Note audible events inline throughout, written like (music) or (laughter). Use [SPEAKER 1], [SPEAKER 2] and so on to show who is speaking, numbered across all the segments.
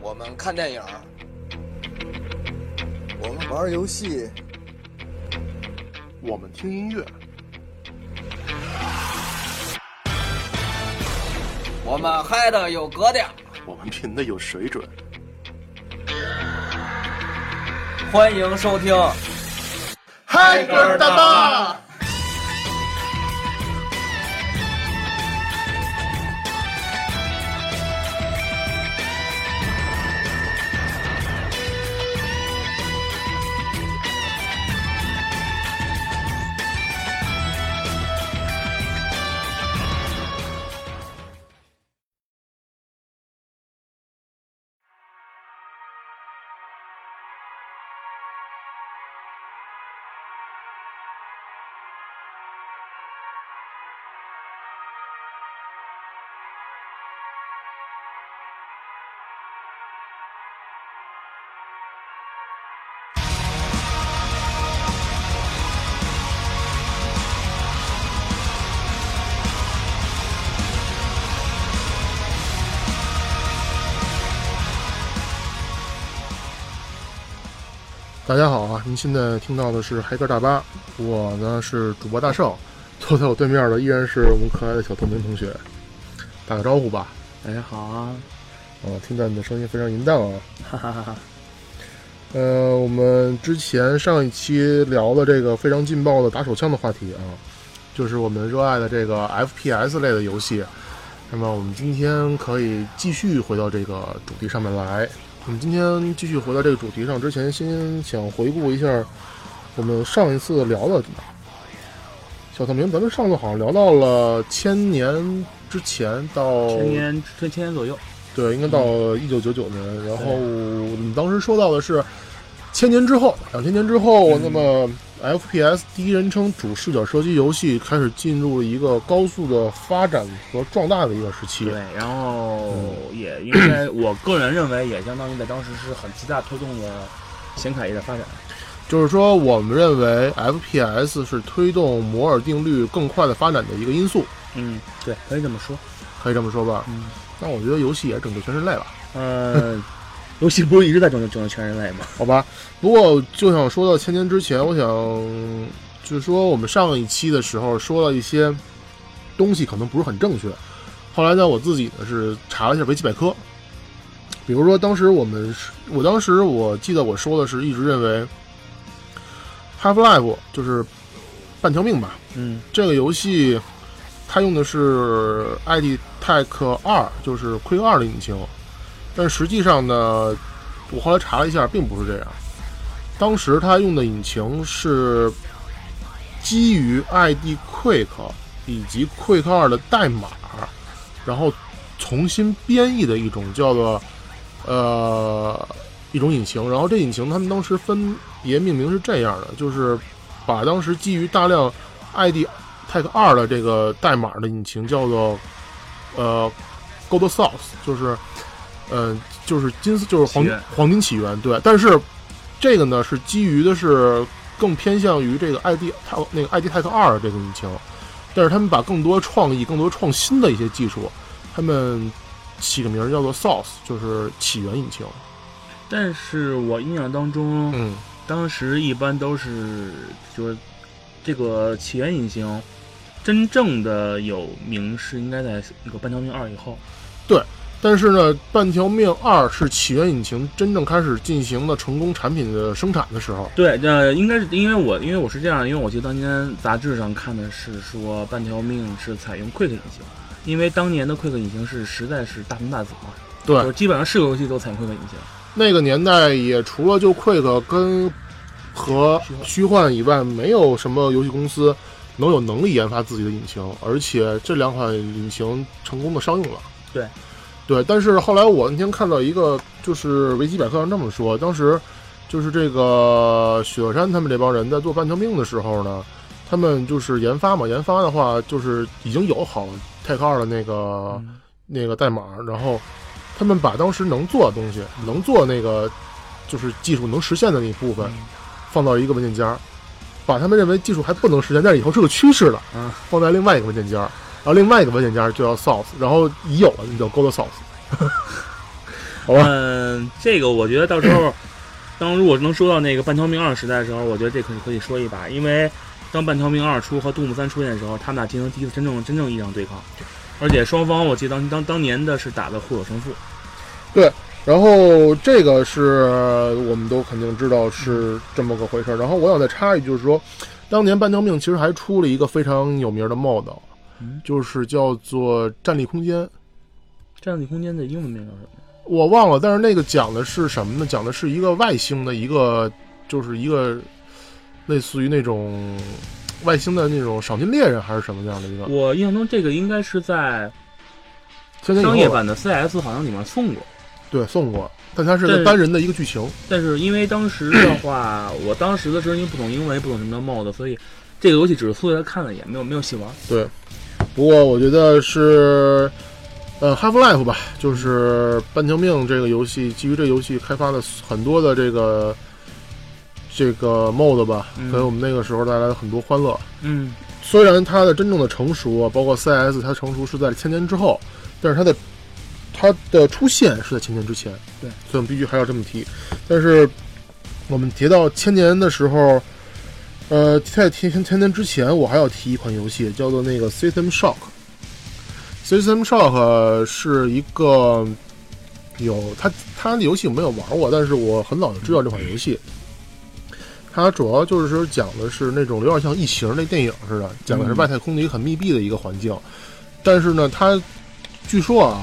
[SPEAKER 1] 我们看电影，我们玩游戏，
[SPEAKER 2] 我们听音乐，
[SPEAKER 1] 我们嗨的有格调。
[SPEAKER 2] 我们品的有水准。
[SPEAKER 1] 欢迎收听，
[SPEAKER 2] 嗨
[SPEAKER 1] 歌大
[SPEAKER 2] 大，大家好啊！您现在听到的是嗨歌大巴，我呢是主播大圣，坐在我对面的依然是我们可爱的小透明同学，打个招呼吧。
[SPEAKER 3] 大家好啊，
[SPEAKER 2] 嗯，听到你的声音非常淫荡啊。
[SPEAKER 3] (laughs) 哈哈哈哈！
[SPEAKER 2] 呃，我们之前上一期聊了这个非常劲爆的打手枪的话题啊，就是我们热爱的这个 FPS 类的游戏。那么我们今天可以继续回到这个主题上面来。我们今天继续回到这个主题上之前，先想回顾一下我们上一次聊了小透明，咱们上次好像聊到了千年之前到
[SPEAKER 3] 千年千千年左右，
[SPEAKER 2] 对，应该到
[SPEAKER 3] 嗯
[SPEAKER 2] 一九九九年。然后你当时说到的是千年之后，两千年之后，
[SPEAKER 3] 嗯
[SPEAKER 2] 那么 FPS 第一人称主视角射击游戏开始进入了一个高速的发展和壮大的一个时期。
[SPEAKER 3] 对，然后也应该，我个人认为也相当于在当时是很极大推动了显卡业的发展。
[SPEAKER 2] 就是说，我们认为 FPS 是推动摩尔定律更快的发展的一个因素，
[SPEAKER 3] 嗯，对，可以这么说。
[SPEAKER 2] 可以这么说吧？
[SPEAKER 3] 嗯，
[SPEAKER 2] 那我觉得游戏也拯救全人类了。
[SPEAKER 3] 呃，游戏不是一直在拯救拯救全人类吗？ (laughs)
[SPEAKER 2] 好吧，不过就想说到千年之前，我想就是说我们上一期的时候说了一些东西可能不是很正确。后来呢，我自己呢是查了一下维基百科，比如说当时我们是，我当时我记得我说的是一直认为 Half Life 就是半条命吧，
[SPEAKER 3] 嗯
[SPEAKER 2] 这个游戏它用的是 ID Tech 二，就是 Quick 二的引擎，但实际上呢，我后来查了一下，并不是这样。当时它用的引擎是基于 ID Quick 以及 Quick 二的代码，然后重新编译的一种叫做呃一种引擎。然后这引擎他们当时分别命名是这样的，就是把当时基于大量 ID Tech 二的这个代码的引擎叫做呃 Gold Source，就是呃就是金丝就是黄
[SPEAKER 3] 起源
[SPEAKER 2] 黄金起源对，但是这个呢是基于的是更偏向于这个 ID Tech 那个 ID Tech 二这个引擎，但是他们把更多创意、更多创新的一些技术，他们起个名儿叫做 Source，就是起源引擎。
[SPEAKER 3] 但是我印象当中，
[SPEAKER 2] 嗯，
[SPEAKER 3] 当时一般都是就是这个起源引擎真正的有名是应该在那个《半条命二》以后。
[SPEAKER 2] 但是呢，《半条命二》是起源引擎真正开始进行了成功产品的生产的时候。
[SPEAKER 3] 对，呃，应该是因为我，因为我是这样，因为我记得当年杂志上看的是说半条命是采用 Quick 引擎，因为当年的 Quick 引擎是实在是大红大紫嘛，
[SPEAKER 2] 对
[SPEAKER 3] 就，是基本上是个游戏都采用 Quick 引擎。
[SPEAKER 2] 那个年代也除了就 Quick 跟和虚幻以外，没有什么游戏公司能有能力研发自己的引擎，而且这两款引擎成功的商用了。
[SPEAKER 3] 对，
[SPEAKER 2] 对。但是后来我那天看到一个，就是维基百科上这么说，当时就是这个雪山他们这帮人在做半条命的时候呢，他们就是研发嘛，研发的话就是已经有好 Tech 二的那个。
[SPEAKER 3] 嗯
[SPEAKER 2] 那个代码，然后他们把当时能做的东西，能做那个就是技术能实现的那一部分，
[SPEAKER 3] 嗯
[SPEAKER 2] 放到一个文件夹，把他们认为技术还不能实现，但是以后是个趋势的
[SPEAKER 3] 嗯，
[SPEAKER 2] 放在另外一个文件夹，然后另外一个文件夹就叫 source，然后已有了就叫 gold source。好吧
[SPEAKER 3] 嗯，这个我觉得到时候，当如果能说到那个半条命二时代的时候，我觉得这可可以说一把，因为当半条命二出和杜牧三出现的时候，他们俩进行第一次真正真正意义上对抗，而且双方我记得当当当年的是打的互有胜负，
[SPEAKER 2] 然后这个是我们都肯定知道是这么个回事
[SPEAKER 3] 嗯
[SPEAKER 2] 儿。然后我想再插一句，就是说，当年半条命其实还出了一个非常有名的 mod，
[SPEAKER 3] 嗯
[SPEAKER 2] 就是叫做《战力空间》，
[SPEAKER 3] 占领空间的英文名叫什么？
[SPEAKER 2] 我忘了，但是那个讲的是什么呢？讲的是一个外星的一个，就是一个类似于那种外星的那种赏金猎人还是什么样的一个？
[SPEAKER 3] 我印象中这个应该是在
[SPEAKER 2] 现在以后
[SPEAKER 3] 商业版的 CS 好像里面送过，
[SPEAKER 2] 对送过，但它是
[SPEAKER 3] 但
[SPEAKER 2] 个
[SPEAKER 3] 是
[SPEAKER 2] 单人的一个剧情。
[SPEAKER 3] 但是因为当时的话，我当时的时候因为不懂英文，也不懂什么叫 mod，所以这个游戏只是粗略的看了一眼，没有没有细玩。
[SPEAKER 2] 不过我觉得是，呃，Half Life 吧，就是《半条命》这个游戏，基于这个游戏开发的很多的这个这个 mod 吧，
[SPEAKER 3] 嗯
[SPEAKER 2] 给我们那个时候带来了很多欢乐。
[SPEAKER 3] 嗯，
[SPEAKER 2] 虽然它的真正的成熟，啊，包括 CS 它的成熟是在千年之后，但是它的它的出现是在千年之前。
[SPEAKER 3] 对，
[SPEAKER 2] 所以我们必须还要这么提。但是我们提到千年的时候，呃，在千千年之前，我还要提一款游戏，叫做那个 System Shock。System Shock 呃是一个有它它的游戏我没有玩过，但是我很早就知道这款游戏。它主要就是说讲的是那种有点像异形那电影似的，讲的是
[SPEAKER 3] 嗯
[SPEAKER 2] 外太空的一个很密闭的一个环境。但是呢，它据说啊，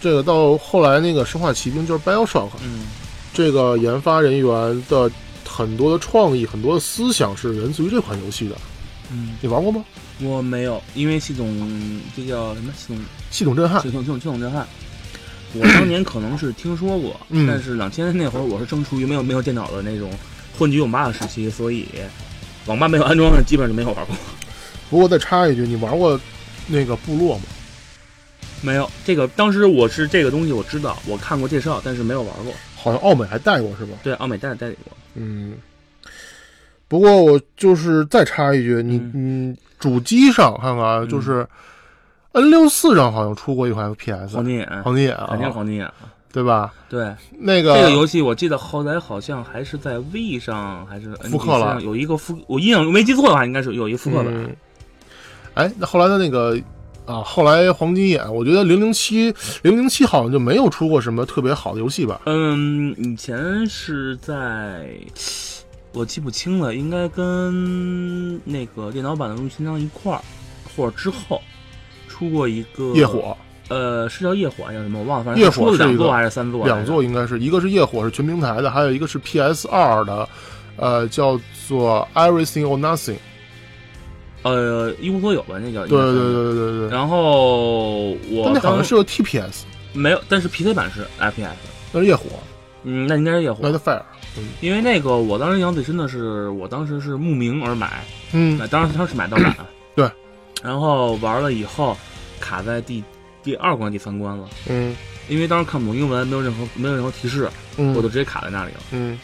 [SPEAKER 2] 这个到后来那个《生化奇兵》就是 BioShock，
[SPEAKER 3] 嗯，
[SPEAKER 2] 这个研发人员的很多的创意、很多的思想是源自于这款游戏的。
[SPEAKER 3] 嗯，
[SPEAKER 2] 你玩过吗？
[SPEAKER 3] 我没有，因为系统这叫什么系统
[SPEAKER 2] 系统震撼，
[SPEAKER 3] 系统系统系统震撼。我当年可能是听说过，
[SPEAKER 2] 嗯
[SPEAKER 3] 但是两千年那会儿我是正处于没有没有电脑的那种混迹网吧的时期，所以网吧没有安装的基本上就没有玩过。
[SPEAKER 2] 不过再插一句，你玩过那个部落吗？
[SPEAKER 3] 没有这个，当时我是这个东西我知道，我看过介绍，但是没有玩过。
[SPEAKER 2] 好像奥美还带过是吧？
[SPEAKER 3] 对，奥美带代理过。
[SPEAKER 2] 嗯。不过我就是再插一句，你嗯，主机上看看啊，
[SPEAKER 3] 嗯
[SPEAKER 2] 就是 N 六四上好像出过一款 PS
[SPEAKER 3] 黄金眼，
[SPEAKER 2] 黄金眼
[SPEAKER 3] 肯
[SPEAKER 2] 啊，
[SPEAKER 3] 定
[SPEAKER 2] 呃
[SPEAKER 3] 黄金眼。
[SPEAKER 2] 对吧？
[SPEAKER 3] 对，
[SPEAKER 2] 那
[SPEAKER 3] 这
[SPEAKER 2] 个
[SPEAKER 3] 个游戏我记得后来好像还是在 V 上还是 NGC
[SPEAKER 2] 复刻了
[SPEAKER 3] 上有一个复，我印象中没记错的话，应该是有一个复刻版。
[SPEAKER 2] 嗯。哎，那后来的那个啊，后来黄金眼，我觉得零零七零零七好像就没有出过什么特别好的游戏吧？
[SPEAKER 3] 嗯，以前是在，我记不清了，应该跟那个电脑版的《入侵章》一块儿，或者之后出过一个
[SPEAKER 2] 夜，火
[SPEAKER 3] 呃，是叫夜火还是叫什么？我忘了，反
[SPEAKER 2] 夜
[SPEAKER 3] 正
[SPEAKER 2] 火
[SPEAKER 3] 出了
[SPEAKER 2] 是一
[SPEAKER 3] 两
[SPEAKER 2] 个
[SPEAKER 3] 座还是三座来着？
[SPEAKER 2] 两座应该是一个是夜火是全平台的，还有一个是 PS 二的，呃，叫做 Everything or Nothing。
[SPEAKER 3] 呃，一无所有吧，那叫。
[SPEAKER 2] 对对对。对对对对。
[SPEAKER 3] 然后我
[SPEAKER 2] 但那好
[SPEAKER 3] 当
[SPEAKER 2] 像是个 TPS，
[SPEAKER 3] 没有，但是 PC 版是 FPS，
[SPEAKER 2] 那是夜火
[SPEAKER 3] 嗯，那应该是夜火，
[SPEAKER 2] ，Night Fire。
[SPEAKER 3] 因为那个我当时印象最深的是，我当时是慕名而买，
[SPEAKER 2] 嗯
[SPEAKER 3] 买当时当时买盗版，
[SPEAKER 2] (clears throat) 对，
[SPEAKER 3] 然后玩了以后卡在第第二关第三关了，
[SPEAKER 2] 嗯
[SPEAKER 3] 因为当时看不懂英文，没有任何没有任何提示，
[SPEAKER 2] 嗯，
[SPEAKER 3] 我就直接卡在那里了。
[SPEAKER 2] 嗯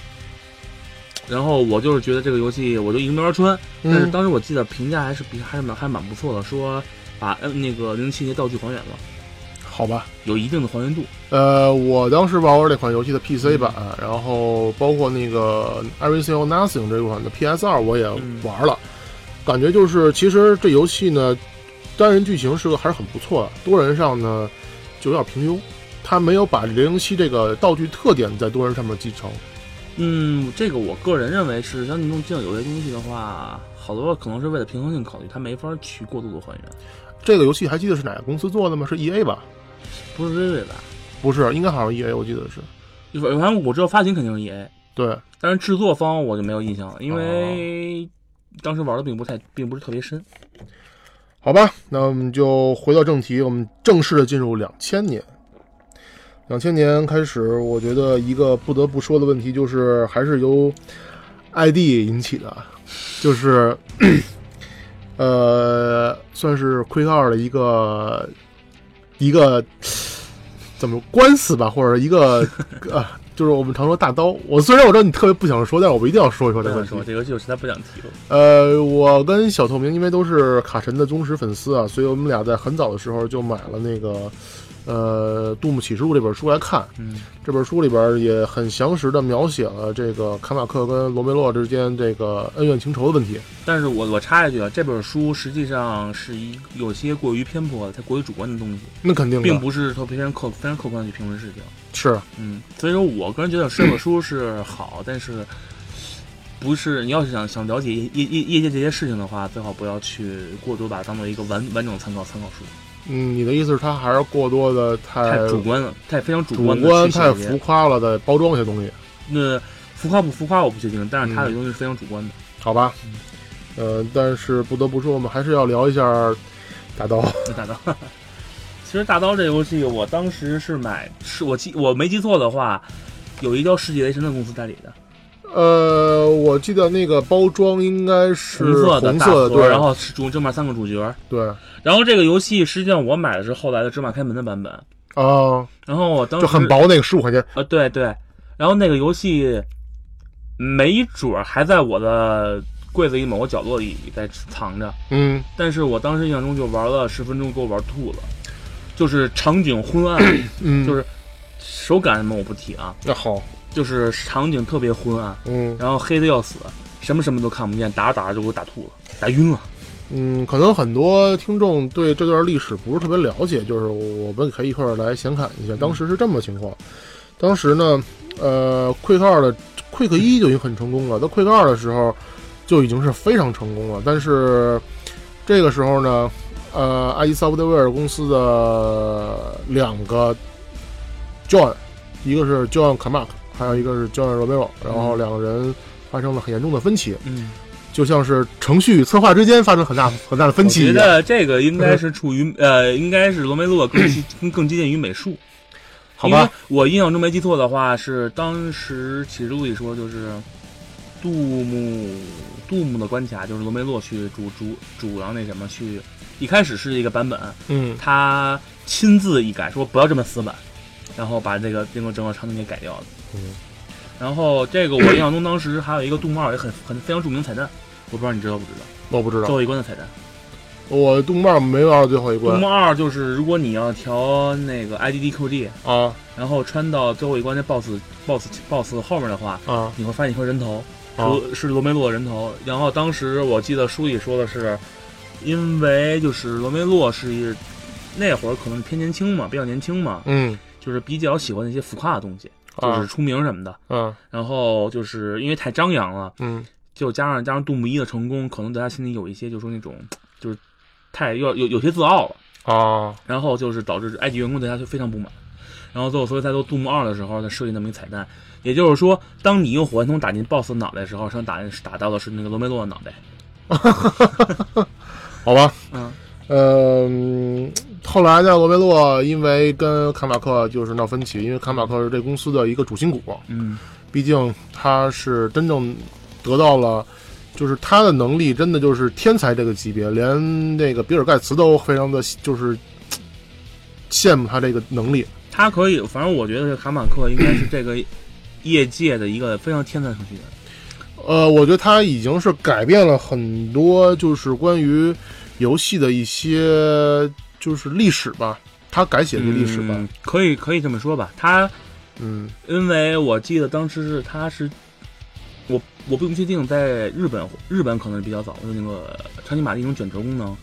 [SPEAKER 3] 然后我就是觉得这个游戏我就一个没玩穿，但是
[SPEAKER 2] 嗯
[SPEAKER 3] 当时我记得评价还是比还是蛮还蛮不错的，说把嗯那个零七年道具还原了，
[SPEAKER 2] 好吧。
[SPEAKER 3] 有一定的还原度。
[SPEAKER 2] 呃，我当时玩过这款游戏的 PC 版，然后包括那个《Everything or Nothing》这款的 PS 二我也玩了，感觉就是其实这游戏呢，单人剧情是个还是很不错的，多人上呢就有点平庸，它没有把零零七这个道具特点在多人上面继承。
[SPEAKER 3] 嗯，这个我个人认为是像你用这种有些东西的话，好多可能是为了平衡性考虑，它没法去过度的还原。
[SPEAKER 2] 这个游戏还记得是哪个公司做的吗？是 EA 吧？
[SPEAKER 3] 不是微微吧？
[SPEAKER 2] 不是，应该好像 EA，我记得是。
[SPEAKER 3] 反正我知道发行肯定是 EA，
[SPEAKER 2] 对，
[SPEAKER 3] 但是制作方我就没有印象了，因为当时玩的并不太，并不是特别深。
[SPEAKER 2] 好吧，那我们就回到正题，我们正式的进入两千年。两千年开始，我觉得一个不得不说的问题就是，还是由 ID 引起的，就是， (coughs) 呃，算是 Quick 二的一个一个怎么官司吧，或者一个 (laughs) 呃，就是我们常说大刀。我虽然我知道你特别不想说，但是我一定要说一说
[SPEAKER 3] 不
[SPEAKER 2] 这个
[SPEAKER 3] 想
[SPEAKER 2] 问题
[SPEAKER 3] 嗯说。这个游戏，我实在不想提了。
[SPEAKER 2] 呃，我跟小透明因为都是卡神的忠实粉丝啊，所以我们俩在很早的时候就买了那个呃《杜牧启示录》这本书来看。
[SPEAKER 3] 嗯
[SPEAKER 2] 这本书里边也很详实的描写了这个卡马克跟罗梅洛之间这个恩怨情仇的问题。
[SPEAKER 3] 但是我我插一句啊，这本书实际上是一有些过于偏颇，它过于主观的东西，
[SPEAKER 2] 那肯定的，
[SPEAKER 3] 并不是说非常客非常客观的去评论事情。
[SPEAKER 2] 是
[SPEAKER 3] 嗯，所以说我个人觉得这本书是好，但是不是你要是想想了解业业业业界这些事情的话，最好不要去过多把它当做一个完完整的参考参考书，
[SPEAKER 2] 嗯，你的意思是他还是过多的太
[SPEAKER 3] 太主观了，太非常主
[SPEAKER 2] 呃主
[SPEAKER 3] 观的
[SPEAKER 2] 观
[SPEAKER 3] 去
[SPEAKER 2] 太
[SPEAKER 3] 写这
[SPEAKER 2] 浮
[SPEAKER 3] 些。
[SPEAKER 2] 夸了，在包装一些东西，
[SPEAKER 3] 那浮夸不浮夸我不确定，但是它
[SPEAKER 2] 嗯
[SPEAKER 3] 有些东西是非常主观的。
[SPEAKER 2] 好吧？呃，但是不得不说，我们还是要聊一下大刀。
[SPEAKER 3] 那大刀， (laughs) 其实大刀这游戏我当时是买，是我记我没记错的话，有一叫世纪雷神的公司代理的，
[SPEAKER 2] 呃，我记得那个包装应该是
[SPEAKER 3] 红色的
[SPEAKER 2] 红
[SPEAKER 3] 大
[SPEAKER 2] 色的，
[SPEAKER 3] 盒，
[SPEAKER 2] 对，
[SPEAKER 3] 然后是主正面三个主角。
[SPEAKER 2] 对
[SPEAKER 3] 然后这个游戏实际上我买的是后来的芝麻开门的版本，
[SPEAKER 2] 啊，
[SPEAKER 3] 然后我当时
[SPEAKER 2] 就很薄那个十五块钱，
[SPEAKER 3] 呃，对对，然后那个游戏没准儿还在我的柜子里某个角落里在藏着，
[SPEAKER 2] 嗯，
[SPEAKER 3] 但是我当时印象中就玩了十分钟，给我玩吐了，就是场景昏暗， (clears throat)
[SPEAKER 2] 嗯
[SPEAKER 3] 就是手感什么我不提啊，
[SPEAKER 2] 那好，
[SPEAKER 3] 就是场景特别昏暗，
[SPEAKER 2] 嗯
[SPEAKER 3] 然后黑的要死，什么什么都看不见，打着打着就给我打吐了，打晕了。
[SPEAKER 2] 嗯，可能很多听众对这段历史不是特别了解，就是我们可以一块儿来闲侃一下，当时是这么情况。当时呢，呃，Quick 二的 Quick 一就已经很成功了，到 Quick 二的时候就已经是非常成功了。但是这个时候呢，呃，爱迪萨布德威尔公司的两个 John，一个是 John Carmack，还有一个是 John Romero，然后两个人发生了很严重的分歧。
[SPEAKER 3] 嗯，
[SPEAKER 2] 就像是程序策划之间发生很大很大的分歧
[SPEAKER 3] 我觉
[SPEAKER 2] 一样。
[SPEAKER 3] 得这个应该是处于呃，应该是罗梅洛更接更更接近于美术。
[SPEAKER 2] 好吧，，
[SPEAKER 3] 我印象中没记错的话，是当时启示录里说，就是杜牧杜牧的关卡，就是罗梅洛去主主主张那什么去，一开始是一个版本，
[SPEAKER 2] 嗯
[SPEAKER 3] 他亲自一改，说不要这么死板，然后把这个这个整个场景给改掉了。
[SPEAKER 2] 嗯，
[SPEAKER 3] 然后这个我印象中当时还有一个杜牧二也很很非常著名的彩蛋，我不知道你知道不知道，
[SPEAKER 2] 我不知
[SPEAKER 3] 最
[SPEAKER 2] 道，
[SPEAKER 3] 后一关的彩蛋。
[SPEAKER 2] 我动漫没玩到最后一
[SPEAKER 3] 杜
[SPEAKER 2] 关
[SPEAKER 3] 牧二就是如果你要调那个 IDDQD，
[SPEAKER 2] 啊
[SPEAKER 3] 然后穿到最后一关那 BOSS BOSS BOSS 后面的话，
[SPEAKER 2] 啊
[SPEAKER 3] 你会发现一颗人头，
[SPEAKER 2] 啊
[SPEAKER 3] 是是罗梅洛的人头。然后当时我记得书里说的是，因为就是罗梅洛是那会儿可能偏年轻嘛，比较年轻嘛，
[SPEAKER 2] 嗯
[SPEAKER 3] 就是比较喜欢那些浮夸的东西，就
[SPEAKER 2] 啊
[SPEAKER 3] 是出名什么的。
[SPEAKER 2] 啊
[SPEAKER 3] 然后就是因为太张扬了，
[SPEAKER 2] 嗯
[SPEAKER 3] 就加上加上杜牧一的成功，可能大家心里有一些就是说那种就是太有有有些自傲了。
[SPEAKER 2] 啊
[SPEAKER 3] 然后就是导致埃及员工对他就非常不满。然后最后，所以在做杜牧二的时候，他设计那么一彩蛋，也就是说，当你用火箭筒打进 BOSS 的脑袋的时候，实际上打进打到的是那个罗梅洛的脑袋。
[SPEAKER 2] 好吧，
[SPEAKER 3] 嗯，
[SPEAKER 2] 呃，嗯后来呢，罗梅洛因为跟卡马克就是闹分歧，因为卡马克是这公司的一个主心骨，
[SPEAKER 3] 嗯，
[SPEAKER 2] 毕竟他是真正得到了。就是他的能力真的就是天才这个级别，连那个比尔盖茨都非常的就是羡慕他这个能力。
[SPEAKER 3] 他可以，反正我觉得这卡马克应该是这个业界的一个非常天才程序员。
[SPEAKER 2] 呃，我觉得他已经是改变了很多，就是关于游戏的一些就是历史吧，他改写这历史吧，
[SPEAKER 3] 嗯可以可以这么说吧。他
[SPEAKER 2] 嗯
[SPEAKER 3] 因为我记得当时是他是我我并不确定，在日本日本可能是比较早，就那个超级玛丽那种卷轴功能，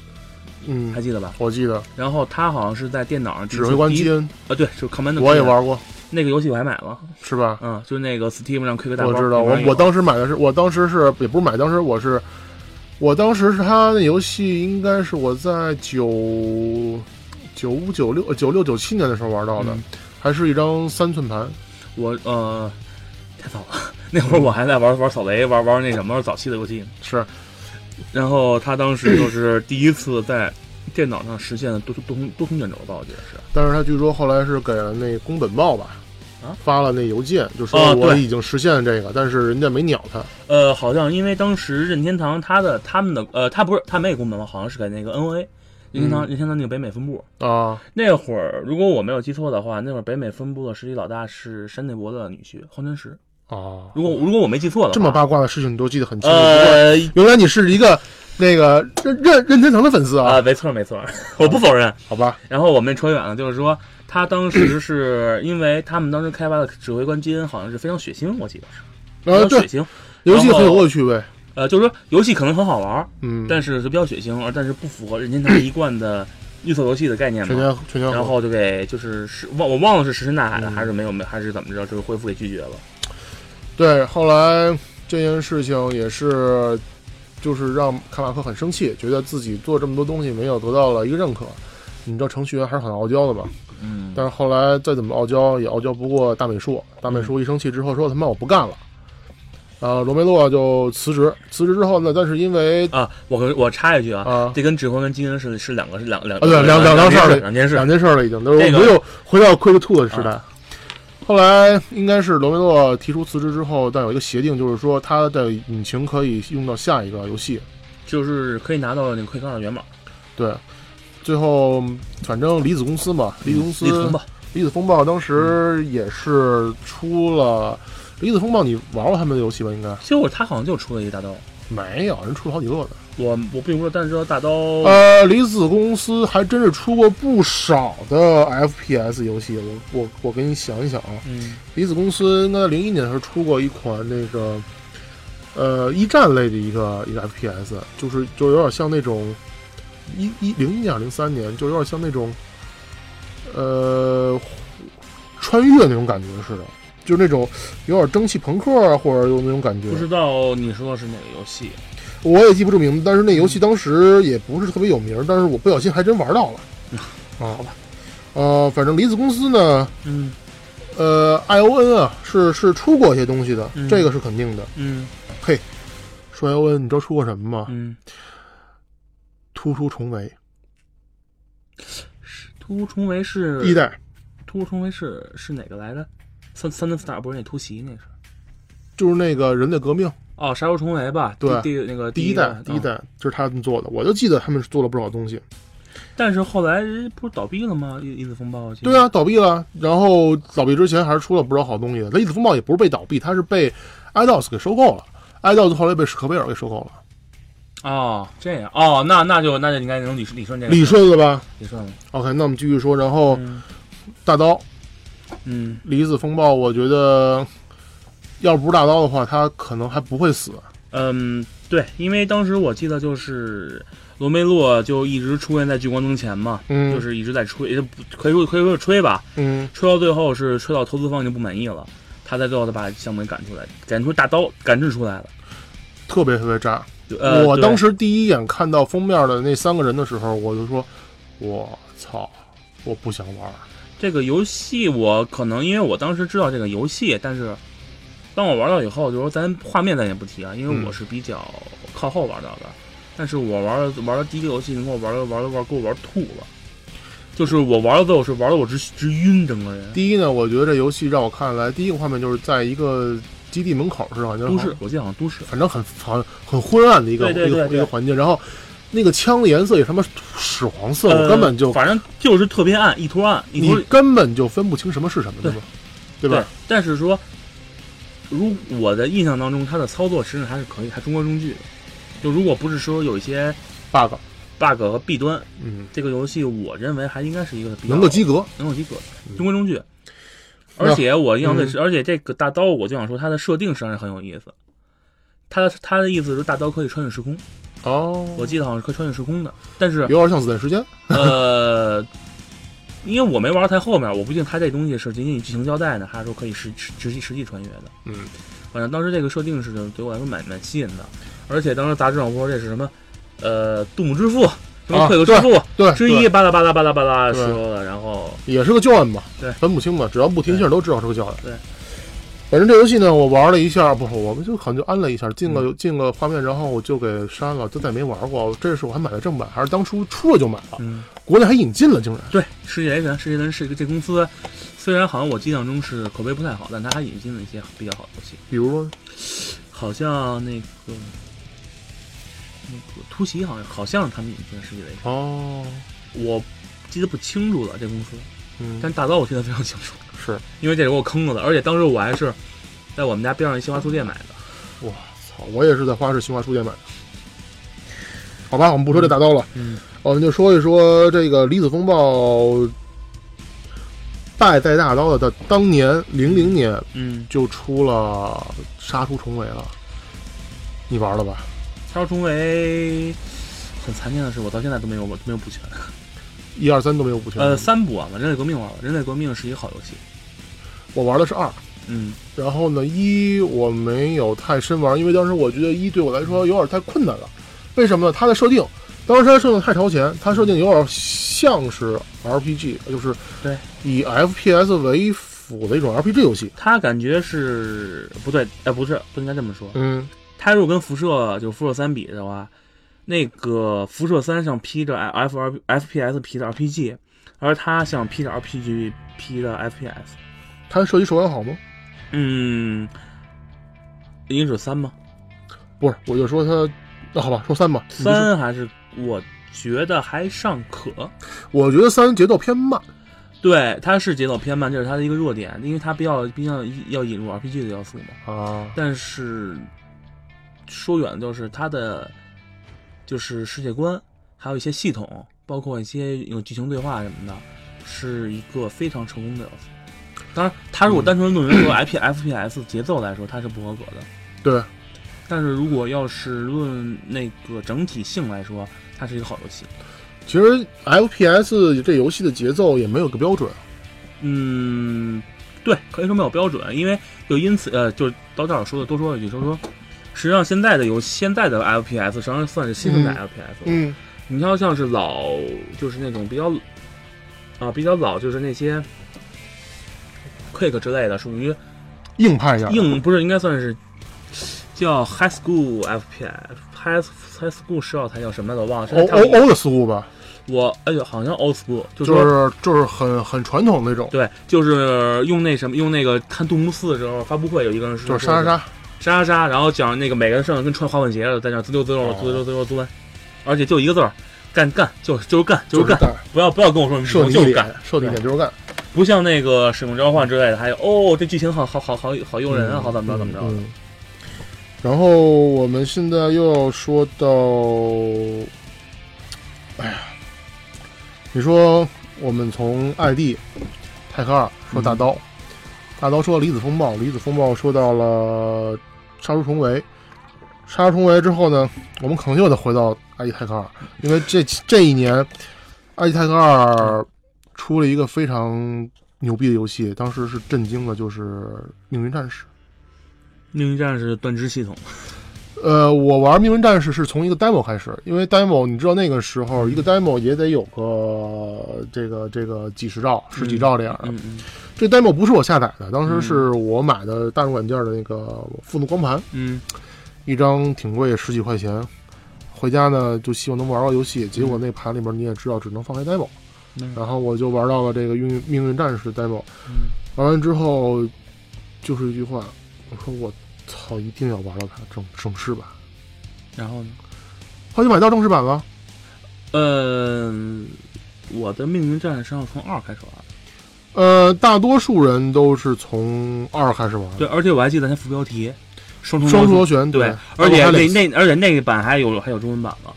[SPEAKER 2] 嗯
[SPEAKER 3] 还记得吧？
[SPEAKER 2] 我记得
[SPEAKER 3] 然后他好像是在电脑上
[SPEAKER 2] 指挥官
[SPEAKER 3] 第一
[SPEAKER 2] 基恩
[SPEAKER 3] 啊，对，就是 Command。
[SPEAKER 2] 我也玩过，
[SPEAKER 3] 那个游戏，我还买了，
[SPEAKER 2] 是吧？
[SPEAKER 3] 嗯，就是那个 Steam 上 Quick 大包
[SPEAKER 2] 我知道，
[SPEAKER 3] 里
[SPEAKER 2] 我
[SPEAKER 3] 面有
[SPEAKER 2] 我当时买的是，我当时是也不是买，当时我是，我当时是他那游戏应该是我在九九五九六九六九七年的时候玩到的，
[SPEAKER 3] 嗯
[SPEAKER 2] 还是一张三寸盘，
[SPEAKER 3] 我呃太早了， (laughs) 那会儿我还在玩玩扫雷，玩玩那什么早期的游戏呢。
[SPEAKER 2] 是
[SPEAKER 3] 然后他当时就是第一次在电脑上实现了多多通多通卷轴吧，我记得是。
[SPEAKER 2] 但是他据说后来是给了那宫本茂吧，
[SPEAKER 3] 啊，
[SPEAKER 2] 发了那邮件，就
[SPEAKER 3] 哦
[SPEAKER 2] 说
[SPEAKER 3] 对
[SPEAKER 2] 我已经实现了这个，但是人家没鸟他。
[SPEAKER 3] 呃，好像因为当时任天堂他的他们的呃，他不是他没有功能，好像是给那个 NOA 任天堂、
[SPEAKER 2] 嗯
[SPEAKER 3] 任天堂那个北美分部。
[SPEAKER 2] 啊
[SPEAKER 3] 那会儿如果我没有记错的话，那会儿北美分部的实力老大是山内博的女婿荒川石。
[SPEAKER 2] 啊，
[SPEAKER 3] 如果如果我没记错的话，
[SPEAKER 2] 这么八卦的事情你都记得很清楚，
[SPEAKER 3] 哦呃，
[SPEAKER 2] 原来你是一个那个任任任天堂的粉丝啊，
[SPEAKER 3] 啊，没错没错， (laughs) 我不否认。
[SPEAKER 2] 好吧，
[SPEAKER 3] 然后我们扯远了，就是说他当
[SPEAKER 2] (clears throat)
[SPEAKER 3] 时是因为他们当时开发的指挥官基恩好像是非常血腥，我记得呃是
[SPEAKER 2] 然后
[SPEAKER 3] 非常
[SPEAKER 2] 啊呃对
[SPEAKER 3] 血腥。
[SPEAKER 2] 游戏很有恶趣味，
[SPEAKER 3] 呃，就是说游戏可能很好玩，
[SPEAKER 2] 嗯，
[SPEAKER 3] 但是是比较血腥，而但是不符合任天堂一贯的绿色游戏的概念
[SPEAKER 2] 全
[SPEAKER 3] 嘛。
[SPEAKER 2] 家全家
[SPEAKER 3] 然
[SPEAKER 2] 好。
[SPEAKER 3] 后就给就是是忘我忘了是石沉大海了，
[SPEAKER 2] 嗯
[SPEAKER 3] 还是没有没还是怎么着，就是恢复给拒绝了。
[SPEAKER 2] 对，后来这件事情也是，就是让卡马克很生气，觉得自己做这么多东西没有得到了一个认可。你知道程序员还是很傲娇的吧？
[SPEAKER 1] 嗯，
[SPEAKER 2] 但是后来再怎么傲娇也傲娇不过大美术。大
[SPEAKER 3] 嗯
[SPEAKER 2] 美术一生气之后说：“他妈我不干了。”呃，罗梅洛就辞职。辞职之后呢，但是因为
[SPEAKER 3] 啊，我跟我插一句啊，
[SPEAKER 2] 啊
[SPEAKER 3] 这跟指挥跟基恩是是两个是两两
[SPEAKER 2] 啊对两
[SPEAKER 3] 两
[SPEAKER 2] 两档事儿
[SPEAKER 3] 两件事
[SPEAKER 2] 两。件事儿了，已经都是啊
[SPEAKER 3] 这个
[SPEAKER 2] 没有回到 Quick Two 的时代。后来应该是罗梅洛提出辞职之后，但有一个协定，就是说他的引擎可以用到下一个游戏。
[SPEAKER 3] 就是可以拿到那个快杠的源码，
[SPEAKER 2] 对，最后反正离子公司嘛，嗯离子公司，
[SPEAKER 3] 立吧。
[SPEAKER 2] 离子风暴当时也是出了。离子风暴，你玩过他们的游戏吧？应该
[SPEAKER 3] 就是他好像就出了一个大刀，
[SPEAKER 2] 没有，人出了好几个呢。
[SPEAKER 3] 我我并不知道，但是知道大刀，
[SPEAKER 2] 呃，离子公司还真是出过不少的 FPS 游戏。我我我给你想一想啊，
[SPEAKER 3] 嗯，
[SPEAKER 2] 离子公司应该零一年的时候出过一款那个，呃，一战类的一个一个 FPS，就是就有点像那种一一零一年零三年，就有点像那种呃穿越那种感觉似的，就是那种有点蒸汽朋克啊，或者有那种感觉
[SPEAKER 3] 不。知道你说的是哪个游戏？
[SPEAKER 2] 我也记不住名字，但是那游戏当时也不是特别有名，但是我不小心还真玩到了。啊，好吧，呃，反正离子公司呢，
[SPEAKER 3] 嗯
[SPEAKER 2] 呃，I O N 啊，是是出过一些东西的，
[SPEAKER 3] 嗯
[SPEAKER 2] 这个是肯定的。
[SPEAKER 3] 嗯
[SPEAKER 2] 说 I O N，你知道出过什么吗？
[SPEAKER 3] 嗯，
[SPEAKER 2] 突出重围
[SPEAKER 3] 突出重围是
[SPEAKER 2] 第一，代，
[SPEAKER 3] 突出重围是是哪个来着？三三德斯塔不是那突袭那是？
[SPEAKER 2] 就是那个人类革命
[SPEAKER 3] 哦，杀出重围吧，第
[SPEAKER 2] 对
[SPEAKER 3] 第那个哦
[SPEAKER 2] 第
[SPEAKER 3] 一
[SPEAKER 2] 一代，嗯第
[SPEAKER 3] 第
[SPEAKER 2] 一，代就是他们做的。我就记得他们是做了不少东西。
[SPEAKER 3] 但是后来不是倒闭了吗？一一次风暴，我记得
[SPEAKER 2] 对，啊，倒闭了，然后倒闭之前还是出了不少好东西的。雷子风暴也不是被倒闭，它是被 IDOS 给收购了。IDOS 后来被史克威尔给收购了，
[SPEAKER 3] 哦，这样，哦，那那就那就应该能理顺理顺这个，
[SPEAKER 2] 理顺了吧
[SPEAKER 3] 理顺了，
[SPEAKER 2] ？OK，那我们继续说，然后
[SPEAKER 3] 嗯
[SPEAKER 2] 大刀
[SPEAKER 3] 嗯
[SPEAKER 2] 离子风暴，我觉得要不是大刀的话，他可能还不会死。
[SPEAKER 3] 嗯，对，因为当时我记得就是罗梅洛就一直出现在聚光灯前嘛，
[SPEAKER 2] 嗯，
[SPEAKER 3] 就是一直在吹，也不可以说可以说是吹吧，
[SPEAKER 2] 嗯，
[SPEAKER 3] 吹到最后是吹到投资方已经不满意了，他才最后才把项目给赶出来，赶出大刀，赶制出来了。
[SPEAKER 2] 特别特别渣。
[SPEAKER 3] 呃，
[SPEAKER 2] 我
[SPEAKER 3] 对
[SPEAKER 2] 当时第一眼看到封面的那三个人的时候，我就说：“我操，我不想玩儿。
[SPEAKER 3] 这个游戏，我可能因为我当时知道这个游戏，但是当我玩到以后，就是说咱画面咱也不提啊，因为
[SPEAKER 2] 嗯
[SPEAKER 3] 我是比较靠后玩到的，但是我玩了玩了第一个游戏，能给我玩了玩了玩给我玩吐了。就是我玩到最后是玩的我直直晕，整个人
[SPEAKER 2] 第一呢，我觉得这游戏让我看来，第一个画面就是在一个基地门口似的，好像
[SPEAKER 3] 都市，，我记得好像都市，
[SPEAKER 2] 反正很很很昏暗的一个
[SPEAKER 3] 对对对
[SPEAKER 2] 一个
[SPEAKER 3] 对
[SPEAKER 2] 一个环境。然后那个枪的颜色也他妈屎黄色，
[SPEAKER 3] 呃
[SPEAKER 2] 我根本就、
[SPEAKER 3] 反正就是特别暗，一坨暗，一
[SPEAKER 2] 你
[SPEAKER 3] 坨
[SPEAKER 2] 根本就分不清什么是什么，对吧？对吧？
[SPEAKER 3] 但是说，如我的印象当中，它的操作实际上还是可以，还中规中矩的。就如果不是说有一些
[SPEAKER 2] bug，
[SPEAKER 3] bug 和弊端，
[SPEAKER 2] 嗯，
[SPEAKER 3] 这个游戏我认为还应该是一个比较
[SPEAKER 2] 能够及格。
[SPEAKER 3] 能够及格的
[SPEAKER 2] 嗯
[SPEAKER 3] 中规中矩。
[SPEAKER 2] 那
[SPEAKER 3] 而且我印象最深，而且这个大刀，我就想说它的设定实际上是很有意思。它的它的意思是大刀可以穿越时空，
[SPEAKER 2] 哦，
[SPEAKER 3] 我记得好像是可以穿越时空的。但是
[SPEAKER 2] (laughs) 有点像子弹时间。
[SPEAKER 3] 呃，因为我没玩太后面，我不定它这东西是仅仅剧情交代呢，还是说可以实实实际实际穿越的。
[SPEAKER 2] 嗯，
[SPEAKER 3] 反正当时这个设定是对我来说蛮蛮吸引的，而且当时杂志上说这是什么，呃，杜姆之父，什么
[SPEAKER 2] 啊
[SPEAKER 3] 快克之父
[SPEAKER 2] 对，
[SPEAKER 3] 之
[SPEAKER 2] 对
[SPEAKER 3] 一，巴拉巴拉巴拉巴拉
[SPEAKER 2] 对
[SPEAKER 3] 说的，然后
[SPEAKER 2] 也是个教案嘛，
[SPEAKER 3] 对
[SPEAKER 2] 分不清嘛，只要不听信儿都知道是个教案。
[SPEAKER 3] 对，
[SPEAKER 2] 反正这游戏呢，我玩了一下，不，我们就好像就安了一下，进
[SPEAKER 3] 嗯
[SPEAKER 2] 了、进了画面，然后我就给删了，就再没玩过。这是我还买的正版，还是当初出了就买了，
[SPEAKER 3] 嗯，
[SPEAKER 2] 国内还引进了，竟然。
[SPEAKER 3] 对，世界雷神，世界雷神是一个这公司，虽然好像我印象中是口碑不太好，但它还引进了一些比较好的游戏，
[SPEAKER 2] 比如说，
[SPEAKER 3] 好像那个那个突袭好像好像是他们引进的世界雷神。
[SPEAKER 2] 哦，
[SPEAKER 3] 我记得不清楚了这公司，
[SPEAKER 2] 嗯，
[SPEAKER 3] 但大刀我记得非常清楚，
[SPEAKER 2] (laughs) 是，
[SPEAKER 3] 因为这是给我坑了的，而且当时我还是在我们家边上一新华书店买的。
[SPEAKER 2] 我操，我也是在花市新华书店买的。好吧，我们不说这大刀了，
[SPEAKER 3] 嗯，
[SPEAKER 2] 我们就说一说这个离子风暴败在大刀的当年零零年
[SPEAKER 3] 嗯，
[SPEAKER 2] 就出了杀出重围了，你玩了吧？
[SPEAKER 3] 杀出重围。很残念的是，我到现在都没有没有补全。
[SPEAKER 2] 一二三都没有补全，
[SPEAKER 3] 呃，三补完了，人类革命玩了，人类革命是一个好游戏。
[SPEAKER 2] 我玩的是二。
[SPEAKER 3] 嗯，
[SPEAKER 2] 然后呢，一我没有太深玩，因为当时我觉得一对我来说有点太困难了。为什么呢？它的设定，当时它的设定太超前，它设定有点像是 RPG，就是
[SPEAKER 3] 对
[SPEAKER 2] 以 FPS 为辅的一种 RPG 游戏。
[SPEAKER 3] 他感觉是不对，呃，不是，不应该这么说。
[SPEAKER 2] 嗯，
[SPEAKER 3] 他如果跟辐射就辐射三比的话，那个辐射三上披着 F R F P S 披着 R P G，而他像披着 R P G 披着 F P S。
[SPEAKER 2] 它的射击手感好吗？
[SPEAKER 3] 嗯，应该是三吗？
[SPEAKER 2] 不是，我就说它，那好吧，说三吧。你就说，
[SPEAKER 3] 三还是我觉得还尚可。
[SPEAKER 2] 我觉得三节奏偏慢。
[SPEAKER 3] 对，它是节奏偏慢，这是它的一个弱点，因为它比较毕竟要引入 RPG 的要素嘛。
[SPEAKER 2] 啊，
[SPEAKER 3] 但是说远了就是它的就是世界观，还有一些系统，包括一些有剧情对话什么的，是一个非常成功的要素。当然，它如果单纯论为说 IP FPS 节奏来说，它是不合格的。
[SPEAKER 2] 对，
[SPEAKER 3] 但是如果要是论那个整体性来说，它是一个好游戏。
[SPEAKER 2] 其实 FPS 这游戏的节奏也没有个标准。啊
[SPEAKER 3] 嗯，对，可以说没有标准，因为就因此呃，就是到这儿说的多说一句，就是说，实际上现在的游现在的 FPS 实际上算是新生代 FPS，、
[SPEAKER 2] 嗯，
[SPEAKER 3] 你要像是老，就是那种比较啊比较老，就是那些 Quick 之类的，属于
[SPEAKER 2] 硬派一点。
[SPEAKER 3] 硬不是应该算是叫 High School FPS，High High School 是要才叫什么来着？我忘了。是
[SPEAKER 2] 欧
[SPEAKER 3] 它有
[SPEAKER 2] 欧欧的思路吧，
[SPEAKER 3] 我哎呦，好像 Old School
[SPEAKER 2] 哦就
[SPEAKER 3] 就说
[SPEAKER 2] 是就是很很传统那种，
[SPEAKER 3] 对，就是用那什么，用那个看《杜牧寺》的时候发布会，有一个人
[SPEAKER 2] 就
[SPEAKER 3] 说
[SPEAKER 2] 是杀杀杀。
[SPEAKER 3] 杀杀杀，然后讲那个每个人身上跟穿滑板鞋似的，在那滋溜滋溜
[SPEAKER 2] 哦
[SPEAKER 3] 滋溜滋溜钻，而且就一个字儿，干干，就是就是干，就是干，
[SPEAKER 2] 干，
[SPEAKER 3] 不要不要跟我说什
[SPEAKER 2] 射
[SPEAKER 3] 么
[SPEAKER 2] 你
[SPEAKER 3] 就
[SPEAKER 2] 一
[SPEAKER 3] 是
[SPEAKER 2] 脸
[SPEAKER 3] 干，，
[SPEAKER 2] 射你一脸就是干，
[SPEAKER 3] 不像那个《使命召唤》之类的，还有哦，这剧情好好好好好诱人啊，好怎么着怎么着，
[SPEAKER 2] 嗯嗯然后我们现在又要说到，哎呀，你说我们从 ID 泰克二说大
[SPEAKER 3] 嗯
[SPEAKER 2] 刀，大刀说到离子风暴，离子风暴说到了杀出重围，杀出重围之后呢，我们可能又得回到 ID 泰克二，因为这这一年 ID 泰克二出了一个非常牛逼的游戏，当时是震惊的，就是命运战士。
[SPEAKER 3] 命运战士断肢系统，
[SPEAKER 2] 呃，我玩命运战士是从一个 demo 开始，因为 demo 你知道那个时候一
[SPEAKER 3] 嗯
[SPEAKER 2] 个 demo 也得有个呃这个这个几十兆、十几兆这样的。
[SPEAKER 3] 嗯嗯
[SPEAKER 2] 这 demo 不是我下载的，当时是我买的大众软件的那个附录光盘，
[SPEAKER 3] 嗯，
[SPEAKER 2] 一张挺贵，十几块钱。回家呢就希望能玩到游戏，结果那盘里面你也知道只能放开 demo，
[SPEAKER 3] 嗯
[SPEAKER 2] 然后我就玩到了这个命运命运战士 demo，
[SPEAKER 3] 嗯
[SPEAKER 2] 玩完之后就是一句话，我说我操，一定要玩到它正正式版。
[SPEAKER 3] 然后呢？
[SPEAKER 2] 后来就买到正式版了。
[SPEAKER 3] 嗯，我的命运战士实际上从二开始玩的。
[SPEAKER 2] 呃，大多数人都是从二开始玩，
[SPEAKER 3] 对，而且我还记得它副标题“双重
[SPEAKER 2] 嗯双
[SPEAKER 3] 螺
[SPEAKER 2] 螺
[SPEAKER 3] 旋
[SPEAKER 2] 旋
[SPEAKER 3] 对，而且那那而且那个版还有还有中文版了，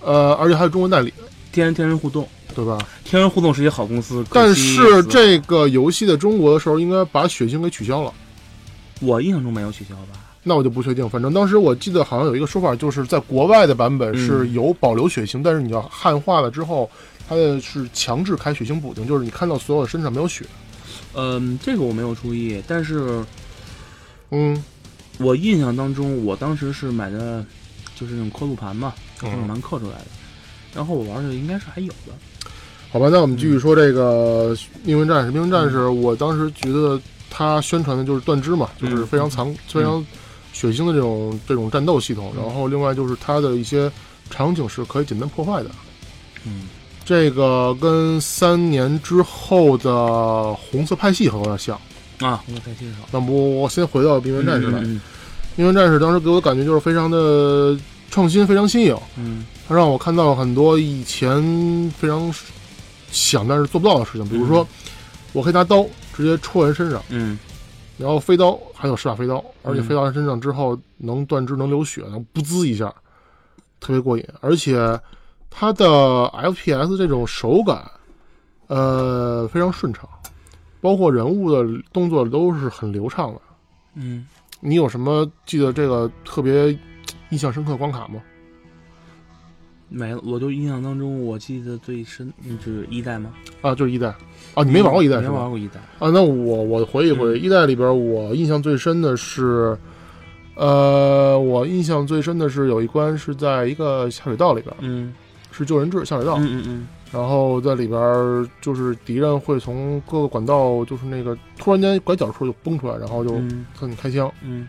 [SPEAKER 2] 呃，而且还有中文代理，
[SPEAKER 3] 天人天人互动，
[SPEAKER 2] 对吧？
[SPEAKER 3] 天人互动是一个好公司，可
[SPEAKER 2] 但
[SPEAKER 3] 惜
[SPEAKER 2] 是这个游戏在中国的时候，应该把血腥给取消了。
[SPEAKER 3] 我印象中没有取消吧？
[SPEAKER 2] 那我就不确定，反正当时我记得好像有一个说法，就是在国外的版本
[SPEAKER 3] 嗯
[SPEAKER 2] 是有保留血腥，但是你要汉化了之后，它的是强制开血腥补丁，就是你看到所有的身上没有血。
[SPEAKER 3] 嗯，这个我没有注意，但是
[SPEAKER 2] 嗯
[SPEAKER 3] 我印象当中，我当时是买的就是那种刻录盘嘛，
[SPEAKER 2] 嗯
[SPEAKER 3] 刻录盘刻出来的，然后我玩的应该是还有的，
[SPEAKER 2] 好吧，那我们继
[SPEAKER 3] 嗯
[SPEAKER 2] 续说这个《命运战士》。《命运战士》，我当时觉得它宣传的就是断肢嘛，
[SPEAKER 3] 嗯
[SPEAKER 2] 就是非常残、非常血腥的这种这种战斗系统。
[SPEAKER 3] 嗯
[SPEAKER 2] 然后另外就是它的一些场景是可以简单破坏的。
[SPEAKER 3] 嗯，
[SPEAKER 2] 这个跟三年之后的红色派系很有点像。
[SPEAKER 3] 啊，我太记少。
[SPEAKER 2] 那不，我先回到《命运战士》来，
[SPEAKER 3] 嗯
[SPEAKER 2] 命运战士》当时给我的感觉就是非常的创新，非常新颖。
[SPEAKER 3] 嗯
[SPEAKER 2] 它让我看到了很多以前非常想但是做不到的事情，比如说，我可以拿刀直接戳人身上，
[SPEAKER 3] 嗯
[SPEAKER 2] 然后飞刀还有十把飞刀，而且
[SPEAKER 3] 嗯
[SPEAKER 2] 飞到人身上之后能断肢、能流血，能不滋一下，特别过瘾，而且它的 FPS 这种手感，呃，非常顺畅，包括人物的动作都是很流畅的。
[SPEAKER 3] 嗯，
[SPEAKER 2] 你有什么记得这个特别印象深刻关卡吗？
[SPEAKER 3] 没了。我就印象当中，我记得最深嗯就是一代吗？
[SPEAKER 2] 啊，就是一代啊，你没玩过一代
[SPEAKER 3] 嗯没
[SPEAKER 2] 是吧
[SPEAKER 3] 玩？过一代。
[SPEAKER 2] 啊，那我我回忆
[SPEAKER 3] 嗯
[SPEAKER 2] 回忆，一代里边我印象最深的是，呃，我印象最深的是有一关是在一个下水道里边，
[SPEAKER 3] 嗯
[SPEAKER 2] 是救人质下水道，
[SPEAKER 3] 嗯嗯嗯
[SPEAKER 2] 然后在里边儿就是敌人会从各个管道，就是那个突然间拐角处就崩出来，然后就
[SPEAKER 3] 嗯
[SPEAKER 2] 向你开枪，
[SPEAKER 3] 嗯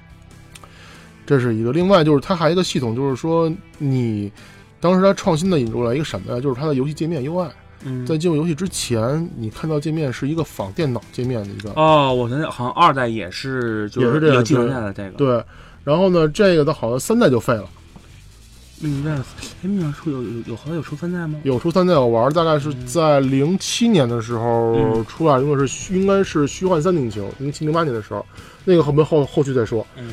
[SPEAKER 2] 这是一个。另外就是它还有一个系统，就是说你当时它创新的引入了一个什么呀？就是它的游戏界面 UI，
[SPEAKER 3] 嗯。
[SPEAKER 2] 在进入游戏之前，你看到界面是一个仿电脑界面的一个，
[SPEAKER 3] 哦，我想想，好像二代也是，就
[SPEAKER 2] 也是这样
[SPEAKER 3] 有技能
[SPEAKER 2] 对
[SPEAKER 3] 带的这个。，
[SPEAKER 2] 对。然后呢，这个它好像三代就废了，
[SPEAKER 3] 嗯，那哎，米尔出有有有好像有出三代吗？
[SPEAKER 2] 有出三代我玩，大概是在零七年的时候
[SPEAKER 3] 嗯
[SPEAKER 2] 出来，用的是应该是虚幻三引擎，零七零八年的时候，那个后面后后续再说。
[SPEAKER 3] 嗯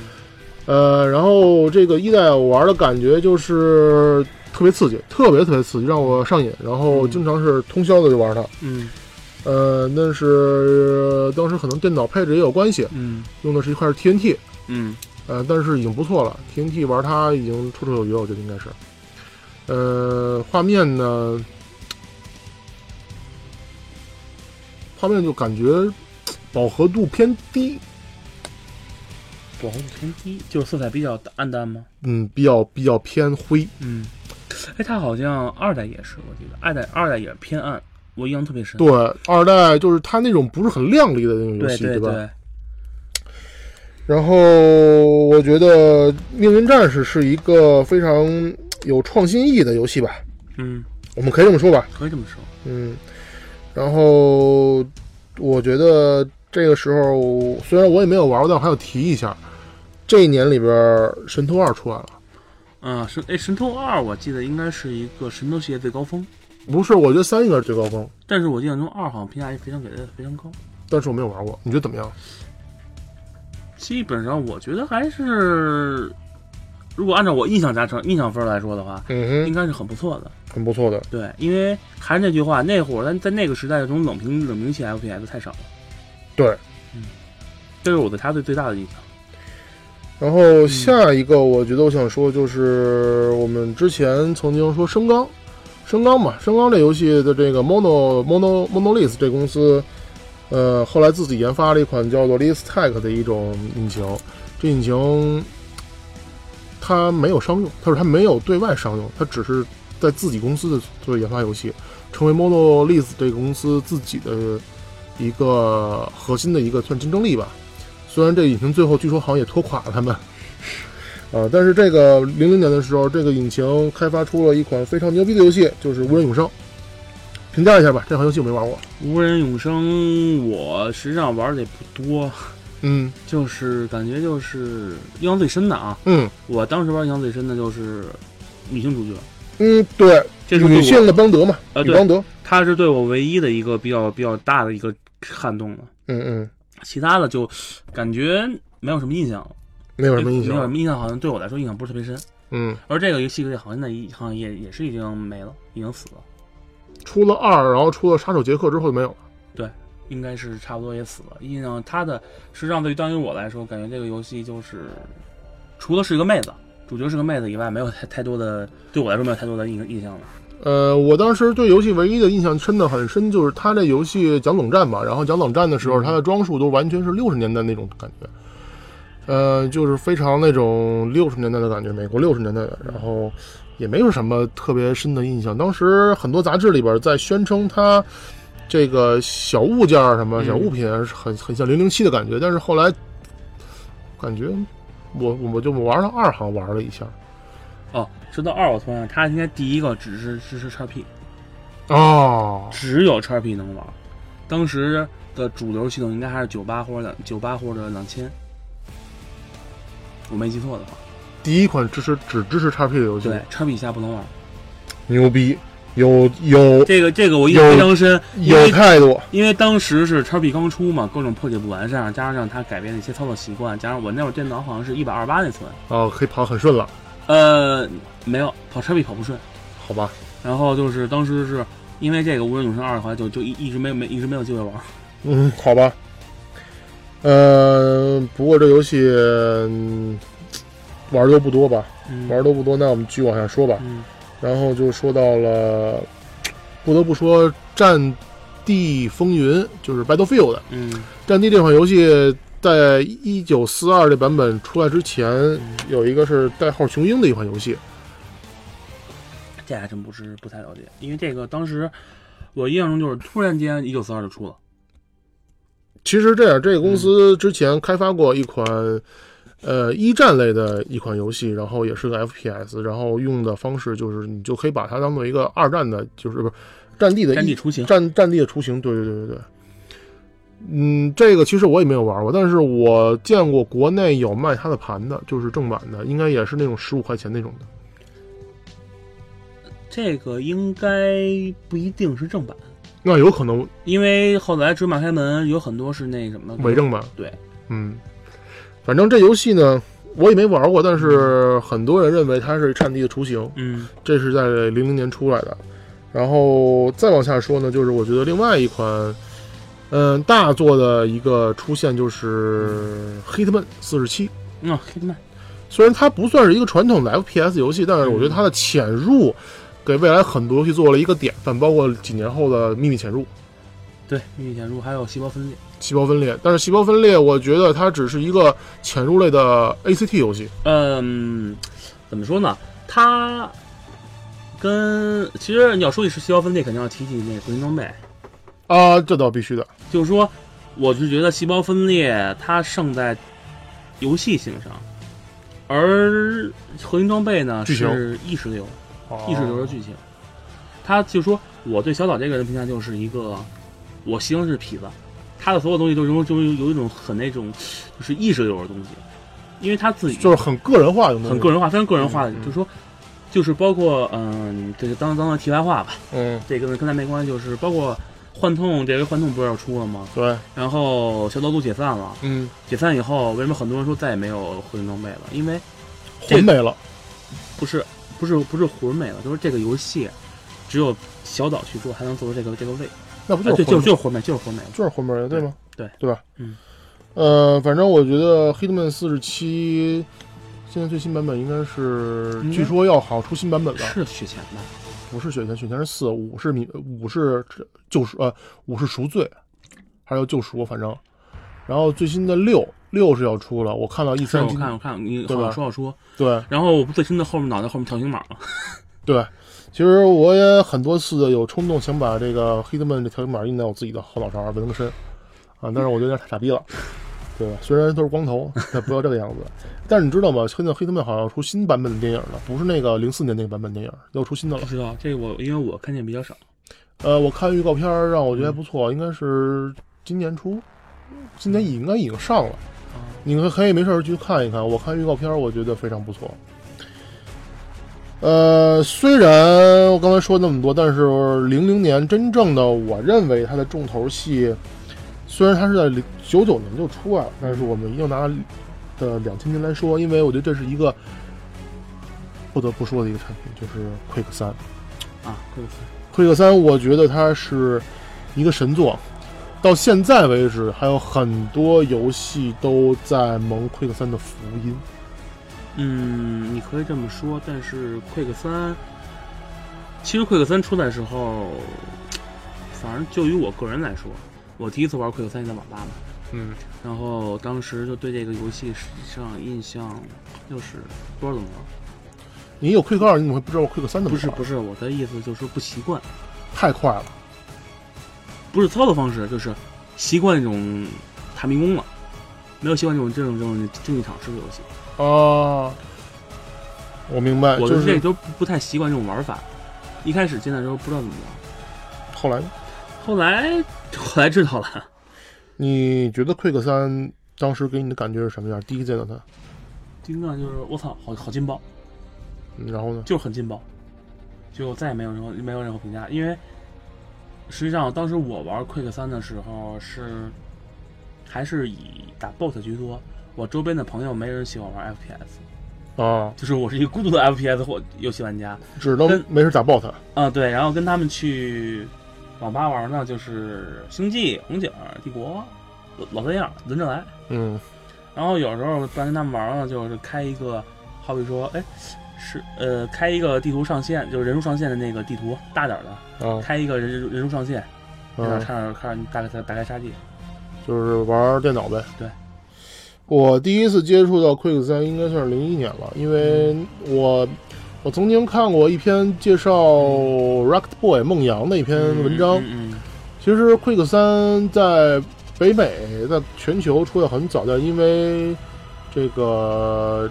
[SPEAKER 2] 呃，然后这个一代我玩的感觉就是特别刺激，特别特别刺激，让我上瘾，然后
[SPEAKER 3] 嗯
[SPEAKER 2] 经常是通宵的就玩它。
[SPEAKER 3] 嗯
[SPEAKER 2] 呃，那是当时可能电脑配置也有关系，
[SPEAKER 3] 嗯
[SPEAKER 2] 用的是一块 TNT，
[SPEAKER 3] 嗯
[SPEAKER 2] 呃，但是已经不错了，TNT 玩它已经绰绰有余了，我觉得应该是。呃，画面呢，画面就感觉饱和度偏低，
[SPEAKER 3] 饱和度偏低，就是色彩比较暗淡吗？
[SPEAKER 2] 嗯，比较比较偏灰，
[SPEAKER 3] 嗯，哎，它好像二代也是，我记得二代二代也是偏暗，我印象特别深。
[SPEAKER 2] 对，二代就是它那种不是很亮丽的那种游
[SPEAKER 3] 对
[SPEAKER 2] 戏，
[SPEAKER 3] 对
[SPEAKER 2] 吧？，然后我觉得《命运战士》是一个非常有创新意义的游戏吧，
[SPEAKER 3] 嗯，
[SPEAKER 2] 我们可以这么说吧，
[SPEAKER 3] 可以这么说。
[SPEAKER 2] 嗯。然后我觉得这个时候虽然我也没有玩过，但我还要提一下，这一年里边儿《神偷二》出来了，
[SPEAKER 3] 嗯，神哎，神偷二我记得应该是一个神偷系列最高峰，
[SPEAKER 2] 不是，我觉得三应该是最高峰，
[SPEAKER 3] 但是我印象中二好像评价也非常给的非常高。
[SPEAKER 2] 但是我没有玩过，你觉得怎么样？
[SPEAKER 3] 基本上我觉得还是，如果按照我印象加成印象分来说的话，应
[SPEAKER 2] 嗯
[SPEAKER 3] 该是很不错的。
[SPEAKER 2] 哼，很不错的，
[SPEAKER 3] 对，因为还是那句话，那会儿咱在那个时代，这种冷屏冷兵器 FPS 太少了。
[SPEAKER 2] 对，
[SPEAKER 3] 嗯，这是我对它的最大的印象。
[SPEAKER 2] 然后下一个，我觉得我想说就是我们之前曾经说升纲，升纲嘛，升纲这游戏的这个 Mono Mono Monolith 这公司，呃，后来自己研发了一款叫做 l i s t e c h 的一种引擎，这引擎它没有商用，它是它没有对外商用，它只是在自己公司的做研发游戏，成为 Monolith 这个公司自己的一个核心的一个算竞争力吧。虽然这个引擎最后据说好像也拖垮了他们，啊，但是这个零零年的时候，这个引擎开发出了一款非常牛逼的游戏，就是《无人永生》。评价一下吧，这款游戏我没玩过。
[SPEAKER 3] 无人永生，我实际上玩的也不多，
[SPEAKER 2] 嗯
[SPEAKER 3] 就是感觉就是印象最深的啊，
[SPEAKER 2] 嗯
[SPEAKER 3] 我当时玩印象最深的就是女性主角，
[SPEAKER 2] 嗯，对，
[SPEAKER 3] 这是对
[SPEAKER 2] 女
[SPEAKER 3] 我
[SPEAKER 2] 性的邦德嘛，
[SPEAKER 3] 呃
[SPEAKER 2] 女
[SPEAKER 3] 对，
[SPEAKER 2] 邦德。
[SPEAKER 3] 她是对我唯一的一个比较比较大的一个撼动了，
[SPEAKER 2] 嗯嗯，
[SPEAKER 3] 其他的就感觉没有什么印象了，
[SPEAKER 2] 没有什么印
[SPEAKER 3] 没有什
[SPEAKER 2] 象。
[SPEAKER 3] 么印象，好像对我来说印象不是特别深。
[SPEAKER 2] 嗯，
[SPEAKER 3] 而这个游戏好像那一好像也也是已经没了，已经死了，
[SPEAKER 2] 出了二，然后出了杀手杰克之后就没有了。
[SPEAKER 3] 应该是差不多也死了。印象它的实际上对于当于我来说，感觉这个游戏就是除了是一个妹子，主角是个妹子以外，没有太太多的对我来说没有太多的印印象了。
[SPEAKER 2] 呃，我当时对游戏唯一的印象深的很深，就是它这游戏讲冷战嘛，然后讲冷战的时候，
[SPEAKER 3] 嗯
[SPEAKER 2] 它的装束都完全是六十年代那种感觉，呃，就是非常那种六十年代的感觉，美国六十年代的，然后也没有什么特别深的印象。当时很多杂志里边在宣称它这个小物件儿什么
[SPEAKER 3] 嗯
[SPEAKER 2] 小物品是很很像零零七的感觉，但是后来感觉我我就玩了二行玩了一下，
[SPEAKER 3] 哦，说到二，我突然想，它应该第一个只是支持叉 P，
[SPEAKER 2] 哦，
[SPEAKER 3] 只有叉 P 能玩。当时的主流系统应该还是九八或者两九八或者两千，我没记错的话，
[SPEAKER 2] 第一款支持只支持叉 P 的游戏。
[SPEAKER 3] 对，叉 P 以下不能玩。
[SPEAKER 2] 牛逼，有有
[SPEAKER 3] 这个这个我印象非常深，因
[SPEAKER 2] 有
[SPEAKER 3] 为
[SPEAKER 2] 态度，
[SPEAKER 3] 因为当时是叉 P 刚出嘛，各种破解不完善，加上它改变了一些操作习惯，加上我那会儿电脑好像是一百二八内存，
[SPEAKER 2] 哦，可以跑很顺了。
[SPEAKER 3] 呃，没有跑车比跑不顺。
[SPEAKER 2] 好吧，
[SPEAKER 3] 然后就是当时是因为这个无人永生二的话，就就一一直没有没一直没有机会玩。
[SPEAKER 2] 嗯，好吧。呃，不过这游戏、嗯玩的都不多吧，
[SPEAKER 3] 嗯，
[SPEAKER 2] 玩的都不多。那我们继续往下说吧。
[SPEAKER 3] 嗯
[SPEAKER 2] 然后就说到了，不得不说《战地风云》就是 Battlefield，《
[SPEAKER 3] 嗯
[SPEAKER 2] 战地》这款游戏在一九四二这版本出来之前，有一个是代号“雄鹰”的一款游戏。
[SPEAKER 3] 这还真不是不太了解，因为这个当时我印象中就是突然间一九四二就出了。
[SPEAKER 2] 其实这样，这个
[SPEAKER 3] 嗯
[SPEAKER 2] 公司之前开发过一款，呃，一战类的一款游戏，然后也是个 FPS，然后用的方式就是你就可以把它当做一个二战的，就是不是战地的一
[SPEAKER 3] 战地雏形
[SPEAKER 2] 战战地的雏形，对对对对对。嗯，这个其实我也没有玩过，但是我见过国内有卖它的盘的，就是正版的，应该也是那种十五块钱那种的。
[SPEAKER 3] 这个应该不一定是正版，
[SPEAKER 2] 那有可能
[SPEAKER 3] 因为后来芝麻开门有很多是那什么
[SPEAKER 2] 伪。正版。
[SPEAKER 3] 对，
[SPEAKER 2] 嗯，反正这游戏呢，我也没玩过，但是很多人认为它是战地的雏形。
[SPEAKER 3] 嗯
[SPEAKER 2] 这是在零零年出来的。然后再往下说呢，就是我觉得另外一款，嗯、大作的一个出现就是《Hitman 四十七》。
[SPEAKER 3] 那 Hitman
[SPEAKER 2] 虽然它不算是一个传统的 FPS 游戏，但是我觉得
[SPEAKER 3] 嗯
[SPEAKER 2] 它的潜入给未来很多游戏做了一个典范，包括几年后的《秘密潜入》。
[SPEAKER 3] 对秘密潜入还有细胞分裂，
[SPEAKER 2] 细胞分裂，但是细胞分裂，我觉得它只是一个潜入类的 ACT 游戏。
[SPEAKER 3] 嗯，怎么说呢？它跟其实你要说起是细胞分裂，肯定要提起那个核心装备。
[SPEAKER 2] 啊，这倒必须的。
[SPEAKER 3] 就是说，我是觉得细胞分裂它胜在游戏性上，而核心装备呢
[SPEAKER 2] 剧情哦
[SPEAKER 3] 是意识流，意识流的剧情。他就说，我对小岛这个人评价就是一个，我形容是痞子，他的所有东西都是就是有一种很那种就是意识流的东西，因为他自己
[SPEAKER 2] 就是很个人化的东西，
[SPEAKER 3] 很个人化，非常个人化的，
[SPEAKER 2] 嗯嗯
[SPEAKER 3] 就是说，就是包括嗯，这个当当个题外话吧，
[SPEAKER 2] 嗯，
[SPEAKER 3] 这个跟咱没关系，就是包括幻痛，这回幻痛不是要出了吗？
[SPEAKER 2] 对，
[SPEAKER 3] 然后小岛组解散了，
[SPEAKER 2] 嗯，
[SPEAKER 3] 解散以后，为什么很多人说再也没有核心装备了？因为这
[SPEAKER 2] 魂没了。
[SPEAKER 3] 不是不是不是魂没了，就是这个游戏只有小岛去做才能做出这个这个位，
[SPEAKER 2] 那不
[SPEAKER 3] 啊、
[SPEAKER 2] 就是魂
[SPEAKER 3] 对，就
[SPEAKER 2] 吗
[SPEAKER 3] 就是魂没，就是魂没了。
[SPEAKER 2] 就是后面的，对吗？
[SPEAKER 3] 对
[SPEAKER 2] 对吧？
[SPEAKER 3] 嗯，
[SPEAKER 2] 呃，反正我觉得《Hitman 四十七》现在最新版本应该是，
[SPEAKER 3] 应该
[SPEAKER 2] 据说要好出新版本了，
[SPEAKER 3] 是血钱吧？
[SPEAKER 2] 不是血钱，血钱是四，五是米，五是救赎，呃，五是赎罪，还有救赎，反正，然后最新的六六是要出了，我看到一 E
[SPEAKER 3] 是
[SPEAKER 2] 三
[SPEAKER 3] 我看我看你
[SPEAKER 2] 对
[SPEAKER 3] 好
[SPEAKER 2] 吧
[SPEAKER 3] 说好说，
[SPEAKER 2] 对
[SPEAKER 3] 然后我最深的后面脑袋后面跳星码了， (laughs)
[SPEAKER 2] 对。其实我也很多次的有冲动想把这个 Hitman 这条码印在我自己的后脑勺上纹个身，啊，但是我觉得有点太傻逼了，对吧？虽然都是光头，但不要这个样子。但是你知道吗？现在黑特曼好像要出新版本的电影了，不是那个零四年那个版本电影，要出新的了
[SPEAKER 3] 不。知道这个我因为我看见比较少，
[SPEAKER 2] 呃，我看预告片儿让我觉得还不错，应该是今年出，今年应该已经上了。你可可以没事儿去看一看。我看预告片儿，我觉得非常不错。呃，虽然我刚才说那么多，但是零零年真正的我认为它的重头戏，虽然它是在九九年就出来了，但是我们一定要拿的两千年来说，因为我觉得这是一个不得不说的一个产品，就是 Quick 三。
[SPEAKER 3] 啊，对不起，
[SPEAKER 2] 《奎克三》，我觉得它是一个神作，到现在为止，还有很多游戏都在蒙《奎克三》的福音。
[SPEAKER 3] 嗯，你可以这么说，但是 Quick 三，其实 Quick 三出来的时候，反正就于我个人来说，我第一次玩 Quick 三是在网吧嘛，
[SPEAKER 2] 嗯，
[SPEAKER 3] 然后当时就对这个游戏实际上印象就是不知道怎么玩，
[SPEAKER 2] 你有《奎克二》，你怎么会不知道《奎克三》的？
[SPEAKER 3] 不是不是，我的意思就是说不习惯，
[SPEAKER 2] 太快了。
[SPEAKER 3] 不是操作方式，就是习惯这种打迷宫了，没有习惯这种这种这种竞技场式的游戏，
[SPEAKER 2] 啊，我明白，
[SPEAKER 3] 我
[SPEAKER 2] 就
[SPEAKER 3] 这
[SPEAKER 2] 是
[SPEAKER 3] 都不不太习惯这种玩法，一开始进来的时候不知道怎么玩，
[SPEAKER 2] 后来呢
[SPEAKER 3] 后来后来知道了。
[SPEAKER 2] 你觉得《奎克三》当时给你的感觉是什么样？第一见到它，
[SPEAKER 3] 第一个就是我操，好好劲爆，
[SPEAKER 2] 嗯然后呢？
[SPEAKER 3] 就是很劲爆，就再也没有任何没有任何评价，因为实际上当时我玩 Quick 三的时候是还是以打 BOT 居多，我周边的朋友没人喜欢玩 FPS，哦，就是我是一个孤独的 FPS 或游戏玩家
[SPEAKER 2] 只能
[SPEAKER 3] 跟
[SPEAKER 2] 没事打 bot，
[SPEAKER 3] 啊，对，然后跟他们去网吧玩呢，就是星际、红警、帝国，老老三样轮着来。
[SPEAKER 2] 嗯，
[SPEAKER 3] 然后有时候不然跟他们玩呢，就是开一个，好比说，哎，是呃，开一个地图上限，就是人数上限的那个地图，大点儿的，
[SPEAKER 2] 啊，
[SPEAKER 3] 开一个人人数上限，然后
[SPEAKER 2] 嗯
[SPEAKER 3] 看着看着大概大概杀地，
[SPEAKER 2] 就是玩电脑呗。
[SPEAKER 3] 对，
[SPEAKER 2] 我第一次接触到 Quick 三应该算是零一年了，因为
[SPEAKER 3] 嗯
[SPEAKER 2] 我我曾经看过一篇介绍 Rocket Boy 梦阳的一篇文章。
[SPEAKER 3] 嗯嗯
[SPEAKER 2] 其实 Quick 三在北美在全球出的很早，但因为这个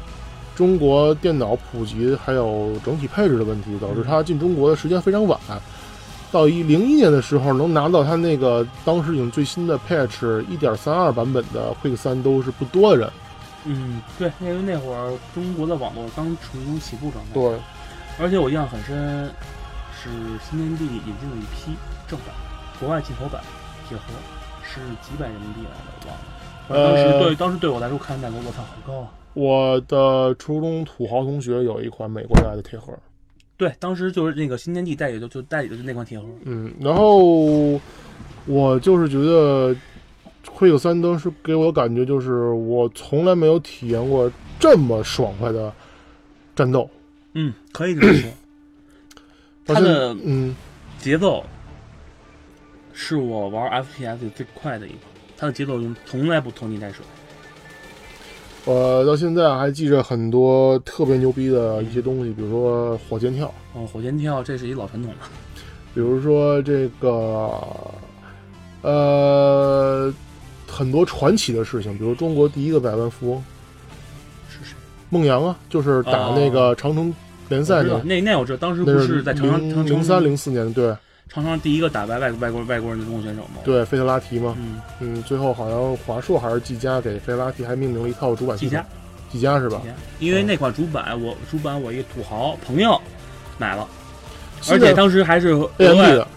[SPEAKER 2] 中国电脑普及还有整体配置的问题，导致它进中国的时间非常晚。到一零一年的时候，能拿到它那个当时已经最新的 patch 一点三二版本的 Quick 三都是不多的人。
[SPEAKER 3] 嗯，对，那那会儿中国的网络刚处于一种起步状态，
[SPEAKER 2] 对，
[SPEAKER 3] 而且我印象很深，是新天地引进了一批正版，国外进口版铁盒，是几百人民币来的，忘了。反正当时
[SPEAKER 2] 呃
[SPEAKER 3] 对、当时对我来说看价格，我操，好高啊！
[SPEAKER 2] 我的初中土豪同学有一款美国来的铁盒，
[SPEAKER 3] 对，当时就是那个新天地代理的，就代理的就那款铁盒。
[SPEAKER 2] 嗯，然后我就是觉得《会有三》当时给我的感觉就是，我从来没有体验过这么爽快的战斗。
[SPEAKER 3] 嗯，可以这么说。它
[SPEAKER 2] 而且
[SPEAKER 3] 的
[SPEAKER 2] 嗯，
[SPEAKER 3] (coughs) 节奏是我玩 FPS 里最快的一款，它的节奏从从来不拖泥带水。
[SPEAKER 2] 我呃到现在还记着很多特别牛逼的一些东西，比如说火箭跳，
[SPEAKER 3] 哦，火箭跳这是一老传统了。
[SPEAKER 2] 比如说这个呃很多传奇的事情，比如中国第一个百万富翁
[SPEAKER 3] 是谁？
[SPEAKER 2] 孟阳啊，就是打那个长城联赛
[SPEAKER 3] 哦我知
[SPEAKER 2] 的
[SPEAKER 3] 道，那那我知道，当时
[SPEAKER 2] 那
[SPEAKER 3] 不是在长
[SPEAKER 2] 零
[SPEAKER 3] 长长
[SPEAKER 2] 零
[SPEAKER 3] 长
[SPEAKER 2] 三零四年，对
[SPEAKER 3] 长长第一个打败外外国外国人的中国选手吗？，
[SPEAKER 2] 对，费特拉提嘛，
[SPEAKER 3] 嗯，
[SPEAKER 2] 嗯，最后好像华硕还是技嘉给费特拉提还命名了一套主板
[SPEAKER 3] 技
[SPEAKER 2] 系统
[SPEAKER 3] 嘉，，
[SPEAKER 2] 技嘉是
[SPEAKER 3] 技
[SPEAKER 2] 吧？
[SPEAKER 3] 嘉，因为那款主板我主板我一个土豪朋友买了，而
[SPEAKER 2] 现在
[SPEAKER 3] 且当时还是额
[SPEAKER 2] AMD
[SPEAKER 3] 外
[SPEAKER 2] 的，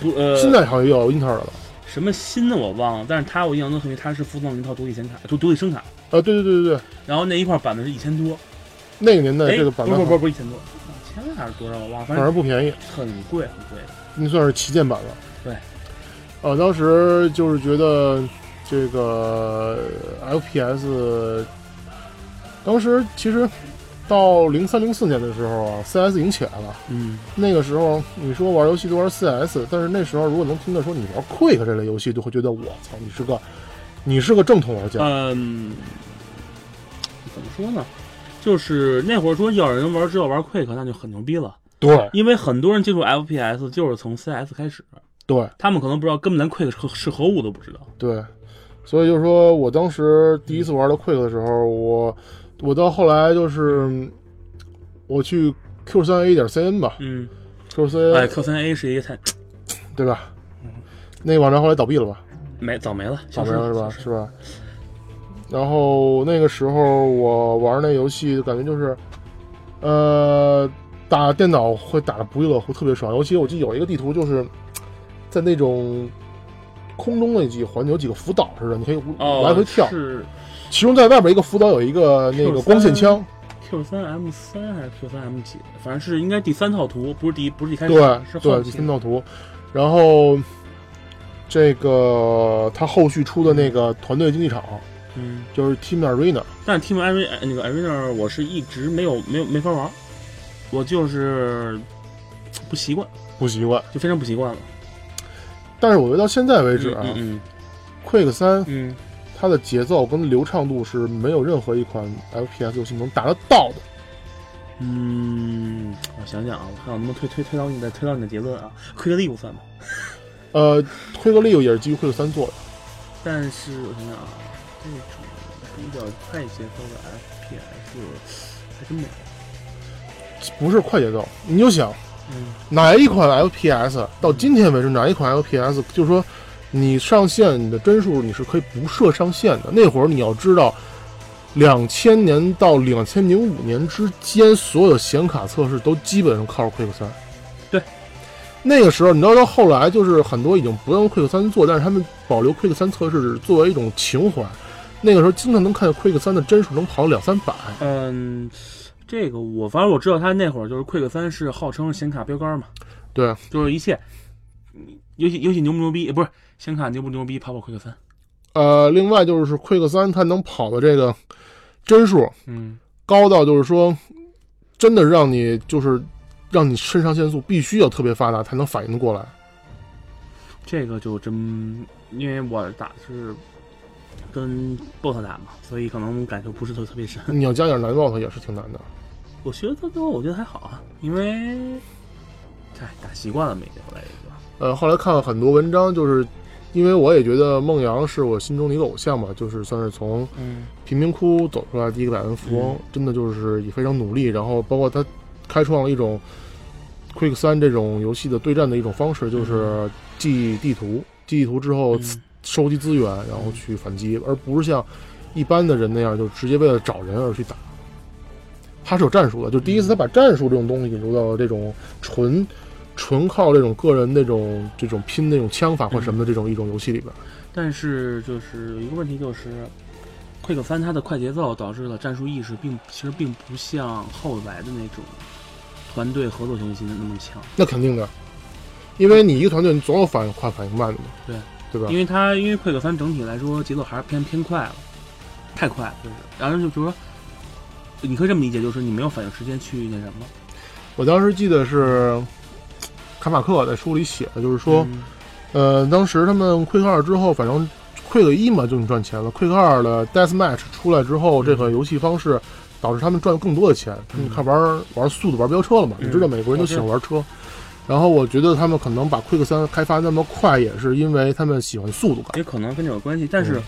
[SPEAKER 3] 不呃
[SPEAKER 2] 现在好像也有英特尔的了。
[SPEAKER 3] 什么新的我忘了，但是它我印象中很于它是附赠了一套独立显卡，独独立声卡，
[SPEAKER 2] 啊，对对对对对，
[SPEAKER 3] 然后那一块板子是一千多，
[SPEAKER 2] 那个年代
[SPEAKER 3] 哎，
[SPEAKER 2] 这个版
[SPEAKER 3] 不
[SPEAKER 2] 本
[SPEAKER 3] 是不
[SPEAKER 2] 好
[SPEAKER 3] 是不是一千多，两千还是多少我忘了，反
[SPEAKER 2] 反而
[SPEAKER 3] 正
[SPEAKER 2] 不便宜，
[SPEAKER 3] 很贵很贵的。
[SPEAKER 2] 那算是旗舰版了。
[SPEAKER 3] 对，
[SPEAKER 2] 呃，当时就是觉得这个 FPS，当时其实到零三零四年的时候啊，CS 已经起来了。
[SPEAKER 3] 嗯，
[SPEAKER 2] 那个时候你说玩游戏都玩 4S，但是那时候如果能听得说你玩 Quick 这类游戏，就会觉得我操，你是个你是个正统玩家。
[SPEAKER 3] 嗯，怎么说呢？就是那会儿说要有人玩知道玩 Quick，那就很牛逼了。
[SPEAKER 2] 对
[SPEAKER 3] 因为很多人接触 FPS 就是从 CS 开始，
[SPEAKER 2] 对
[SPEAKER 3] 他们可能不知道，根本连 Quick 是何是何物都不知道。
[SPEAKER 2] 对，所以就是说我当时第一次玩到 Quick 的时候，我我到后来就是嗯我去 Q 3 A 点 CN 吧
[SPEAKER 3] 嗯，
[SPEAKER 2] ，Q 3
[SPEAKER 3] 哎
[SPEAKER 2] A
[SPEAKER 3] ，Q 3 A 是一个太
[SPEAKER 2] 对吧？那个网站后来倒闭了吧？
[SPEAKER 3] 没早没了，
[SPEAKER 2] 倒
[SPEAKER 3] 消
[SPEAKER 2] 霉了
[SPEAKER 3] 失
[SPEAKER 2] 是吧？
[SPEAKER 3] 消失
[SPEAKER 2] 是吧？然后那个时候我玩那游戏，感觉就是，呃，打电脑会打的不亦乐乎，特别爽。尤其我记得有一个地图，就是在那种空中那几环有几个浮岛似的，你可以无
[SPEAKER 3] 哦，
[SPEAKER 2] 来回跳。
[SPEAKER 3] 是
[SPEAKER 2] 其中在外边一个浮岛有一个那个
[SPEAKER 3] Q3
[SPEAKER 2] 光线枪，
[SPEAKER 3] Q 3 M 3还是 Q 3 M 几？反正是应该第三套图，不是第一不是一开始，哎是
[SPEAKER 2] 对
[SPEAKER 3] 后
[SPEAKER 2] 对，
[SPEAKER 3] 期
[SPEAKER 2] 三道图。然后这个他后续出的那个团队竞技场
[SPEAKER 3] 嗯，
[SPEAKER 2] 就是 Team Arena，
[SPEAKER 3] 但是 Team Arena 那个 Arena 我是一直没有没有没法玩，我就是不习惯，
[SPEAKER 2] 不习惯。
[SPEAKER 3] 就非常不习惯了。
[SPEAKER 2] 但是我觉得到现在为止啊，
[SPEAKER 3] 嗯
[SPEAKER 2] Quick 三
[SPEAKER 3] 嗯嗯，
[SPEAKER 2] 它的节奏跟流畅度是没有任何一款 FPS 游戏能达得到的。
[SPEAKER 3] 嗯，我想想啊，我看我能不能推推推到你的推到你的结论啊？奎德利不算吧？
[SPEAKER 2] 呃，Quick Leo 也是基于 Quick 三做的，
[SPEAKER 3] 但是我想想啊，这种比较快节奏的 FPS 还真没有。啊
[SPEAKER 2] 不是快节奏。你就想
[SPEAKER 3] 嗯
[SPEAKER 2] 哪一款 FPS 到今天为止，哪一款 FPS 就是说你上线你的帧数你是可以不设上限的。那会儿你要知道。两千年到两千零五年之间，所有显卡测试都基本上靠着 Quick 三。
[SPEAKER 3] 对，
[SPEAKER 2] 那个时候你知道到后来就是很多已经不用 Quick 三做，但是他们保留 Quick 三测试作为一种情怀，那个时候经常能看见 Quick 三的帧数能跑两三百，
[SPEAKER 3] 嗯，这个我反正我知道，他那会儿就是 Quick 三是号称显卡标杆嘛，
[SPEAKER 2] 对，
[SPEAKER 3] 就是一切，你游戏游戏牛不牛逼？呃不是显卡牛不牛逼，跑跑 Quick 三。
[SPEAKER 2] 呃，另外就是 Quick 三它能跑的这个帧数
[SPEAKER 3] 嗯，
[SPEAKER 2] 高到就是说，真的让你就是让你肾上腺素必须要特别发达才能反应得过来。
[SPEAKER 3] 这个就真，因为我打是跟 BOSS 打嘛，所以可能感受不是特特别深。
[SPEAKER 2] 你要加点难 BOSS 也是挺难的。
[SPEAKER 3] 我学的多，我觉得还好啊，因为，哎，打习惯了每天后来也就。
[SPEAKER 2] 呃，后来看了很多文章，就是因为我也觉得孟阳是我心中的一个偶像吧，就是算是从
[SPEAKER 3] 嗯
[SPEAKER 2] 贫民窟走出来第一个百万富翁，真的就是也非常努力，然后包括他开创了一种嗯 Quick 三这种游戏的对战的一种方式，就是记地图，记地图之后
[SPEAKER 3] 嗯
[SPEAKER 2] 收集资源，然后去反击，而不是像一般的人那样就直接为了找人而去打。他是有战术的，就第一次他把战术这种东西引入到这种纯纯靠这种个人那种这种拼那种枪法或什么的这种一种游戏里边。
[SPEAKER 3] 嗯但是就是有一个问题就是，Quick 三它的快节奏导致了战术意识并其实并不像后来的那种团队合作型游戏那么强，
[SPEAKER 2] 那肯定的，因为你一个团队，你总有反应快、反应慢的嘛，
[SPEAKER 3] 对
[SPEAKER 2] 对吧
[SPEAKER 3] 因？为它因为 Quick 三整体来说节奏还是偏偏快了，太快了，就是，然后就比如说。你可以这么理解，就是你没有反应时间去那什么，
[SPEAKER 2] 我当时记得是卡马克在书里写的，就是说，
[SPEAKER 3] 嗯
[SPEAKER 2] 呃，当时他们 Quick 二之后，反正 Quick 一嘛就能赚钱了，Quick 二的 Death Match 出来之后，这款游戏方式导致他们赚更多的钱。他们看玩玩速度、玩飙车了嘛，
[SPEAKER 3] 嗯
[SPEAKER 2] 你知道美国人都喜欢玩车。然后我觉得他们可能把 Quick 三开发那么快，也是因为他们喜欢速度感。
[SPEAKER 3] 也可能跟这有关系，但是
[SPEAKER 2] 嗯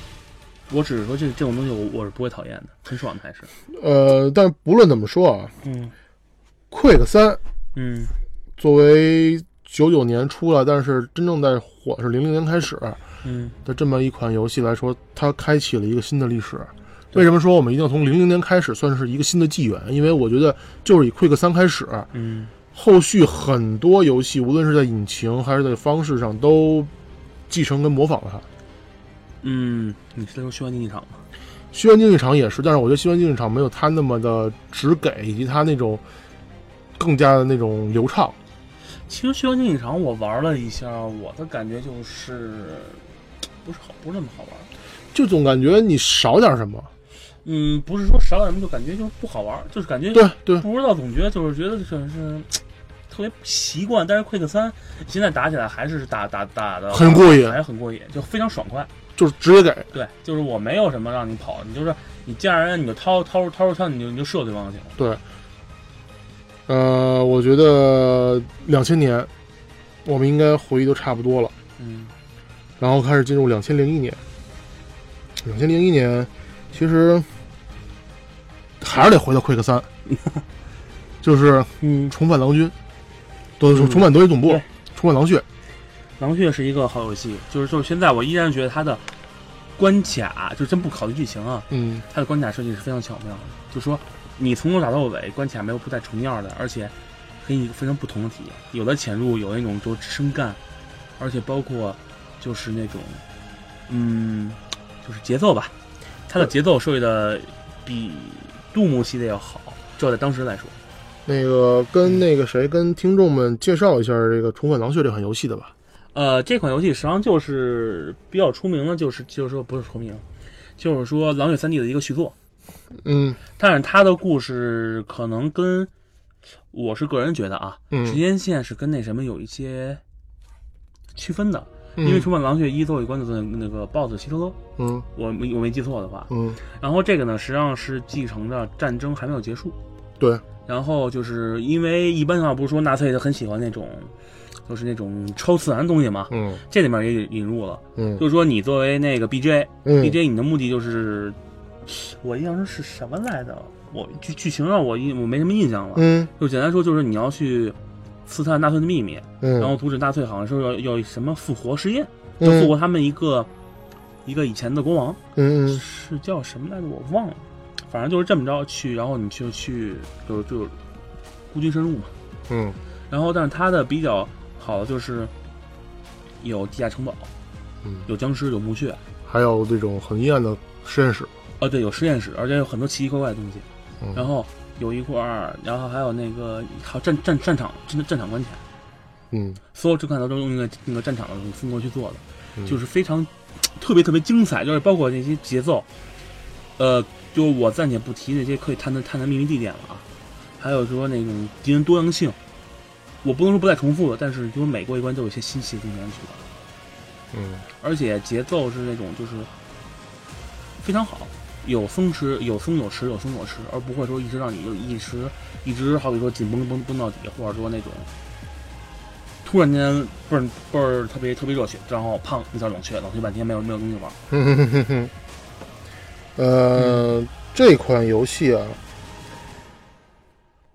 [SPEAKER 3] 我只是说这这种东西我我是不会讨厌的，很爽的还是，
[SPEAKER 2] 呃，但是不论怎么说啊
[SPEAKER 3] 嗯
[SPEAKER 2] ，Quick 三
[SPEAKER 3] 嗯
[SPEAKER 2] 作为九九年出了，但是真正在火是零零年开始
[SPEAKER 3] 嗯，
[SPEAKER 2] 的这么一款游戏来说，它开启了一个新的历史。为什么说我们一定要从零零年开始算是一个新的纪元？因为我觉得就是以 Quick 三开始，
[SPEAKER 3] 嗯
[SPEAKER 2] 后续很多游戏无论是在引擎还是在方式上都继承跟模仿了它。
[SPEAKER 3] 嗯，你是在说虚幻竞技场吗？
[SPEAKER 2] 西湾竞技场也是，但是我觉得西湾竞技场没有它那么的直给，以及它那种更加的那种流畅。
[SPEAKER 3] 其实《虚幻竞技场》我玩了一下，我的感觉就是不是好，不是那么好玩。
[SPEAKER 2] 就总感觉你少点什么。
[SPEAKER 3] 嗯，不是说少点什么，就感觉就是不好玩，就是感觉
[SPEAKER 2] 对对，
[SPEAKER 3] 不知道，总觉得就是觉得就是是特别不习惯。但是 Quick 三现在打起来还是打打打的
[SPEAKER 2] 很过瘾
[SPEAKER 3] 还是很过瘾，就非常爽快。
[SPEAKER 2] 就是直接给。
[SPEAKER 3] 对，就是我没有什么让你跑，你就是你见着人你就掏掏掏出枪，你就你就射对方就行了。
[SPEAKER 2] 呃，我觉得两千年，我们应该回忆都差不多了，
[SPEAKER 3] 嗯
[SPEAKER 2] 然后开始进入两千零一年。两千零一年，其实还是得回到 Quick (laughs) 三，就是
[SPEAKER 3] 嗯，
[SPEAKER 2] 重返狼军，都
[SPEAKER 3] 嗯
[SPEAKER 2] 重返德军总部
[SPEAKER 3] 对，
[SPEAKER 2] 重返狼穴。
[SPEAKER 3] 狼穴是一个好游戏，就是就是现在我依然觉得它的关卡，就真不考虑剧情啊，
[SPEAKER 2] 嗯，
[SPEAKER 3] 它的关卡设计是非常巧妙的，就说你从头打到尾，关卡没有不带重样的，而且给你一个非常不同的体验，有的潜入，有的那种就是生干，而且包括就是那种嗯，就是节奏吧，它的节奏设计的比杜牧系列要好，就在当时来说，
[SPEAKER 2] 那个跟那个谁，跟听众们介绍一下这个《重返狼穴》这款游戏的吧。
[SPEAKER 3] 呃，这款游戏实际上就是比较出名的，就是就是说不是出名，就是说《狼血三 D》的一个续作，
[SPEAKER 2] 嗯
[SPEAKER 3] 但是它的故事可能跟我是个人觉得啊，时
[SPEAKER 2] 嗯，
[SPEAKER 3] 间线是跟那什么有一些区分的，
[SPEAKER 2] 嗯
[SPEAKER 3] 因为《重返狼血一》最后一关的那个 BOSS 希特勒，
[SPEAKER 2] 嗯
[SPEAKER 3] 我没我没记错的话，
[SPEAKER 2] 嗯，
[SPEAKER 3] 然后这个呢实际上是继承着战争还没有结束，
[SPEAKER 2] 对，
[SPEAKER 3] 然后就是因为一般上不是说纳粹他很喜欢那种就是那种超自然的东西嘛，
[SPEAKER 2] 嗯
[SPEAKER 3] 这里面也引引入了。
[SPEAKER 2] 嗯
[SPEAKER 3] 就是说你作为那个 BJ，BJ、
[SPEAKER 2] 嗯
[SPEAKER 3] BJ 你的目的就是，我印象中是什么来的？我剧剧情上我印我没什么印象了。
[SPEAKER 2] 嗯
[SPEAKER 3] 就简单说，就是你要去刺探纳粹的秘密，
[SPEAKER 2] 嗯，
[SPEAKER 3] 然后阻止纳粹好像是要要什么复活实验，
[SPEAKER 2] 嗯
[SPEAKER 3] 复活他们一个一个以前的国王，
[SPEAKER 2] 嗯嗯
[SPEAKER 3] 是叫什么来着？我忘了。反正就是这么着去，然后你就去就就孤军深入嘛。
[SPEAKER 2] 嗯。
[SPEAKER 3] 然后，但是它的比较好的就是有地下城堡，
[SPEAKER 2] 嗯
[SPEAKER 3] 有僵尸，有墓穴，
[SPEAKER 2] 还有这种很阴暗的实验室，
[SPEAKER 3] 哦，对，有实验室，而且有很多奇奇怪怪的东西。
[SPEAKER 2] 嗯
[SPEAKER 3] 然后有一块儿，然后还有那个还有战战战场战战场关卡，
[SPEAKER 2] 嗯，
[SPEAKER 3] 所有震撼都是用那个那个战场的风格去做的，
[SPEAKER 2] 嗯
[SPEAKER 3] 就是非常特别特别精彩，就是包括那些节奏，呃，就我暂且不提那些可以探的探的秘密地点了啊，还有说那种敌人多样性，我不能说不再重复了，但是就是每过一关都有一些新奇的东西让你去玩，
[SPEAKER 2] 嗯
[SPEAKER 3] 而且节奏是那种就是非常好，有松弛，有松有弛，有松有弛，而不会说一直让你就一时一直好比说紧绷绷绷到底，或者说那种突然间倍儿倍儿特别特别热血，然后胖一下冷却，冷却半天没有没有东西玩。
[SPEAKER 2] 哼哼哼哼，呃，这款游戏啊，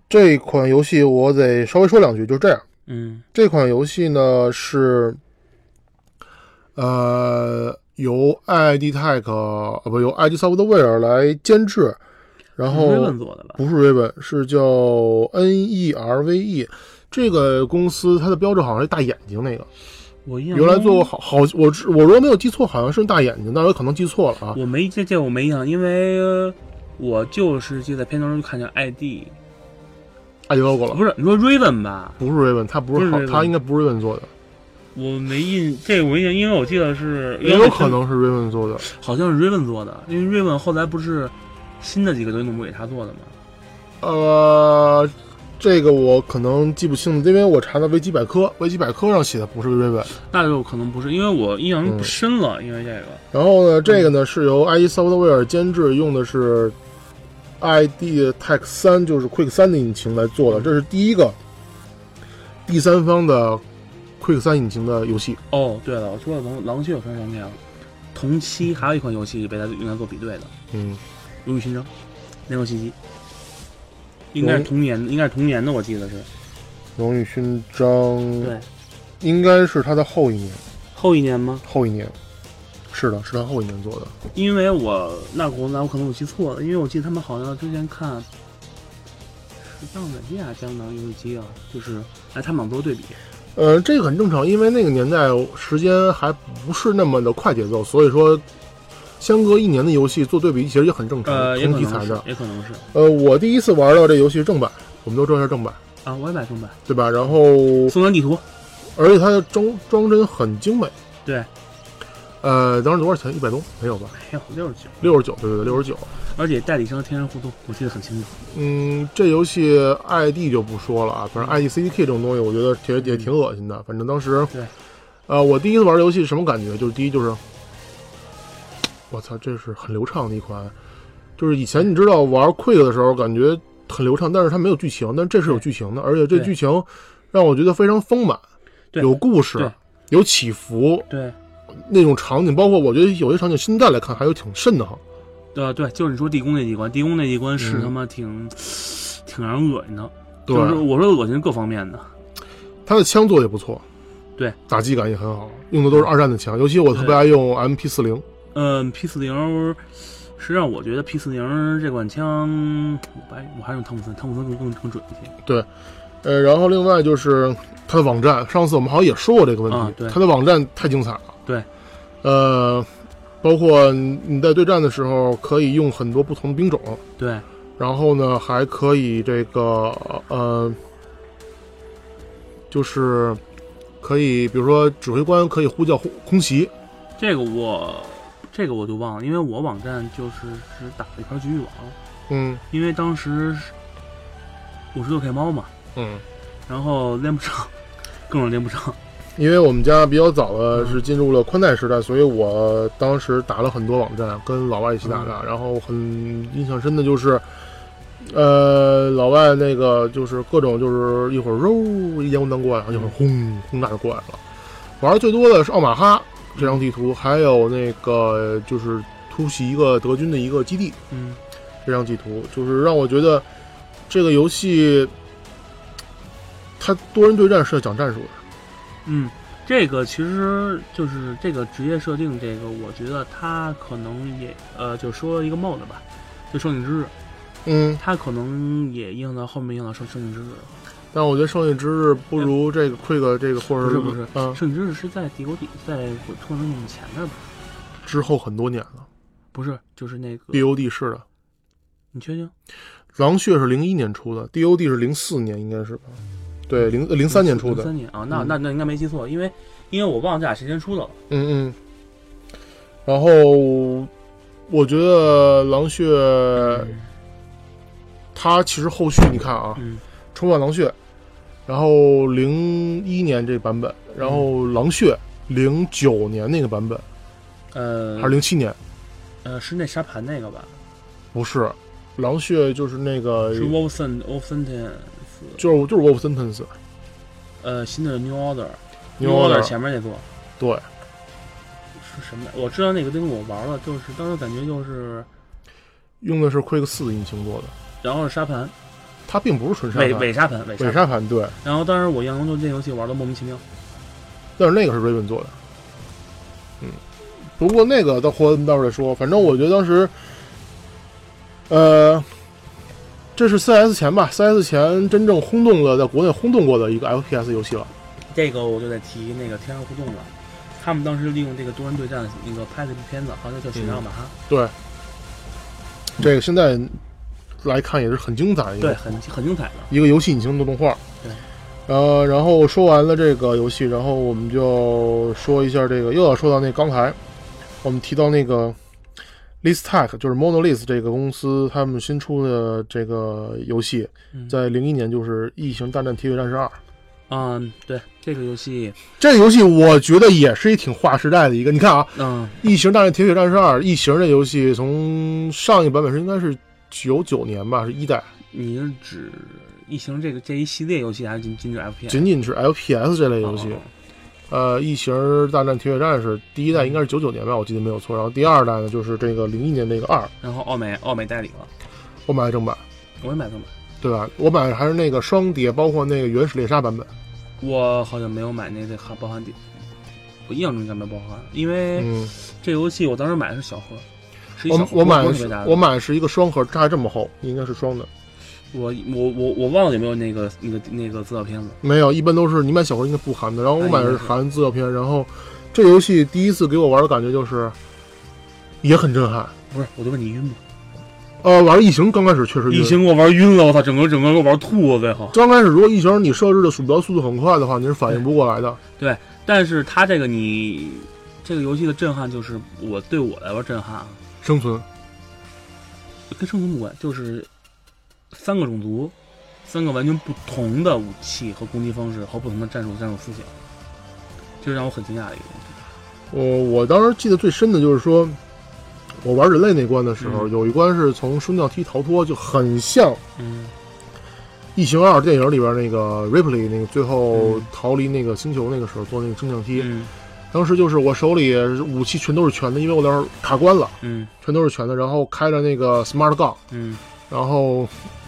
[SPEAKER 2] 这款游戏我得稍微说两句，就是这样。
[SPEAKER 3] 嗯
[SPEAKER 2] 这款游戏呢是，呃，由 ID Tech 啊不由 ID Software 来监制，然后
[SPEAKER 3] 瑞文做的吧？
[SPEAKER 2] 不是 Raven，是叫 N E R V E。这个公司它的标志好像是大眼睛那个，
[SPEAKER 3] 我印象
[SPEAKER 2] 原来做过
[SPEAKER 3] 中
[SPEAKER 2] 好好我知我如果没有记错，好像是大眼睛，但是我可能记错了啊。
[SPEAKER 3] 我没这这我没印象，因为我就是记得片头中看见 ID，
[SPEAKER 2] 大 logo 了，
[SPEAKER 3] 不是你说 Raven 吧？
[SPEAKER 2] 不是 Raven，它不是
[SPEAKER 3] 不
[SPEAKER 2] 好
[SPEAKER 3] 是，Raven
[SPEAKER 2] 它应该不是 Raven 做的，
[SPEAKER 3] 我没印这我印象，因为我记得是
[SPEAKER 2] 也有可能是 Raven 做的。
[SPEAKER 3] 好像是 Raven 做的，因为 Raven 后来不是新的几个东西都不给他做的吗？
[SPEAKER 2] 呃，这个我可能记不清，因为我查的维基百科，维基百科上写的不是 Raven。
[SPEAKER 3] 那就可能不是，因为我印象中不深了，因为这个
[SPEAKER 2] 然后呢，这个呢是由 IE Software 监制，用的是 ID Tech 三，就是 Quick 三的引擎来做的，这是第一个第三方的 Quick 三引擎的游戏。
[SPEAKER 3] 哦，对了，我说了狼狼血，我突然想起来了，同期还有一款游戏被他用来做比对的《
[SPEAKER 2] 嗯，
[SPEAKER 3] 荣誉勋章》，那款游戏机，应该是
[SPEAKER 2] 荣
[SPEAKER 3] 同年，应该是同年的，我记得是。
[SPEAKER 2] 荣誉勋章
[SPEAKER 3] 对，
[SPEAKER 2] 应该是它的后一年，
[SPEAKER 3] 后一年吗？
[SPEAKER 2] 后一年是的，是它后一年做的。
[SPEAKER 3] 因为我那我那我可能我记错了，因为我记得他们好像之前看是《样本地下江南游戏机啊，就是哎，他们俩做对比，
[SPEAKER 2] 呃，这个很正常，因为那个年代时间还不是那么的快节奏，所以说相隔一年的游戏做对比其实也很正常，
[SPEAKER 3] 呃，也
[SPEAKER 2] 同
[SPEAKER 3] 可
[SPEAKER 2] 题
[SPEAKER 3] 能
[SPEAKER 2] 材
[SPEAKER 3] 是
[SPEAKER 2] 的，。
[SPEAKER 3] 也可能是
[SPEAKER 2] 呃，我第一次玩到这游戏是正版，我们都知道是正版，
[SPEAKER 3] 啊，我也买正版，
[SPEAKER 2] 对吧？然后
[SPEAKER 3] 送完地图，
[SPEAKER 2] 而且它的装装帧很精美，
[SPEAKER 3] 对，
[SPEAKER 2] 呃，当时多少钱？一百多？没有吧？
[SPEAKER 3] 哎呦，六十九，
[SPEAKER 2] 六十九，对对对，六十九。
[SPEAKER 3] 而且代理商天然互动，我记得很清楚。
[SPEAKER 2] 嗯，这游戏 ID 就不说了啊，反
[SPEAKER 3] 嗯
[SPEAKER 2] 正 ID CDK 这种东西，我觉得其实也挺恶心的。反正当时，
[SPEAKER 3] 对，
[SPEAKER 2] 呃，我第一次玩游戏是什么感觉？就是第一就是，我操，这是很流畅的一款。就是以前你知道玩 Quick 的时候感觉很流畅，但是它没有剧情，但这是有剧情的，而且这
[SPEAKER 3] 对
[SPEAKER 2] 剧情让我觉得非常丰满，
[SPEAKER 3] 对
[SPEAKER 2] 有故
[SPEAKER 3] 对
[SPEAKER 2] 事，有起伏，
[SPEAKER 3] 对，
[SPEAKER 2] 那种场景，包括我觉得有些场景现在来看还有挺瘆得慌。
[SPEAKER 3] 呃，对，就是你说地宫那几关，地宫那几关是
[SPEAKER 2] 嗯
[SPEAKER 3] 他妈挺、挺让人恶心的，
[SPEAKER 2] 对，
[SPEAKER 3] 就是我说恶心各方面的。
[SPEAKER 2] 它的枪做的也不错，
[SPEAKER 3] 对，
[SPEAKER 2] 打击感也很好，用的都是二战的枪，尤其我特别
[SPEAKER 3] 对
[SPEAKER 2] 爱用 MP 四零，
[SPEAKER 3] 嗯，P 四零，实际上我觉得 P 四零这款枪，我还我还是用汤姆森，汤姆森更更更准一些。
[SPEAKER 2] 呃，然后另外就是它的网站，上次我们好像也说过这个问题，
[SPEAKER 3] 啊对
[SPEAKER 2] 它的网站太精彩了，
[SPEAKER 3] 对，
[SPEAKER 2] 呃，包括你在对战的时候可以用很多不同的兵种，
[SPEAKER 3] 对，
[SPEAKER 2] 然后呢还可以这个呃，就是可以比如说指挥官可以呼叫空空袭，
[SPEAKER 3] 这个我这个我就忘了，因为我网站就是只打了一盘局域网，
[SPEAKER 2] 嗯
[SPEAKER 3] 因为当时五十六 K 猫嘛，
[SPEAKER 2] 嗯。
[SPEAKER 3] 然后连不上，各种连不上。
[SPEAKER 2] 因为我们家比较早的是进入了宽带时代，所以我当时打了很多网站，跟老外一起打的。然后很印象深的就是，呃，老外那个就是各种就是一会儿肉一烟雾弹过来，一会儿轰轰炸就过来了。玩的最多的是奥马哈这张地图，还有那个就是突袭一个德军的一个基地
[SPEAKER 3] 嗯，
[SPEAKER 2] 这张地图，就是让我觉得这个游戏它多人对战是要讲战术的。
[SPEAKER 3] 嗯，这个其实就是这个职业设定，这个我觉得它可能也呃，就说一个 mod 吧，就《圣女之日》，
[SPEAKER 2] 嗯，
[SPEAKER 3] 它可能也影响到后面影响到圣《圣女之日
[SPEAKER 2] 但我觉得《圣域之日》不如这个 Quick 这个，或
[SPEAKER 3] 不
[SPEAKER 2] 者
[SPEAKER 3] 是不是，
[SPEAKER 2] 啊
[SPEAKER 3] 圣女之日》是在帝国底，在《突然用前面吧？
[SPEAKER 2] 之后很多年了。
[SPEAKER 3] 不是，就是那个，
[SPEAKER 2] ，DOD 是的，
[SPEAKER 3] 你确定？
[SPEAKER 2] 狼血是零一年出的，DOD 是零四年应该是吧？对，零呃零三年出的，嗯
[SPEAKER 3] 三年啊，那那那应该没记错，因为因为我忘了这俩谁先出的了。
[SPEAKER 2] 嗯嗯。然后我觉得狼血，呃它其实后续你看啊，
[SPEAKER 3] 嗯
[SPEAKER 2] 重返狼血，然后零一年这版本，然后狼血零九年那个版本，
[SPEAKER 3] 呃
[SPEAKER 2] 还是零七年？
[SPEAKER 3] 呃是那沙盘那个吧？
[SPEAKER 2] 不是，狼血就是那个，
[SPEAKER 3] 是 Wolfen o l f e n t e n
[SPEAKER 2] 就是就是 Wolf Sentence
[SPEAKER 3] 呃新的 New Order。
[SPEAKER 2] New
[SPEAKER 3] Order
[SPEAKER 2] Order，
[SPEAKER 3] 前面那座
[SPEAKER 2] 对，
[SPEAKER 3] 是什么来？我知道那个东西我玩了，就是当时感觉就是，
[SPEAKER 2] 用的是 Quick 四的引擎做的，
[SPEAKER 3] 然后是沙盘，
[SPEAKER 2] 它并不是纯沙
[SPEAKER 3] 伪
[SPEAKER 2] 盘，
[SPEAKER 3] 伪沙盘，伪沙
[SPEAKER 2] 伪
[SPEAKER 3] 盘。
[SPEAKER 2] 沙嗯盘对，
[SPEAKER 3] 然后当时我印象中就这游戏玩的莫名其妙。
[SPEAKER 2] 但是那个是 Raven 做的，嗯，不过那个到回头到时候再说，反正我觉得当时，呃，这是 CS 前吧，CS 前真正轰动了在国内轰动过的一个 FPS 游戏了，
[SPEAKER 3] 这个我就得提那个《天上互动》了，他们当时利用这个多人对战那个拍的一部片子，好像叫《雪上马哈
[SPEAKER 2] 对，这个现在来看也是很精彩的》，一
[SPEAKER 3] 对，
[SPEAKER 2] 个
[SPEAKER 3] 很很精彩的。
[SPEAKER 2] 一个游戏引擎的动画，
[SPEAKER 3] 对，
[SPEAKER 2] 呃，然后说完了这个游戏，然后我们就说一下这个，又要说到那刚才我们提到那个 Listech，就是 Monolith 这个公司他们新出的这个游戏，
[SPEAKER 3] 嗯
[SPEAKER 2] 在零一年就是《异形大战铁血战士二》
[SPEAKER 3] 嗯，对，这个游戏，
[SPEAKER 2] 这个游戏，我觉得也是一挺划时代的一个。你看啊，
[SPEAKER 3] 嗯，
[SPEAKER 2] 《异形大战铁血战士二》，《异形》这游戏从上一版本是应该是九九年吧，是一代，
[SPEAKER 3] 你是指异形这个这一系列游戏，还是仅仅指 FPS？
[SPEAKER 2] 仅仅是 FPS 这类游戏。
[SPEAKER 3] 哦
[SPEAKER 2] 呃，《异形大战铁血战士》第一代应该是九九年吧，我记得没有错。然后第二代呢，就是这个零一年这个二，
[SPEAKER 3] 然后奥美奥美代理了，
[SPEAKER 2] 我买的正版，
[SPEAKER 3] 我也买正版，
[SPEAKER 2] 对吧？我买的还是那个双碟，包括那个原始猎杀版本。
[SPEAKER 3] 我好像没有买那个含包含碟，我印象中应该没包含，因为
[SPEAKER 2] 嗯，
[SPEAKER 3] 这游戏我当时买的是小盒，是一小
[SPEAKER 2] 我
[SPEAKER 3] 盒
[SPEAKER 2] 我买
[SPEAKER 3] 不
[SPEAKER 2] 的
[SPEAKER 3] 是特
[SPEAKER 2] 是
[SPEAKER 3] 别大的
[SPEAKER 2] 我买的是一个双盒，它还这么厚，应该是双的。
[SPEAKER 3] 我我我我忘了有没有那个那个那个资料片子。
[SPEAKER 2] 没有，一般都是你买小盒应该不含的，然后我买的是
[SPEAKER 3] 哎
[SPEAKER 2] 含资料片。然后这游戏第一次给我玩的感觉就是也很震撼。
[SPEAKER 3] 不是，我就问你晕吗？
[SPEAKER 2] 呃，玩异形刚开始确实
[SPEAKER 3] 异
[SPEAKER 2] 晕。
[SPEAKER 3] 形给我玩晕了，我操，整个整个给我玩吐了最后。
[SPEAKER 2] 刚开始，如果异形你设置的鼠标速度很快的话，你是反应不过来的。
[SPEAKER 3] 但是它这个你这个游戏的震撼，就是我对我来说震撼啊，
[SPEAKER 2] 生存，
[SPEAKER 3] 跟生存无关，就是三个种族，三个完全不同的武器和攻击方式和不同的战术战术思想，这是让我很惊讶的一个东西。
[SPEAKER 2] 我呃我当时记得最深的就是说，我玩人类那关的时候，
[SPEAKER 3] 嗯
[SPEAKER 2] 有一关是从升降梯逃脱，就很像《
[SPEAKER 3] 嗯
[SPEAKER 2] 异形二》电影里边那个 Ripley 那个最后
[SPEAKER 3] 嗯
[SPEAKER 2] 逃离那个星球那个时候坐那个升降梯。
[SPEAKER 3] 嗯
[SPEAKER 2] 当时就是我手里武器全都是全的，因为我那会儿卡关了，
[SPEAKER 3] 嗯
[SPEAKER 2] 全都是全的，然后开着那个 Smart Gun，
[SPEAKER 3] 嗯，
[SPEAKER 2] 然后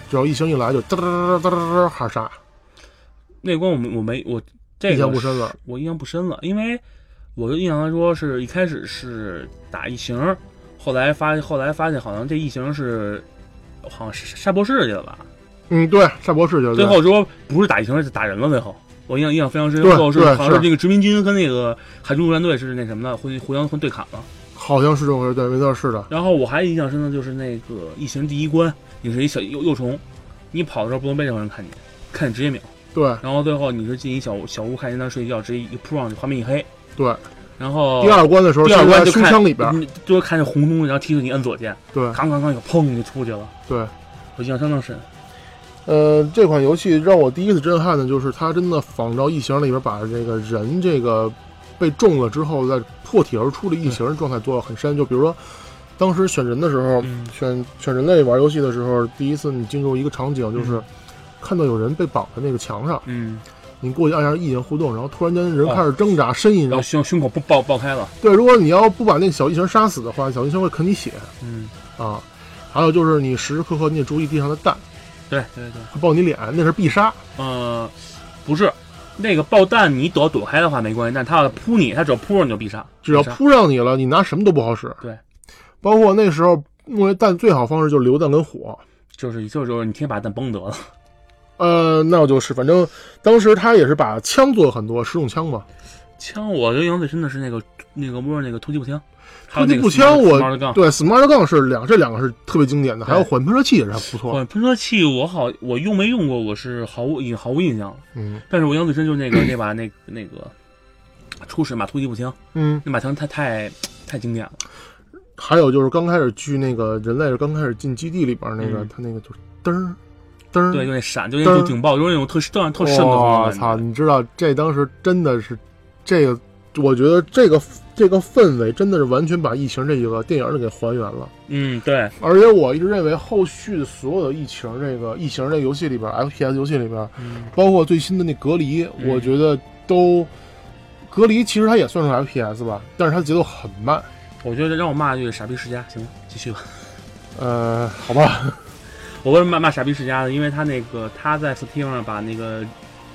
[SPEAKER 2] 只要异形一来就哒哒哒哒哒哒哈杀，
[SPEAKER 3] 那关我没我没我这
[SPEAKER 2] 印
[SPEAKER 3] 个
[SPEAKER 2] 象不深了。
[SPEAKER 3] 我印象不深了，因为我就印象来说是一开始是打异形，后来发后来发现好像这异形是好像是杀博士去了吧？
[SPEAKER 2] 嗯，对，沙博士就是
[SPEAKER 3] 最后说不是打异形是打人了，最后。我印象印象非常深，
[SPEAKER 2] 对
[SPEAKER 3] 最后是
[SPEAKER 2] 对
[SPEAKER 3] 好像是
[SPEAKER 2] 是
[SPEAKER 3] 那个殖民军跟那个海军陆战队是那什么的，互互相互对砍了。
[SPEAKER 2] 好像是这么回事，对，没错，是的，
[SPEAKER 3] 然后我还印象深的就是那个异形第一关，你是一小幼幼虫，你跑的时候不能被任何人看见，看你直接秒。
[SPEAKER 2] 对
[SPEAKER 3] 然后最后你是进一小屋小屋看见他睡觉，直接一扑上去，画面一黑。
[SPEAKER 2] 对。
[SPEAKER 3] 然后
[SPEAKER 2] 第二关的时候，
[SPEAKER 3] 哦第二关
[SPEAKER 2] 在
[SPEAKER 3] 就
[SPEAKER 2] 胸
[SPEAKER 3] 看
[SPEAKER 2] 腔里边，
[SPEAKER 3] 嗯就是看见红东西，然后踢着你摁左键，
[SPEAKER 2] 对
[SPEAKER 3] 扛扛扛，砰就出去了。
[SPEAKER 2] 对。
[SPEAKER 3] 我印象相当深。
[SPEAKER 2] 呃，这款游戏让我第一次震撼的就是它真的仿照《异形》里边把这个人这个被中了之后再破体而出的异形的状态做得很深。就比如说，当时选人的时候，
[SPEAKER 3] 嗯
[SPEAKER 2] 选选人类玩游戏的时候，第一次你进入一个场景，就是
[SPEAKER 3] 嗯
[SPEAKER 2] 看到有人被绑在那个墙上，
[SPEAKER 3] 嗯，
[SPEAKER 2] 你过去按下异形互动，然后突然间人
[SPEAKER 3] 哦
[SPEAKER 2] 开始挣扎、呻吟，然
[SPEAKER 3] 然后
[SPEAKER 2] 后
[SPEAKER 3] 胸胸口不爆爆开了。
[SPEAKER 2] 对，如果你要不把那个小异形杀死的话，小异形会啃你血
[SPEAKER 3] 嗯，
[SPEAKER 2] 啊。还有就是你时时刻刻你得注意地上的蛋，
[SPEAKER 3] 对对对。
[SPEAKER 2] 会爆你脸，那是必杀。
[SPEAKER 3] 呃，不是，那个爆弹你只要躲开的话没关系，但他要扑你，他只要扑上你就必杀。
[SPEAKER 2] 只要
[SPEAKER 3] 必杀
[SPEAKER 2] 扑上你了，你拿什么都不好使。
[SPEAKER 3] 对，
[SPEAKER 2] 包括那时候用来弹最好方式就是榴弹跟火。
[SPEAKER 3] 就是就是就是你先把弹崩得了。
[SPEAKER 2] 呃，那我就是，反正当时他也是把枪做了很多，十种枪嘛。
[SPEAKER 3] 枪我印象最深的是那个那个末日那个突击步枪，
[SPEAKER 2] 突击步枪我
[SPEAKER 3] 还有那个 smart- smart gun
[SPEAKER 2] 对，Smart Gun 是两这两个是特别经典的，还有
[SPEAKER 3] 对
[SPEAKER 2] 火焰喷射器也是还不错。
[SPEAKER 3] 哇喷射器我好我用没用过我是毫无已经毫无印象了，
[SPEAKER 2] 嗯
[SPEAKER 3] 但是我印象最深就是那
[SPEAKER 2] (clears throat)
[SPEAKER 3] 个那把那那个初始马突击步枪，
[SPEAKER 2] 嗯，
[SPEAKER 3] 那把枪它太太经典了，
[SPEAKER 2] 还有就是刚开始去那个人类刚开始进基地里边那个，
[SPEAKER 3] 嗯
[SPEAKER 2] 他那个就是噔儿噔儿，
[SPEAKER 3] 对，就那闪，就那种
[SPEAKER 2] 噔
[SPEAKER 3] 警报，就是那种特特特瘆的
[SPEAKER 2] 我
[SPEAKER 3] 那
[SPEAKER 2] 嗯
[SPEAKER 3] 种
[SPEAKER 2] 操！
[SPEAKER 3] 感觉。
[SPEAKER 2] 你知道这当时真的是这个，我觉得这个这个氛围真的是完全把《异形》这个电影儿给还原了。
[SPEAKER 3] 嗯，对，
[SPEAKER 2] 而且我一直认为，后续所有的《异形》这个《异形》这个游戏里边儿，FPS 游戏里边儿，
[SPEAKER 3] 嗯
[SPEAKER 2] 包括最新的那隔离，
[SPEAKER 3] 嗯
[SPEAKER 2] 我觉得都隔离其实它也算是 FPS 吧，但是它节奏很慢。
[SPEAKER 3] 我觉得让我骂就是傻逼世家，行，继续吧。
[SPEAKER 2] 呃，好吧，
[SPEAKER 3] 我为什么骂骂傻逼世家呢？因为他那个他在 Steam 上把那个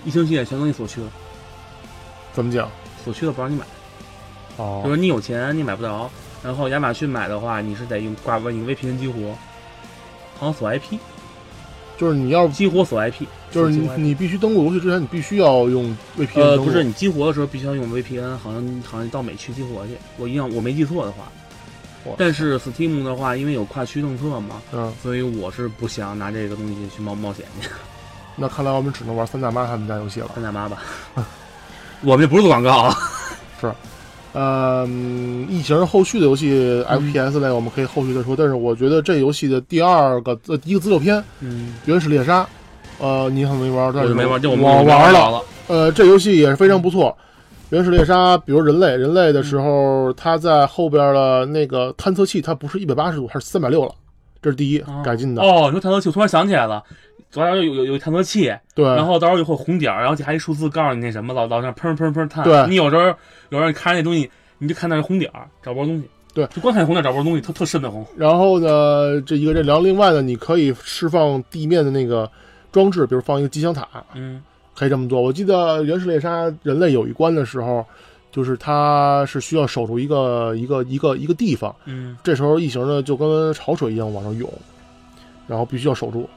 [SPEAKER 3] 异形系列全东西锁去了，
[SPEAKER 2] 怎么讲？
[SPEAKER 3] 锁去了不让你买，
[SPEAKER 2] 哦
[SPEAKER 3] 就是你有钱你买不着，然后亚马逊买的话，你是得用挂你 VPN 激活，好像锁 IP，
[SPEAKER 2] 就是你要
[SPEAKER 3] 激活锁 IP，
[SPEAKER 2] 就是你
[SPEAKER 3] 锁激活 IP
[SPEAKER 2] 你必须登录游戏之前，你必须要用 VPN 登
[SPEAKER 3] 呃不
[SPEAKER 2] 录
[SPEAKER 3] 是你激活的时候必须要用 VPN，好像好像到美区激活去，我印象我没记错的话
[SPEAKER 2] 哇。
[SPEAKER 3] 但是 Steam 的话，因为有跨区政策嘛，
[SPEAKER 2] 嗯，
[SPEAKER 3] 所以我是不想拿这个东西去冒冒险去。
[SPEAKER 2] 那看来我们只能玩三大妈他们家游戏了。
[SPEAKER 3] 三大妈吧， (laughs) 我们这不是做广告啊。
[SPEAKER 2] 呃，嗯异形后续的游
[SPEAKER 3] 嗯
[SPEAKER 2] 戏 FPS 类我们可以后续再说，但是我觉得这游戏的第二个呃一个资料片《
[SPEAKER 3] 嗯，
[SPEAKER 2] 原始猎杀》，呃，你可能没玩，但
[SPEAKER 3] 我
[SPEAKER 2] 是
[SPEAKER 3] 就没玩，就们
[SPEAKER 2] 我
[SPEAKER 3] 我玩
[SPEAKER 2] 了。
[SPEAKER 3] 了。
[SPEAKER 2] 呃，这游戏也是非常不错。原始猎杀，比如人类，人类的时
[SPEAKER 3] 嗯
[SPEAKER 2] 候，它在后边的那个探测器，它不是一百八十度，它是三百六了，这是第一
[SPEAKER 3] 啊
[SPEAKER 2] 改进的。
[SPEAKER 3] 哦，你说探测器，我突然想起来了，左下角有有有探测器，
[SPEAKER 2] 对，
[SPEAKER 3] 然后到时候有会红点儿，然后还一数字告诉你那什么，老老那砰砰砰探。
[SPEAKER 2] 对
[SPEAKER 3] 你有时候有时候你看那东西，你就看那红点儿，找不着东西。
[SPEAKER 2] 对
[SPEAKER 3] 就光看红点儿找不着东西，特特瘆得慌。
[SPEAKER 2] 然后呢，这一个这然后另外呢，你可以释放地面的那个装置，比如放一个机枪塔，
[SPEAKER 3] 嗯
[SPEAKER 2] 可以这么做。我记得《原始猎杀》人类有一关的时候，就是它是需要守住一个一个一个一个地方，
[SPEAKER 3] 嗯，
[SPEAKER 2] 这时候异形呢就跟潮水一样往上涌，然后必须要守住。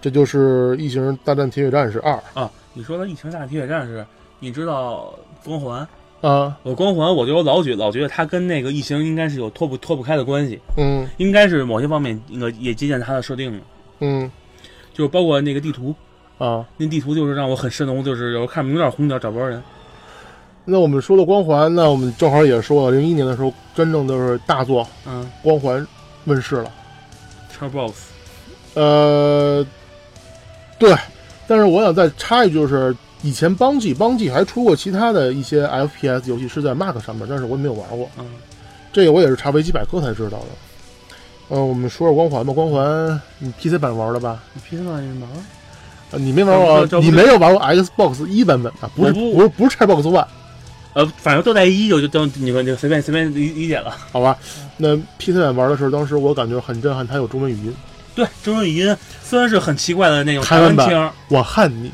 [SPEAKER 2] 这就是《异形大战铁血战士二》
[SPEAKER 3] 啊，你说的《疫情大铁血战士》，你知道光环？
[SPEAKER 2] 啊，
[SPEAKER 3] 我光环，我就老觉老觉得它跟那个异形应该是有脱不脱不开的关系，
[SPEAKER 2] 嗯
[SPEAKER 3] 应该是某些方面那个也借鉴它的设定了，
[SPEAKER 2] 嗯
[SPEAKER 3] 就是包括那个地图，
[SPEAKER 2] 啊。
[SPEAKER 3] 那地图就是让我很瘆得慌，就是有时候看明点红点找不着人。
[SPEAKER 2] 那我们说了光环，那我们正好也说了，零一年的时候，真正就是大作《
[SPEAKER 3] 嗯
[SPEAKER 2] 光环》问世了。
[SPEAKER 3] ，Char Boss，
[SPEAKER 2] 呃，对，但是我想再插一句，就是以前邦记邦记还出过其他的一些 FPS 游戏是在 Mac 上面，但是我也没有玩过，
[SPEAKER 3] 嗯，
[SPEAKER 2] 这个我也是查维基百科才知道的。呃，我们说说光环吧，光环你 PC 版玩了吧？
[SPEAKER 3] 你 PC 版也玩？
[SPEAKER 2] 呃你没玩过
[SPEAKER 3] 这这，不
[SPEAKER 2] 你
[SPEAKER 3] 是
[SPEAKER 2] 没有玩过 Xbox 一版本啊？不是，
[SPEAKER 3] 我不
[SPEAKER 2] 不是，不是 Xbox One，
[SPEAKER 3] 呃，反正都在一就就就你们就随便随便理理解了。
[SPEAKER 2] 好吧？那 PC 版玩的时候，当时我感觉很震撼，它有中文语音。
[SPEAKER 3] 对，中文语音虽然是很奇怪的那种
[SPEAKER 2] 台
[SPEAKER 3] 台
[SPEAKER 2] 湾
[SPEAKER 3] 湾
[SPEAKER 2] 版
[SPEAKER 3] 腔，
[SPEAKER 2] 我恨你，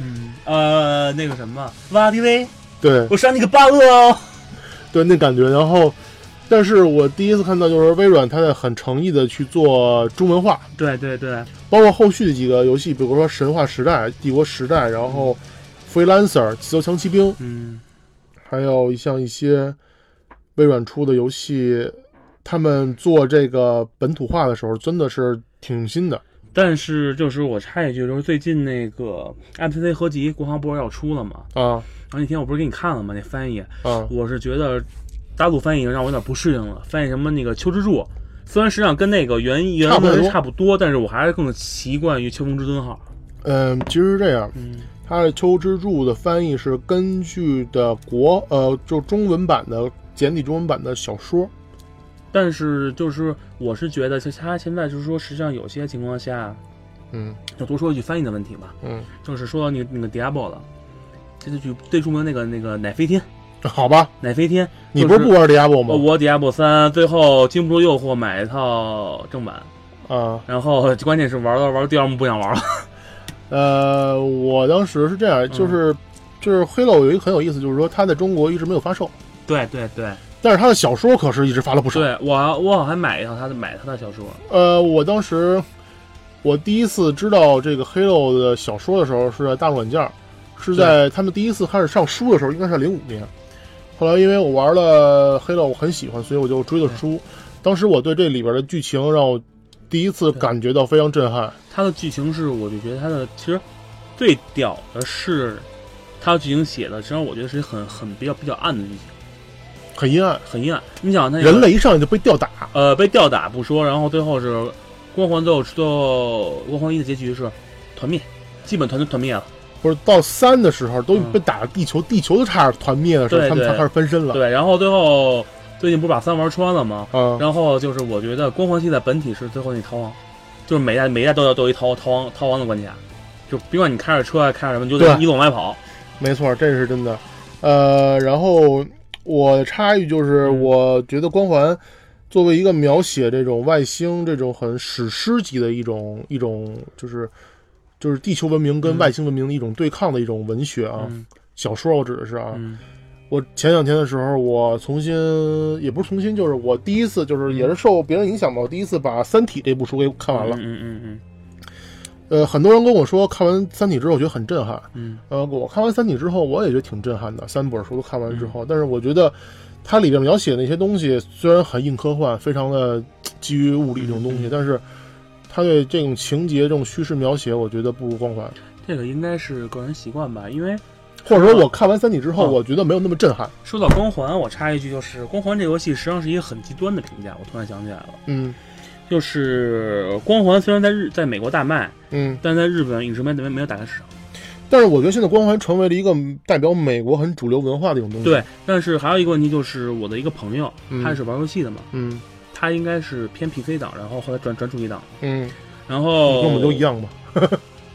[SPEAKER 3] 嗯，呃，那个什么，哇迪威，
[SPEAKER 2] 对
[SPEAKER 3] 我扇你个巴乐哦。
[SPEAKER 2] 对，那感觉。然后，但是我第一次看到就是微软它在很诚意的去做中文化，
[SPEAKER 3] 对对对，
[SPEAKER 2] 包括后续的几个游戏，比如说《神话时代》《帝国时代》，然后《Freelancer》《自由强骑兵》，
[SPEAKER 3] 嗯，
[SPEAKER 2] 还有像一些微软出的游戏，他们做这个本土化的时候，真的是挺用心的。
[SPEAKER 3] 但是就是我插一句，就是最近那个 MCC 合集国行不是要出了嘛？
[SPEAKER 2] 啊
[SPEAKER 3] 然后那天我不是给你看了吗？那翻译，
[SPEAKER 2] 啊
[SPEAKER 3] 我是觉得大陆翻译让我有点不适应了。翻译什么那个秋之助，虽然实际上跟那个原原
[SPEAKER 2] 差不多
[SPEAKER 3] 文差不多，但是我还是更习惯于秋风之尊号。
[SPEAKER 2] 嗯，其实是这样，
[SPEAKER 3] 嗯
[SPEAKER 2] 它的《秋之助》的翻译是根据的国呃，就中文版的简体中文版的小说。
[SPEAKER 3] 但是就是我是觉得，就他现在就是说，实际上有些情况下，
[SPEAKER 2] 嗯
[SPEAKER 3] 要多说一句翻译的问题吧。
[SPEAKER 2] 嗯，
[SPEAKER 3] 就是说到那个那个 Diablo 了，这就就最著名的那个那个奶飞天，
[SPEAKER 2] 好吧，
[SPEAKER 3] 奶飞天，
[SPEAKER 2] 你不是不玩 Diablo
[SPEAKER 3] 我
[SPEAKER 2] 吗？
[SPEAKER 3] 我 Diablo 三最后经不住诱惑买一套正版，
[SPEAKER 2] 啊，
[SPEAKER 3] 然后关键是玩到玩到第二幕不想
[SPEAKER 2] (laughs)
[SPEAKER 3] 玩了。
[SPEAKER 2] 呃，我当时是这样，就是、就是《Halo》有一个很有意思，就是说它在中国一直没有发售，
[SPEAKER 3] 对对对
[SPEAKER 2] 但是它的小说可是一直发了不少。
[SPEAKER 3] 对，我我好像还买一套他的买他的小说，
[SPEAKER 2] 呃，我当时我第一次知道这个《Halo》的小说的时候是在大陆软件儿，是在他们第一次开始上书的时候，应该是零五年。后来因为我玩了黑了，我很喜欢，所以我就追了书。当时我对这里边的剧情让我第一次感觉到非常震撼。
[SPEAKER 3] 它的剧情是，我就觉得它的其实最屌的是，它的剧情写的，实际上我觉得是很很比较比较暗的剧情，
[SPEAKER 2] 很阴暗，
[SPEAKER 3] 很阴暗。你想那个
[SPEAKER 2] 人类一上来就被吊打，
[SPEAKER 3] 呃被吊打不说，然后最后是光环最后最后光环一的结局是团灭，基本团就团灭了。
[SPEAKER 2] 或者到三的时候都已经
[SPEAKER 3] 嗯
[SPEAKER 2] 被打了地球，地球都差点团灭的时候，
[SPEAKER 3] 对
[SPEAKER 2] 他们才
[SPEAKER 3] 对
[SPEAKER 2] 开始翻身了。
[SPEAKER 3] 对，然后最后最近不是把三玩穿了吗？
[SPEAKER 2] 啊，
[SPEAKER 3] 然后就是我觉得光环系在本体是最后那逃亡，就是每代每代都要都有一逃逃亡逃亡的关卡，就别管你开着车啊开着什么，你就
[SPEAKER 2] 对
[SPEAKER 3] 得一路往外跑。
[SPEAKER 2] 没错，这是真的。呃，然后我插一句，就是
[SPEAKER 3] 嗯
[SPEAKER 2] 我觉得光环作为一个描写这种外星这种很史诗级的一种一种，就是就是地球文明跟
[SPEAKER 3] 嗯
[SPEAKER 2] 外星文明的一种对抗的一种文学啊，
[SPEAKER 3] 嗯
[SPEAKER 2] 小说我指的是啊。
[SPEAKER 3] 嗯
[SPEAKER 2] 我前两天的时候，我重新也不是重新，就是我第一次就是也是受别人影响吧，我第一次把《三体》这部书给看完了
[SPEAKER 3] 嗯。嗯嗯
[SPEAKER 2] 呃，很多人跟我说看完《三体》之后，我觉得很震撼。
[SPEAKER 3] 嗯
[SPEAKER 2] 呃，我看完《三体》之后，我也觉得挺震撼的。三本书都看完之后，但是我觉得它里面描写的那些东西虽然很硬科幻，非常的基于物理这种东西，
[SPEAKER 3] 嗯嗯
[SPEAKER 2] 但是它对这种情节、这种叙事描写，我觉得不如光环。
[SPEAKER 3] 嗯，这个应该是个人习惯吧，因为
[SPEAKER 2] 或者说，我看完《三体》之后，
[SPEAKER 3] 嗯
[SPEAKER 2] 我觉得没有那么震撼。
[SPEAKER 3] 说到光环，我插一句，就是光环这游戏实际上是一个很极端的评价，我突然想起来了，
[SPEAKER 2] 嗯
[SPEAKER 3] 就是呃光环虽然在日在美国大卖，
[SPEAKER 2] 嗯，
[SPEAKER 3] 但在日本一直没没没有打开市场。
[SPEAKER 2] 但是我觉得现在光环成为了一个代表美国很主流文化的一种东西。
[SPEAKER 3] 对，，但是还有一个问题就是我的一个朋友，
[SPEAKER 2] 嗯
[SPEAKER 3] 他也是玩游戏的嘛，
[SPEAKER 2] 嗯
[SPEAKER 3] 他应该是偏 PC 党，然后后来转转主机党，
[SPEAKER 2] 嗯，
[SPEAKER 3] 然
[SPEAKER 2] 你
[SPEAKER 3] 后
[SPEAKER 2] 跟我们都一，样啊嘛。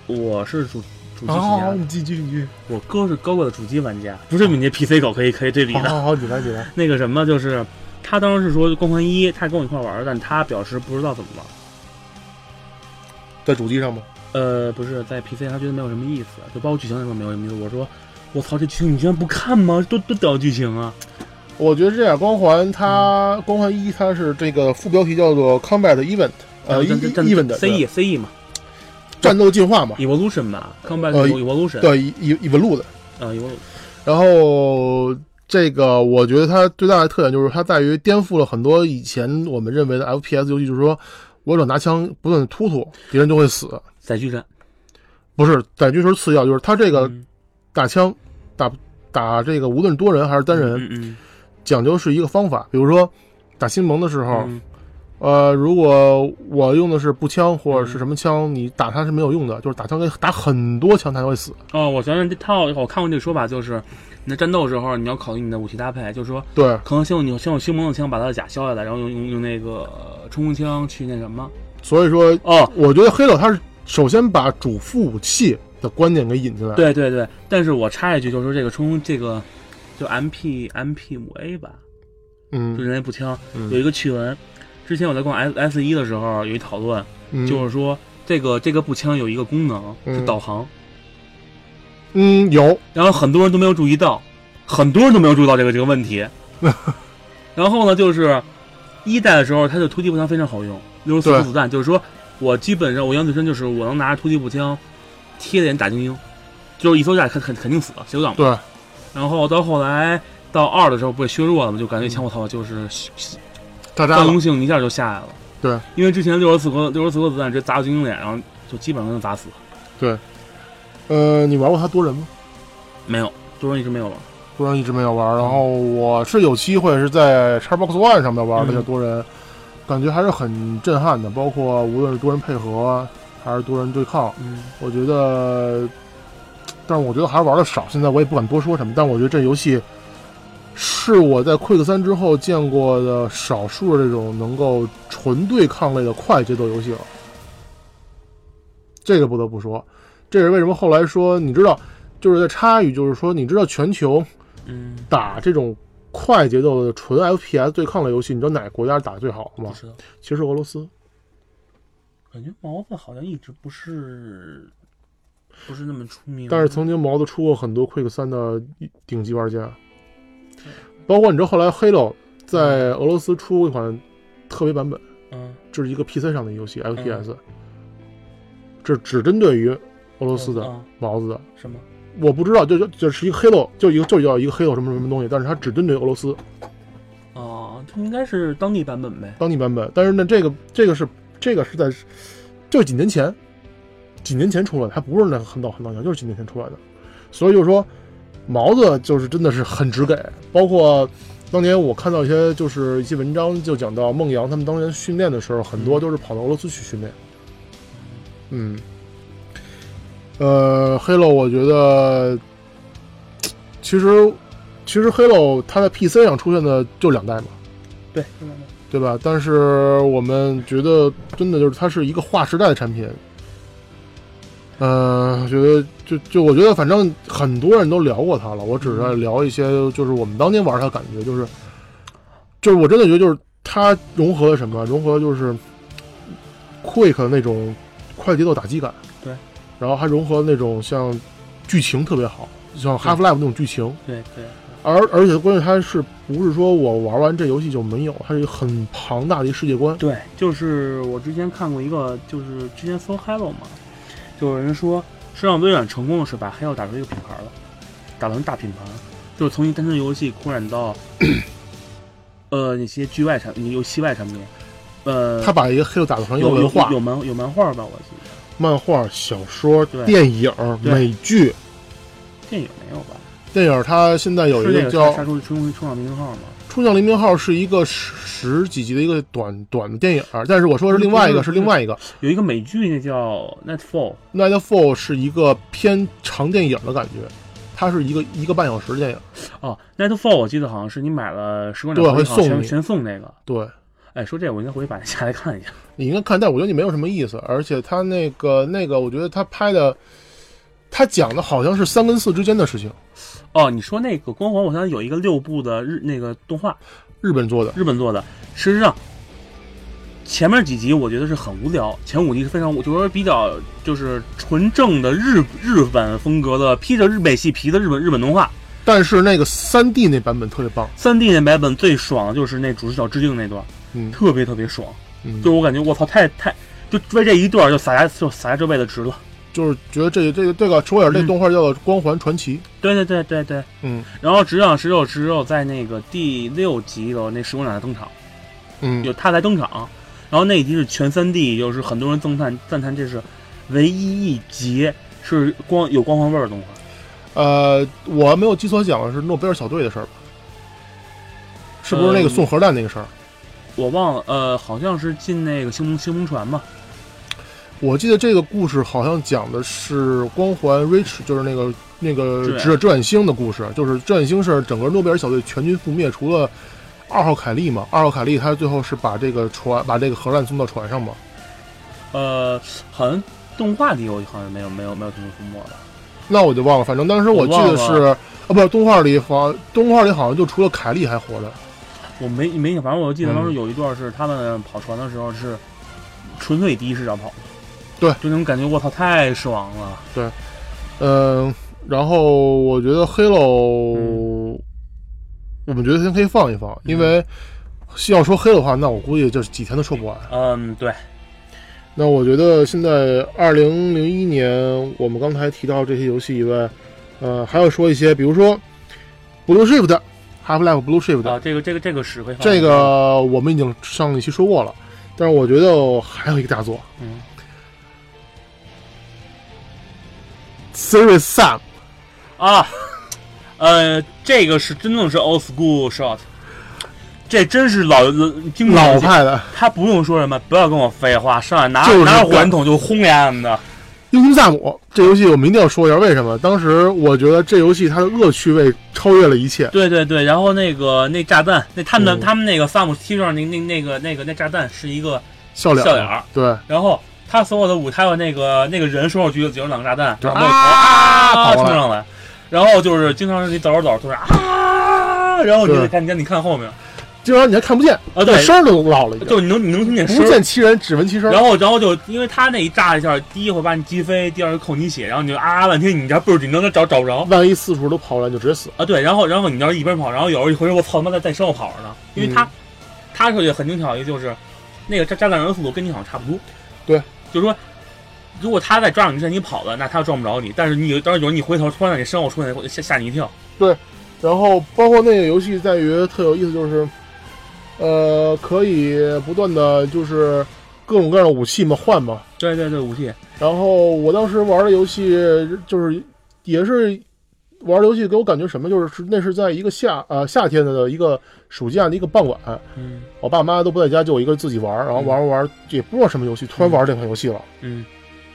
[SPEAKER 3] 我是主主机起
[SPEAKER 2] 好
[SPEAKER 3] 家
[SPEAKER 2] 好，
[SPEAKER 3] 的，
[SPEAKER 2] 你继续继续。
[SPEAKER 3] 我哥是高贵的主机玩家，不是你那 (laughs) PC 狗可以可以对比
[SPEAKER 2] 好
[SPEAKER 3] 的。
[SPEAKER 2] 好好，你来你来。
[SPEAKER 3] 那个什么，就是他当时是说《光环一》，他跟我一块玩儿，但他表示不知道怎么玩儿。
[SPEAKER 2] 在主机上吗？
[SPEAKER 3] 呃，不是在 PC，他觉得没有什么意思，就包括剧情什么没有什么意思。我说，我操，这剧情你居然不看吗？多多屌剧情啊！
[SPEAKER 2] 我觉得这样，光环它、
[SPEAKER 3] 嗯
[SPEAKER 2] 光环一它是这个副标题叫做 Combat Event，呃
[SPEAKER 3] 战战
[SPEAKER 2] ，Event 的
[SPEAKER 3] CE CE 嘛
[SPEAKER 2] 战斗进化嘛，
[SPEAKER 3] E ，Evolution 吧，Combat
[SPEAKER 2] 呃
[SPEAKER 3] Evolution，
[SPEAKER 2] 对一一文路的。
[SPEAKER 3] 呃，Evolution，
[SPEAKER 2] 然后这个我觉得它最大的特点就是它在于颠覆了很多以前我们认为的 FPS 游戏，就是说我只要拿枪不断的突突，敌人就会死，
[SPEAKER 3] 载具战，
[SPEAKER 2] 不是在军时次要，就是它这个
[SPEAKER 3] 嗯
[SPEAKER 2] 打枪打打这个无论是多人还是单人，
[SPEAKER 3] 嗯嗯
[SPEAKER 2] 讲究是一个方法，比如说。打新盟的时候，
[SPEAKER 3] 嗯，
[SPEAKER 2] 呃，如果我用的是步枪或者是什么枪，你打他是没有用的，就是打枪得打很多枪才会死。
[SPEAKER 3] 哦，我觉得这套我看过这个说法，就是你在战斗的时候，你要考虑你的武器搭配，就是说
[SPEAKER 2] 对，
[SPEAKER 3] 可能先用你先用星盟的枪把他的甲削下来，然后用用用那个呃冲锋枪去那什么。
[SPEAKER 2] 所以说，
[SPEAKER 3] 哦，
[SPEAKER 2] 我觉得黑老他是首先把主副武器的观点给引进来。，
[SPEAKER 3] 对对对，但是我插一句，就是说这个冲这个就 M P M P 五 A 吧，就
[SPEAKER 2] 嗯
[SPEAKER 3] 是那步枪、
[SPEAKER 2] 嗯
[SPEAKER 3] 有一个趣闻。之前我在逛 S S 一的时候有一讨论，
[SPEAKER 2] 嗯，
[SPEAKER 3] 就是说这个这个步枪有一个功能是
[SPEAKER 2] 嗯
[SPEAKER 3] 导航，
[SPEAKER 2] 嗯有，
[SPEAKER 3] 然后很多人都没有注意到，很多人都没有注意到这个这个问
[SPEAKER 2] (laughs)
[SPEAKER 3] 题。然后呢，就是一代的时候，它的突击步枪非常好用，六十四
[SPEAKER 2] 对
[SPEAKER 3] 颗子弹，就是说我基本上我印象最深就是我能拿着突击步枪贴脸打精英，就是一搜下肯肯肯定死了，谁都挡不住。
[SPEAKER 2] 对，
[SPEAKER 3] 然后到后来到二的时候不是削弱了吗？就感觉枪我操就是
[SPEAKER 2] 大家
[SPEAKER 3] 战功性一下就下来了。
[SPEAKER 2] 嗯对，
[SPEAKER 3] 因为之前六十四颗六十四颗子弹直接砸到精英脸，然后就基本上能砸死。
[SPEAKER 2] 呃，你玩过他多人吗？
[SPEAKER 3] 没有，多人一直没有玩。
[SPEAKER 2] 多人一直没有玩，然后我是有机会是在 Xbox One 上面玩的
[SPEAKER 3] 嗯
[SPEAKER 2] 这多人，感觉还是很震撼的，包括无论是多人配合还是多人对抗。
[SPEAKER 3] 嗯，
[SPEAKER 2] 我觉得，但是我觉得还是玩的少。现在我也不敢多说什么，但我觉得这游戏是我在 Quick 三之后见过的少数这种能够纯对抗类的快节奏游戏了。这个不得不说，这是为什么后来说，你知道，就是在插语，就是说，你知道全球
[SPEAKER 3] 嗯，
[SPEAKER 2] 打这种快节奏的纯 FPS 对抗类游戏，你知道哪个国家打得最好吗
[SPEAKER 3] 不？知道。
[SPEAKER 2] 其实俄罗斯。
[SPEAKER 3] 感觉毛子好像一直不是不是那么出名，
[SPEAKER 2] 但是曾经毛子出过很多 Quick 三的顶级玩家，包括你知道后来 Halo 在俄罗斯出过一款特别版本，
[SPEAKER 3] 嗯
[SPEAKER 2] 这是一个 PC 上的游戏 FPS，这只针对于俄罗斯的
[SPEAKER 3] 嗯
[SPEAKER 2] 毛子的。
[SPEAKER 3] 嗯什么
[SPEAKER 2] 我不知道，就就就是一个黑豆，就一个就叫一个黑豆什么什么东西，但是它只针对俄罗斯
[SPEAKER 3] 哦，这应该是当地版本呗。
[SPEAKER 2] 当地版本。但是呢，这个这个是这个是在就几年前，几年前出来的，还不是那很早很早以前，就是几年前出来的。所以就是说，毛子就是真的是很直给，包括当年我看到一些就是一些文章就讲到孟阳他们当年训练的时候，很多都是跑到俄罗斯去训练。嗯，呃，黑喽，我觉得其实其实黑喽它在 PC 上出现的就两代嘛，
[SPEAKER 3] 对，
[SPEAKER 2] 对吧？但是我们觉得真的就是它是一个划时代的产品。呃，我觉得就就我觉得反正很多人都聊过它了，我只是在聊一些就是我们当年玩它的感觉，就是就是我真的觉得就是它融合了什么，融合了就是 Quick 的那种快节奏打击感，
[SPEAKER 3] 对，
[SPEAKER 2] 然后还融合了那种像剧情特别好，像 Half Life 那种剧情，
[SPEAKER 3] 对对，
[SPEAKER 2] 而而且关键它是不是说我玩完这游戏就没有，它是一个很庞大的一世界观，
[SPEAKER 3] 对，就是我之前看过一个，就是之前搜 Hello 嘛，就有人说，实际上微软成功的是把 Hello 打出一个品牌了，打成大品牌，就是从一单纯游戏扩展到， (clears throat) 呃，那些剧外产，游戏外产品，呃，
[SPEAKER 2] 它把一个黑色打造成一个
[SPEAKER 3] 有
[SPEAKER 2] 文
[SPEAKER 3] 有
[SPEAKER 2] 化
[SPEAKER 3] 有漫有漫画吧，我记得
[SPEAKER 2] 漫画、小说、
[SPEAKER 3] 对
[SPEAKER 2] 电影、
[SPEAKER 3] 对
[SPEAKER 2] 美剧。
[SPEAKER 3] 电影没有吧？
[SPEAKER 2] 电影它现在有
[SPEAKER 3] 是
[SPEAKER 2] 一
[SPEAKER 3] 那
[SPEAKER 2] 个
[SPEAKER 3] 个
[SPEAKER 2] 叫
[SPEAKER 3] 杀杀出冲冲上名号吗？
[SPEAKER 2] 《冲向黎明号》，是一个十十几集的一个短短的电影，但是我说的是另外一个，
[SPEAKER 3] 嗯
[SPEAKER 2] 是另外一个。
[SPEAKER 3] 有一个美剧，那叫 Nightfall，
[SPEAKER 2] Nightfall 是一个偏长电影的感觉，它是一个一个半小时的电影。
[SPEAKER 3] 哦，Nightfall 我记得好像是你买了十块
[SPEAKER 2] 对
[SPEAKER 3] 两
[SPEAKER 2] 会
[SPEAKER 3] 块
[SPEAKER 2] 送
[SPEAKER 3] 全
[SPEAKER 2] 你
[SPEAKER 3] 全送那个。
[SPEAKER 2] 对
[SPEAKER 3] 哎，说这个我应该回去把它下来看一下。
[SPEAKER 2] 你应该看，但我觉得你没有什么意思。而且它那个那个，我觉得它拍的，它讲的好像是三跟四之间的事情，
[SPEAKER 3] 哦，你说那个《光环》，我想有一个六部的日那个动画，
[SPEAKER 2] 日本做的。
[SPEAKER 3] 日本做的。事实上，前面几集我觉得是很无聊，前五集是非常，我就说比较就是纯正的日日本风格的，披着日美系皮的日本日本动画。
[SPEAKER 2] 但是那个三 D 那版本特别棒，
[SPEAKER 3] 三 D 那版本最爽的就是那主视角致敬那段，
[SPEAKER 2] 嗯
[SPEAKER 3] 特别特别爽，
[SPEAKER 2] 嗯，
[SPEAKER 3] 就是我感觉我操，太太就为这一段就洒下就洒下这辈子值了。
[SPEAKER 2] 就是觉得这这个这个除尔这
[SPEAKER 3] 嗯
[SPEAKER 2] 动画叫做《光环传奇》。
[SPEAKER 3] 对对对对对，
[SPEAKER 2] 嗯
[SPEAKER 3] 然后只有只有只有在那个第六集的那时光奶登场。
[SPEAKER 2] 嗯，
[SPEAKER 3] 有他来登场，然后那一集是全三 D，就是很多人赞叹赞叹这是唯一一集是光有光环味儿的动画。
[SPEAKER 2] 呃，我没有记错，讲的是诺贝尔小队的事儿吧？是不是那个
[SPEAKER 3] 嗯
[SPEAKER 2] 送核弹那个事儿？
[SPEAKER 3] 我忘了，呃，好像是进那个星盟星盟船嘛，
[SPEAKER 2] 我记得这个故事好像讲的是光环 Rich，就是那个那
[SPEAKER 3] 志
[SPEAKER 2] 个
[SPEAKER 3] 远
[SPEAKER 2] 志志愿星的故事，就是志愿星是整个诺贝尔小队全军覆灭，除了二号凯利嘛，二号凯利他最后是把这个船把这个核弹送到船上嘛，
[SPEAKER 3] 呃，好像动画里我好像没有没有没有听说出没吧。
[SPEAKER 2] 那我就忘了，反正当时我记得
[SPEAKER 3] 我忘
[SPEAKER 2] 是啊，不是动画里好像动画里好像就除了凯利还活着，
[SPEAKER 3] 我没没印象，反正我记得当
[SPEAKER 2] 嗯
[SPEAKER 3] 时有一段是他们跑船的时候是纯粹以第一视角跑的，
[SPEAKER 2] 对
[SPEAKER 3] 就那种感觉，我操，太爽了。
[SPEAKER 2] 嗯，然后我觉得 Halo，、我们觉得先可以放一放，因
[SPEAKER 3] 嗯
[SPEAKER 2] 为要说 Halo 的话，那我估计这几天都说不完。
[SPEAKER 3] 嗯，对，
[SPEAKER 2] 那我觉得现在二零零一年，我们刚才提到这些游戏以外，呃，还要说一些，比如说 Blue Shift、Half-Life Blue Shift，、
[SPEAKER 3] 啊，这个这个这个实惠，
[SPEAKER 2] 这个我们已经上一期说过了，但是我觉得还有一个大作
[SPEAKER 3] 嗯，
[SPEAKER 2] Series 3，
[SPEAKER 3] 啊，呃，这个是真正是 old school shot，这真是老经典
[SPEAKER 2] 老，派的
[SPEAKER 3] 他不用说什么，不要跟我废话，上来拿、
[SPEAKER 2] 就是
[SPEAKER 3] 拿着火箭筒就轰人家的。
[SPEAKER 2] 英雄萨姆这游戏我们一定要说一下，为什么？当时我觉得这游戏它的恶趣味超越了一切。
[SPEAKER 3] 对对对，然后那个那炸弹，那他们的、
[SPEAKER 2] 嗯
[SPEAKER 3] 他们那个萨姆 T 恤上那那那个那个那炸弹是一个
[SPEAKER 2] 笑脸，
[SPEAKER 3] 笑脸儿
[SPEAKER 2] 对，
[SPEAKER 3] 然后他所有的舞，还有那个那个人手上举举着两个炸弹，
[SPEAKER 2] 对
[SPEAKER 3] 然后冒头
[SPEAKER 2] 啊
[SPEAKER 3] 啊
[SPEAKER 2] 跑过
[SPEAKER 3] 冲
[SPEAKER 2] 来
[SPEAKER 3] 上来，然后就是经常是你走着走着突然啊，然后你
[SPEAKER 2] 对
[SPEAKER 3] 得看你看你看后面
[SPEAKER 2] 经常你还看不见，
[SPEAKER 3] 啊，对，
[SPEAKER 2] 声儿都落了已经，
[SPEAKER 3] 就你能你能听见声
[SPEAKER 2] 不
[SPEAKER 3] 儿。
[SPEAKER 2] 见其人，只闻其声。
[SPEAKER 3] 然后，然后就因为他那一炸一下，第一会把你击飞，第二个扣你血，然后你就啊啊半天，你家倍儿紧张，他找找不着
[SPEAKER 2] 万一四处都跑过来，你就直接死了。
[SPEAKER 3] 啊。对，然后然后你要是一边跑，然后有时候一回头，我操他妈在在身后跑着呢，因为他、
[SPEAKER 2] 嗯
[SPEAKER 3] 他说也很精巧，也就是那个炸炸弹人的速度跟你好像差不多。
[SPEAKER 2] 对，
[SPEAKER 3] 就是说如果他再抓你之前你跑了，那他撞不着你。但是你有，当时有时候你回头突然在你身后出现，吓吓你一跳。
[SPEAKER 2] 然后包括那个游戏在于特有意思，就是，呃，可以不断的就是各种各样的武器嘛换嘛。
[SPEAKER 3] 对对对，武器，
[SPEAKER 2] 然后我当时玩的游戏就是也是玩的游戏给我感觉什么，就是是那是在一个夏呃夏天的一个暑假的一个傍晚，
[SPEAKER 3] 嗯
[SPEAKER 2] 我爸妈都不在家，就我一个人自己玩，然后玩着玩着也不知道什么游戏，突然玩这款游戏了，
[SPEAKER 3] 嗯，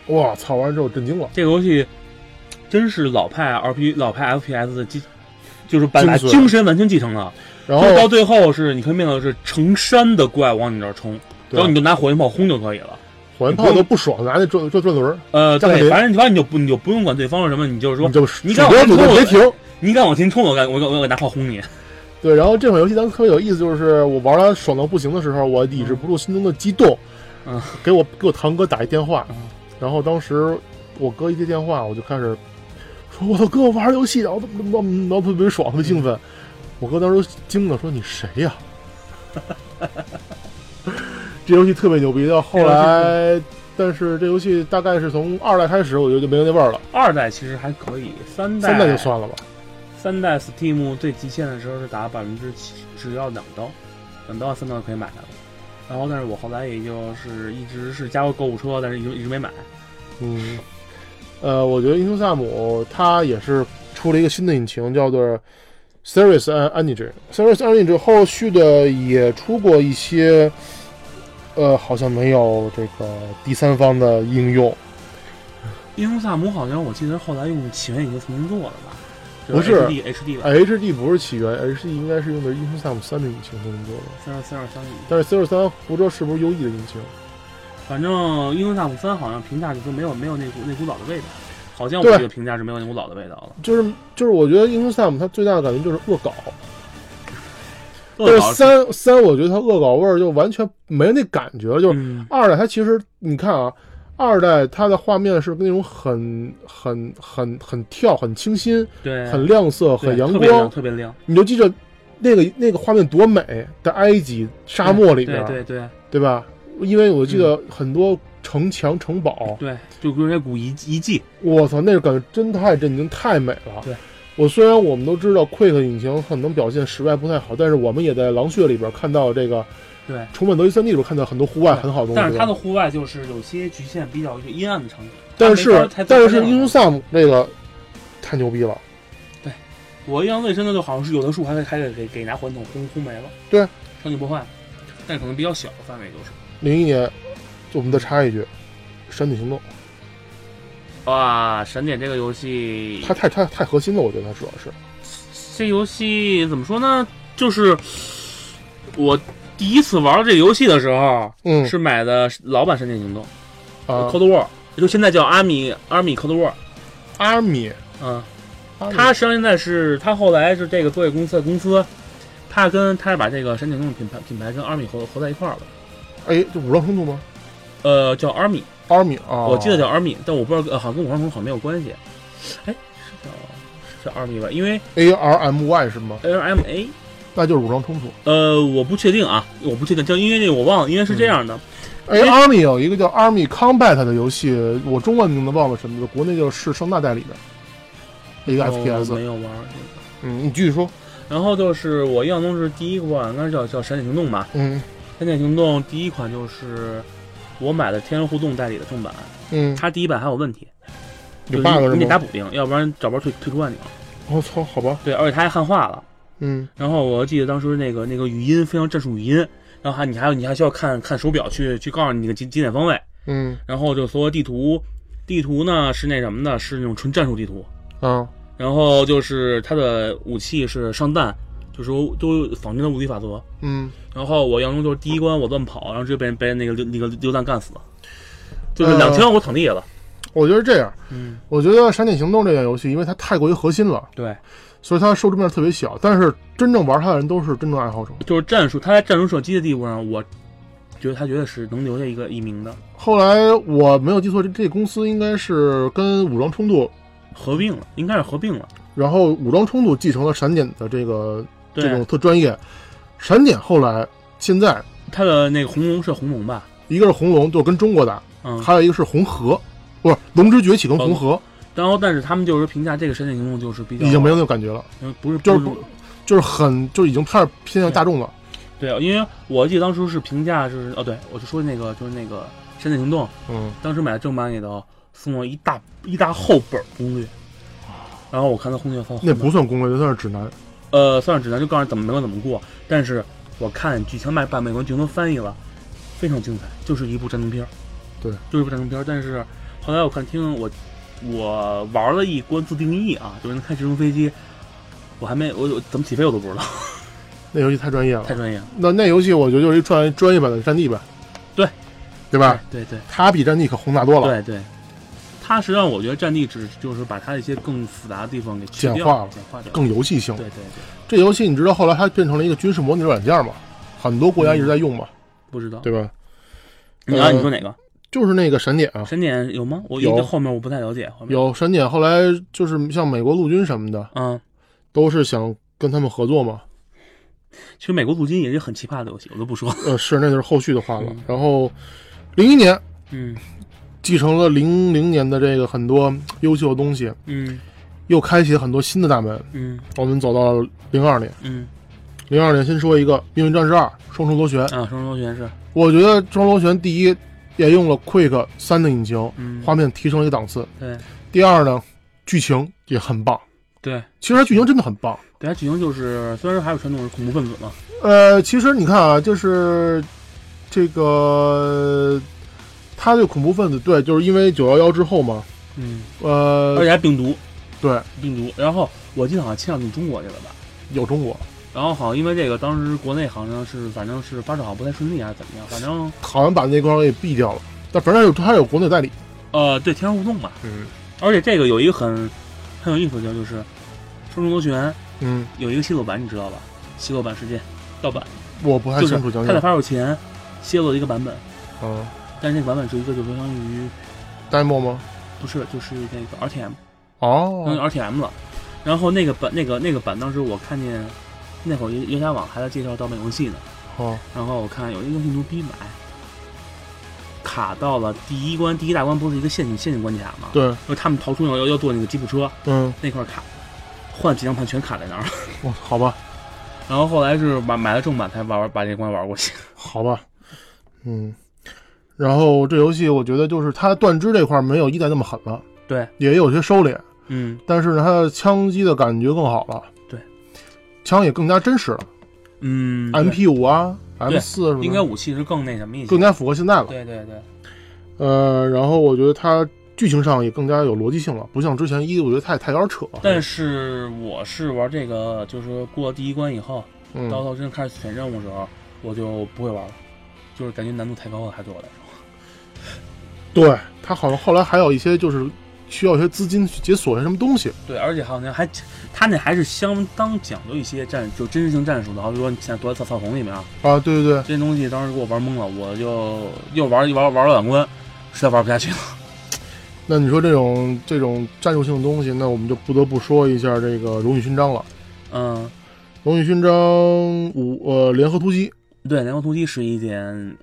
[SPEAKER 2] 哇操！玩完之后震惊了，
[SPEAKER 3] 这个游戏真是老派 RPG、老派 FPS 的基，就是把
[SPEAKER 2] 精
[SPEAKER 3] 把
[SPEAKER 2] 髓哦
[SPEAKER 3] 精神完全继承了。
[SPEAKER 2] 然
[SPEAKER 3] 就是到
[SPEAKER 2] 后
[SPEAKER 3] 最后是你可以面对的是成山的怪往你这儿冲，
[SPEAKER 2] 对
[SPEAKER 3] 然后你就拿火焰炮轰就可以了。
[SPEAKER 2] 火焰炮都不爽，拿那转转转轮儿，
[SPEAKER 3] 呃，
[SPEAKER 2] 加特
[SPEAKER 3] 对，
[SPEAKER 2] 林
[SPEAKER 3] 反正反正你就不你就不用管对方是什么，你就是说
[SPEAKER 2] 你就
[SPEAKER 3] 你
[SPEAKER 2] 你
[SPEAKER 3] 看我
[SPEAKER 2] 别主动别停。
[SPEAKER 3] 你敢往前冲，我敢我敢我敢拿炮轰你。
[SPEAKER 2] 对，然后这款游戏当时特别有意思，就是我玩它爽到不行的时候，我抑制不住心中的激动，
[SPEAKER 3] 嗯，
[SPEAKER 2] 给我给我堂哥打一电话
[SPEAKER 3] 嗯，
[SPEAKER 2] 然后当时我哥一接电话，我就开始说：“我操，哥，我玩游戏，然后怎么怎么怎么，然后特别爽，特别
[SPEAKER 3] 嗯
[SPEAKER 2] 兴奋。”我哥当时惊了，说：“你谁呀、 (laughs) 这游戏特别牛逼，到后来，但是这游戏大概是从二代开始，我觉得就没有那味儿了，
[SPEAKER 3] 二代其实还可以，三代
[SPEAKER 2] 三代就算了吧。
[SPEAKER 3] 三代 Steam 最极限的时候是打百分之七，只要两刀，两刀三刀就可以买它了。然后，但是我后来也就是一直是加过购物车，但是一直一直没买。
[SPEAKER 2] 嗯，呃，我觉得英雄萨姆它也是出了一个新的引擎，叫做 Service Engine。Service Engine 后续的也出过一些，呃，好像没有这个第三方的应用。
[SPEAKER 3] 英雄萨姆好像我记得后来用起源已经重新做了吧？
[SPEAKER 2] 不是
[SPEAKER 3] HD HD 吧？
[SPEAKER 2] HD 不是起源，HD 应该是用的英雄萨姆三的引擎工作的，
[SPEAKER 3] 三二三二三五。
[SPEAKER 2] 但是 Service 三不知道是不是 UE 的引擎。
[SPEAKER 3] 反正英雄萨姆三好像评价就说没有没有那股那股老的味道，好像我
[SPEAKER 2] 对
[SPEAKER 3] 这个评价是没有那股老的味道了。
[SPEAKER 2] 就是就是，我觉得英雄萨姆它最大的感觉就是恶搞，
[SPEAKER 3] 恶
[SPEAKER 2] 但
[SPEAKER 3] 搞
[SPEAKER 2] 是三三我觉得它恶搞味儿就完全没那感觉了，就是
[SPEAKER 3] 嗯
[SPEAKER 2] 二代它其实你看啊，二代它的画面是那种很很很很跳、很清新、
[SPEAKER 3] 对
[SPEAKER 2] 很亮色、
[SPEAKER 3] 对
[SPEAKER 2] 很阳
[SPEAKER 3] 特别亮，
[SPEAKER 2] 光，
[SPEAKER 3] 特别亮，
[SPEAKER 2] 你就记着那个那个画面多美，在埃及沙漠里边，
[SPEAKER 3] 对对嗯对
[SPEAKER 2] 对吧？因为我记得很多城墙、城堡，
[SPEAKER 3] 对，就跟那股遗遗迹，
[SPEAKER 2] 我操，那个感觉真太震惊、太美了。
[SPEAKER 3] 对。
[SPEAKER 2] 我虽然我们都知道 Quick 引擎可能表现室外不太好，但是我们也在狼穴里边看到这个
[SPEAKER 3] 对。
[SPEAKER 2] 重返德云三 D 里边看到很多户外很好的东西。
[SPEAKER 3] 但是
[SPEAKER 2] 对吧
[SPEAKER 3] 它的户外就是有些局限比较阴暗的场景，
[SPEAKER 2] 但
[SPEAKER 3] 它
[SPEAKER 2] 是
[SPEAKER 3] 没法太
[SPEAKER 2] 但
[SPEAKER 3] 太
[SPEAKER 2] 是
[SPEAKER 3] 亮
[SPEAKER 2] 英雄萨姆这个太牛逼了，
[SPEAKER 3] 我印象最深的就好像是有的树还给还给给给拿火筒轰轰没了，
[SPEAKER 2] 对，
[SPEAKER 3] 场景破坏，但可能比较小范围就是。
[SPEAKER 2] 零一年，就我们再插一句，《山体行动
[SPEAKER 3] 哇，闪点这个游戏》
[SPEAKER 2] 它太太太核心了，我觉得它主要是
[SPEAKER 3] 这游戏怎么说呢？就是我第一次玩这游戏的时候，
[SPEAKER 2] 嗯
[SPEAKER 3] 是买的老版《闪电行动》
[SPEAKER 2] 啊
[SPEAKER 3] Cold War，就现在叫阿米阿米 Cold War。
[SPEAKER 2] 阿米，
[SPEAKER 3] 嗯，
[SPEAKER 2] 阿米
[SPEAKER 3] 它实际上现在是它后来是这个作业公司的公司，它跟它把这个《闪电行动》品牌品牌跟阿米合合在一块儿了。
[SPEAKER 2] 哎，这武装冲突吗？
[SPEAKER 3] 呃，叫 Army，、
[SPEAKER 2] 阿米啊，
[SPEAKER 3] 我记得叫 Army，但我不知道，呃、好像跟武装冲突好像没有关系。哎，是叫是叫 Army 吧？因为
[SPEAKER 2] A R M Y 是吗？
[SPEAKER 3] LMA
[SPEAKER 2] 那就是武装冲突。
[SPEAKER 3] 呃，我不确定啊，我不确定，就因为这个我忘了，因为是这样的，
[SPEAKER 2] 哎
[SPEAKER 3] 因为
[SPEAKER 2] ，Army 有一个叫 Army Combat 的游戏，我中文名字忘了什么的，国内就是盛大代理的一个
[SPEAKER 3] 我
[SPEAKER 2] FPS。
[SPEAKER 3] 哦没有玩儿这
[SPEAKER 2] 嗯，你继续说。
[SPEAKER 3] 个。然后就是我印象中是第一款，应该叫叫《闪电行动》吧，
[SPEAKER 2] 嗯
[SPEAKER 3] 《闪电行动》第一款就是我买的天然互动代理的正版，
[SPEAKER 2] 嗯，
[SPEAKER 3] 它第一版还有问题，
[SPEAKER 2] 有
[SPEAKER 3] 就是
[SPEAKER 2] bug
[SPEAKER 3] 你
[SPEAKER 2] 是
[SPEAKER 3] 得打
[SPEAKER 2] 吗？
[SPEAKER 3] 补丁，要不然找不着退退出按钮。
[SPEAKER 2] 我操，好吧，
[SPEAKER 3] 对，而且它还汉化了。
[SPEAKER 2] 嗯。
[SPEAKER 3] 然后我记得当时那个那个语音非常战术语音，然后还你还有你还需要看看手表去去告诉你那个几几点方位，
[SPEAKER 2] 嗯
[SPEAKER 3] 然后就所有地图，地图呢是那什么的，是那种纯战术地图。
[SPEAKER 2] 啊，
[SPEAKER 3] 然后就是它的武器是上弹，就是说都仿真的物理法则。
[SPEAKER 2] 嗯，
[SPEAKER 3] 然后我杨中就是第一关我乱跑，然后直接被被那个流那个流弹干死了，
[SPEAKER 2] 呃
[SPEAKER 3] 就是两枪我躺地下了。
[SPEAKER 2] 我觉得这样，
[SPEAKER 3] 嗯，
[SPEAKER 2] 我觉得《闪点行动》这款游戏，因为它太过于核心了，
[SPEAKER 3] 对，
[SPEAKER 2] 所以它受众面特别小。但是真正玩它的人都是真正爱好者。
[SPEAKER 3] 就是战术，他在战术射击的地步上，我觉得他绝对是能留下一个一名的，
[SPEAKER 2] 后来我没有记错，这这公司应该是跟武装冲突，
[SPEAKER 3] 合并了，应该是合并了。
[SPEAKER 2] 然后武装冲突继承了闪点的这个
[SPEAKER 3] 对
[SPEAKER 2] 这种特专业。闪点后来现在
[SPEAKER 3] 他的那个红龙是红龙吧？
[SPEAKER 2] 一个是红龙，就跟中国打，
[SPEAKER 3] 嗯，
[SPEAKER 2] 还有一个是红河，不是《龙之崛起》跟《红河
[SPEAKER 3] 然后但是他们就是评价这个神剑行动就是比》较
[SPEAKER 2] 已经没有那种感觉了，
[SPEAKER 3] 嗯不是
[SPEAKER 2] 就是
[SPEAKER 3] 不
[SPEAKER 2] 不就是很就已经开始偏向大众了。
[SPEAKER 3] 对，因为我记得当初是评价是哦对，我就说那个就是那个神剑行动，
[SPEAKER 2] 嗯，
[SPEAKER 3] 当时买正版里头送了一大一大厚本儿攻略，然后我看他攻略方
[SPEAKER 2] 那不算攻略，那算是指南。
[SPEAKER 3] 呃，算是指南，就告诉你怎么没关怎么过。但是我看剧情版把美国剧情都翻译了，非常精彩，就是一部战争片儿。
[SPEAKER 2] 对，
[SPEAKER 3] 就是一部战争片儿。但是后来我看听我我玩了一关自定义啊，就是能开直升飞机，我还没我我怎么起飞我都不知道，
[SPEAKER 2] 那游戏太专业了
[SPEAKER 3] 太。专业了。
[SPEAKER 2] 那那游戏我觉得就是一专专业版的战地呗，
[SPEAKER 3] 对，
[SPEAKER 2] 对吧？
[SPEAKER 3] 对对
[SPEAKER 2] 它比战地可宏大多了。
[SPEAKER 3] 对对，它实际上我觉得战地只就是把它一些更复杂的地方给去
[SPEAKER 2] 简
[SPEAKER 3] 掉
[SPEAKER 2] 化了
[SPEAKER 3] 简化掉。
[SPEAKER 2] 更游戏性
[SPEAKER 3] 对，对对，
[SPEAKER 2] 这游戏你知道后来它变成了一个军事模拟软件嘛？很多国家一直在用嘛，
[SPEAKER 3] 不知道。
[SPEAKER 2] 对吧？
[SPEAKER 3] 你啊，
[SPEAKER 2] 呃
[SPEAKER 3] 你说哪个？
[SPEAKER 2] 就是那个闪点啊，
[SPEAKER 3] 闪点有吗？我
[SPEAKER 2] 有
[SPEAKER 3] 一直后面我不太了解。后面
[SPEAKER 2] 有闪点，后来就是像美国陆军什么的，
[SPEAKER 3] 嗯，
[SPEAKER 2] 都是想跟他们合作嘛。
[SPEAKER 3] 其实美国陆军也是很奇葩的游戏，我都不说。
[SPEAKER 2] 呃，是，那就是后续的话了
[SPEAKER 3] 嗯。
[SPEAKER 2] 然后，零一年
[SPEAKER 3] (laughs) 嗯
[SPEAKER 2] 继承了零零年的这个很多嗯优秀的东西，
[SPEAKER 3] 嗯
[SPEAKER 2] 又开启了很多新的大门。
[SPEAKER 3] 嗯
[SPEAKER 2] 我们走到了零二年，
[SPEAKER 3] 嗯
[SPEAKER 2] 零二年先说一个《命运战士二：双重螺旋》，
[SPEAKER 3] 啊，双螺旋是
[SPEAKER 2] 我觉得双重螺旋第一也用了 Quick 三的引擎，
[SPEAKER 3] 嗯，
[SPEAKER 2] 画面提升了一个档次。
[SPEAKER 3] 对
[SPEAKER 2] 第二呢，剧情也很棒，
[SPEAKER 3] 对
[SPEAKER 2] 其实它剧情真的很棒。
[SPEAKER 3] 对，它剧情就是虽然说还有传统是恐怖分子嘛，
[SPEAKER 2] 呃，其实你看啊，就是这个他对恐怖分子，对，就是因为九幺幺之后嘛，
[SPEAKER 3] 嗯，而
[SPEAKER 2] 呃，
[SPEAKER 3] 且还病毒
[SPEAKER 2] 对，
[SPEAKER 3] 病毒，然后我记得好像迁到你中国去了吧，
[SPEAKER 2] 有中国，
[SPEAKER 3] 然后好像因为这个当时国内好像是反正是发展好像不太顺利还是怎么样，反正
[SPEAKER 2] 好像把那块儿给毙掉了。但反正有他有国内代理，
[SPEAKER 3] 呃对天然互动嘛，
[SPEAKER 2] 嗯
[SPEAKER 3] 而且这个有一个很很有意思的就是双重螺旋
[SPEAKER 2] 嗯，
[SPEAKER 3] 有一个泄露版你知道吧？泄露版事件盗版，
[SPEAKER 2] 我不太
[SPEAKER 3] 就是
[SPEAKER 2] 清楚讲
[SPEAKER 3] 它在
[SPEAKER 2] 讲，
[SPEAKER 3] 发售前泄露了一个版本。
[SPEAKER 2] 嗯
[SPEAKER 3] 但是那个版本是一个就相当于
[SPEAKER 2] ，demo 吗？
[SPEAKER 3] 不是就是那个 RTM，相当于
[SPEAKER 2] 哦，
[SPEAKER 3] RTM 了。然后那个版那个那个版当时我看见那会儿游游侠网还在介绍盗版游戏呢，
[SPEAKER 2] 哦，
[SPEAKER 3] 然后我看有一个游戏牛逼买，卡到了第一关第一大关不是一个陷阱陷阱关卡吗？，
[SPEAKER 2] 对，
[SPEAKER 3] 就是他们逃出要要要坐那个吉普车
[SPEAKER 2] 嗯，
[SPEAKER 3] 那块卡，换几张盘全卡在那儿了。
[SPEAKER 2] 哇，好吧，
[SPEAKER 3] 然后后来是买买了正版才玩把这关玩过去。
[SPEAKER 2] 好吧，嗯，然后这游戏我觉得就是它断肢这块儿没有一代那么狠了，
[SPEAKER 3] 对，
[SPEAKER 2] 也有些收敛，
[SPEAKER 3] 嗯，
[SPEAKER 2] 但是呢，它的枪击的感觉更好了，
[SPEAKER 3] 对，
[SPEAKER 2] 枪也更加真实了
[SPEAKER 3] 嗯对
[SPEAKER 2] ，MP 五啊，M
[SPEAKER 3] 对
[SPEAKER 2] 四什么的
[SPEAKER 3] 应该武器是更那什么一些，
[SPEAKER 2] 更加符合现在了。
[SPEAKER 3] 对对对，
[SPEAKER 2] 呃，然后我觉得它剧情上也更加有逻辑性了，不像之前一，我觉得太太有点扯。
[SPEAKER 3] 但是我是玩这个，就是说过了第一关以后，
[SPEAKER 2] 嗯
[SPEAKER 3] 到到真开始选任务的时候，我就不会玩了，就是感觉难度太高了，还对我来说。
[SPEAKER 2] 对它好像后来还有一些就是需要一些资金去解锁一些什么东西。
[SPEAKER 3] 对，而且好像还他那还是相当讲究一些战，就真实性战术的，好比说你现在躲在草草丛里面啊，
[SPEAKER 2] 啊，对对对，
[SPEAKER 3] 这些东西当时给我玩懵了，我就又玩一玩玩了两关，实在玩不下去了。
[SPEAKER 2] 那你说这种这种战术性的东西，那我们就不得不说一下这个荣誉勋章了。
[SPEAKER 3] 嗯，
[SPEAKER 2] 荣誉勋章五呃联合突击，
[SPEAKER 3] 对，《联合突击》是一件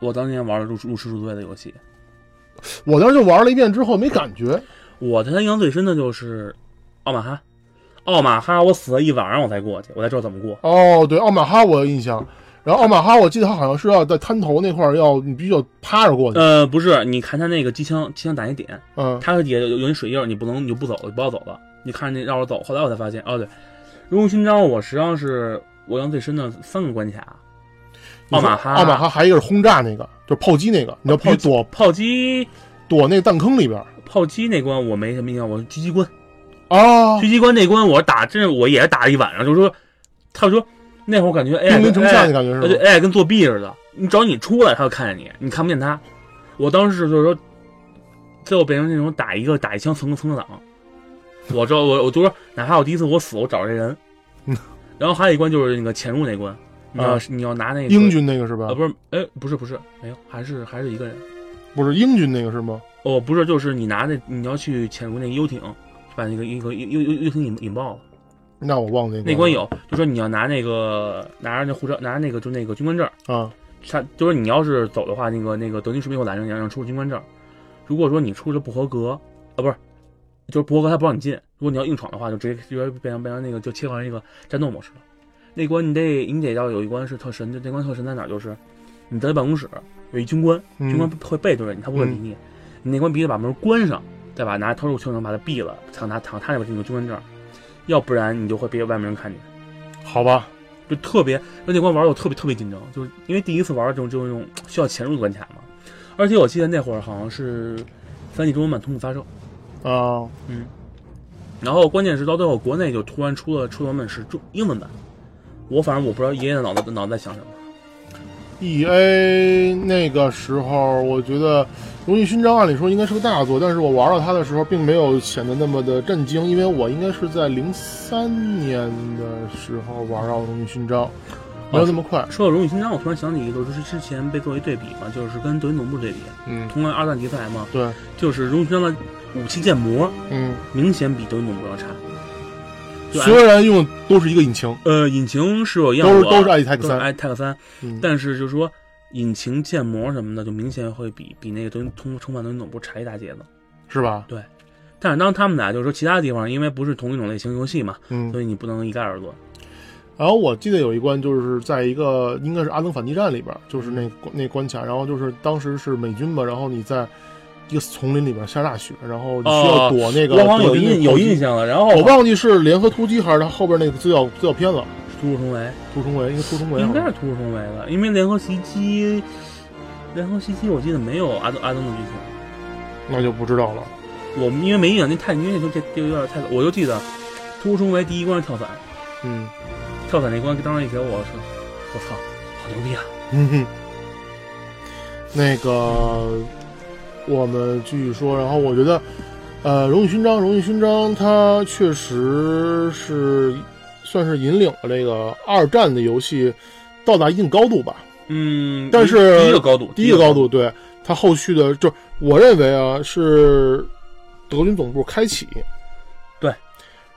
[SPEAKER 3] 我当年玩的入入室入罪的游戏，
[SPEAKER 2] 我当时就玩了一遍之后没感觉，
[SPEAKER 3] 我对他印象最深的就是奥马哈，奥马哈我死了一晚上我才过去，我才知道怎么过。
[SPEAKER 2] 哦，对，奥马哈我有印象。然后奥马哈，我记得他好像是要在滩头那块儿要你必须要趴着过去。
[SPEAKER 3] 呃，不是，你看他那个机枪，机枪打那点，
[SPEAKER 2] 嗯，
[SPEAKER 3] 它底下有有那水印儿，你不能你就不走，你不要走了，你看着那绕着走。后来我才发现，哦对，荣誉勋章我实际上是我印象最深的三个关卡，奥马哈，
[SPEAKER 2] 奥马，哈还有一个是轰炸那个，就是炮击那个，你要必须躲
[SPEAKER 3] 炮击，
[SPEAKER 2] 躲那个弹坑里边儿。
[SPEAKER 3] 炮击那关我没什么印象，我是狙击关，
[SPEAKER 2] 哦
[SPEAKER 3] 狙，击关那关我打，真是我也是打了一晚上，就是说，他说那会儿感觉哎，
[SPEAKER 2] 兵临城下
[SPEAKER 3] 哎
[SPEAKER 2] 的感觉是
[SPEAKER 3] 而且
[SPEAKER 2] 吧？
[SPEAKER 3] 哎，跟作弊似的，你只要你出来，他就看见你，你看不见他。我当时就是说，最后变成那种打一个打一枪蹭个蹭个档。我知道，我我就说，哪怕我第一次我死，我找这人
[SPEAKER 2] 嗯。
[SPEAKER 3] 然后还有一关就是那个潜入那关，你要、
[SPEAKER 2] 啊
[SPEAKER 3] 你要拿那个
[SPEAKER 2] 英军那个是吧
[SPEAKER 3] 啊，？不是，哎，不是不是，没有，还是还是一个人。
[SPEAKER 2] 不是英军那个是吗？
[SPEAKER 3] 哦，不是，就是你拿那你要去潜入那个游艇，把那个一个游游游游艇引引爆了。
[SPEAKER 2] 那我忘了那个
[SPEAKER 3] 那关有，就说你要拿那个拿着那护照，拿着那个就那个军官证。
[SPEAKER 2] 啊，
[SPEAKER 3] 他就是你要是走的话，那个那个德军士兵会拦着你，让你出军官证。如果说你出了不合格，啊，不是，就是不合格，他不让你进。如果你要硬闯的话，就直接直接变成变成那个就切换成一个战斗模式了。那关你得你得要有一关是特神，就那关特神在哪儿？就是你在办公室有一军官，
[SPEAKER 2] 嗯
[SPEAKER 3] 军官会背对着你，他不会理你。你那关必须得把门关上，再把拿掏出球能把它毙了，躺他躺他那边是你的军官证，要不然你就会被外面人看见。
[SPEAKER 2] 好吧，
[SPEAKER 3] 就特别，而且关玩儿我特别特别紧张，就是因为第一次玩儿这种这种这种需要潜入的关卡嘛。而且我记得那会儿好像是三 D 中文版同步发售，
[SPEAKER 2] 啊，
[SPEAKER 3] 然后关键是到最后国内就突然出了出版本是中英文版，我反正我不知道爷爷的脑子脑子在想什么。
[SPEAKER 2] E A 那个时候，我觉得《荣誉勋章》啊按理说应该是个大作，但是我玩到它的时候，并没有显得那么的震惊，因为我应该是在零三年的时候玩到《荣誉勋章》，没
[SPEAKER 3] 啊
[SPEAKER 2] 有那么快。
[SPEAKER 3] 说到荣誉勋章，我突然想起一个，就是之前被作为对比嘛，就是跟德军总部对比，
[SPEAKER 2] 嗯，
[SPEAKER 3] 同样二战题材嘛，
[SPEAKER 2] 对，
[SPEAKER 3] 就是荣誉勋章的武器建模
[SPEAKER 2] 嗯，
[SPEAKER 3] 明显比德军总部要差。就按
[SPEAKER 2] 虽然用的都是一个引擎，
[SPEAKER 3] 呃，引擎是有样
[SPEAKER 2] 都是
[SPEAKER 3] 我
[SPEAKER 2] 都是 i t e
[SPEAKER 3] 都是
[SPEAKER 2] c
[SPEAKER 3] 艾泰克三，
[SPEAKER 2] 嗯，
[SPEAKER 3] 但是就是说引擎建模什么的，就明显会比比那个东通重返东西总部差一大截子。
[SPEAKER 2] 是吧？
[SPEAKER 3] 但是当他们俩就是说其他地方，因为不是同一种类型游戏嘛，
[SPEAKER 2] 嗯，
[SPEAKER 3] 所以你不能一概而论。
[SPEAKER 2] 然后我记得有一关就是在一个应该是阿登反击战里边儿，就是那那关卡，然后就是当时是美军嘛，然后你在一个丛林里边下大雪，然后你需要
[SPEAKER 3] 哦
[SPEAKER 2] 躲那个、
[SPEAKER 3] 我好像有
[SPEAKER 2] 躲那个
[SPEAKER 3] 印有
[SPEAKER 2] 攻击
[SPEAKER 3] 印，象了，然后
[SPEAKER 2] 我忘记是联合突击还是他后边那个资料资料片了，
[SPEAKER 3] 突入重围，
[SPEAKER 2] 突重围应该突重围
[SPEAKER 3] 应
[SPEAKER 2] 好
[SPEAKER 3] 该
[SPEAKER 2] 像
[SPEAKER 3] 是突入重围了，因为联合袭击，联合袭击我记得没有阿登阿登的剧情。
[SPEAKER 2] 那就不知道了。
[SPEAKER 3] 我因为没印象，那太因为那这这有点太，我就记得突入重围第一关是跳伞，
[SPEAKER 2] 嗯，
[SPEAKER 3] 跳伞那关当时一给我是，我操，好牛逼啊！
[SPEAKER 2] 嗯哼， (laughs) 那个我们继续说，然后我觉得，呃，荣誉勋章，荣誉勋章，它确实是算是引领了这个二战的游戏到达一定高度吧，
[SPEAKER 3] 嗯，
[SPEAKER 2] 但是
[SPEAKER 3] 第一个高度，
[SPEAKER 2] 第一个高度，对它后续的，就我认为啊，是德军总部开启，
[SPEAKER 3] 对，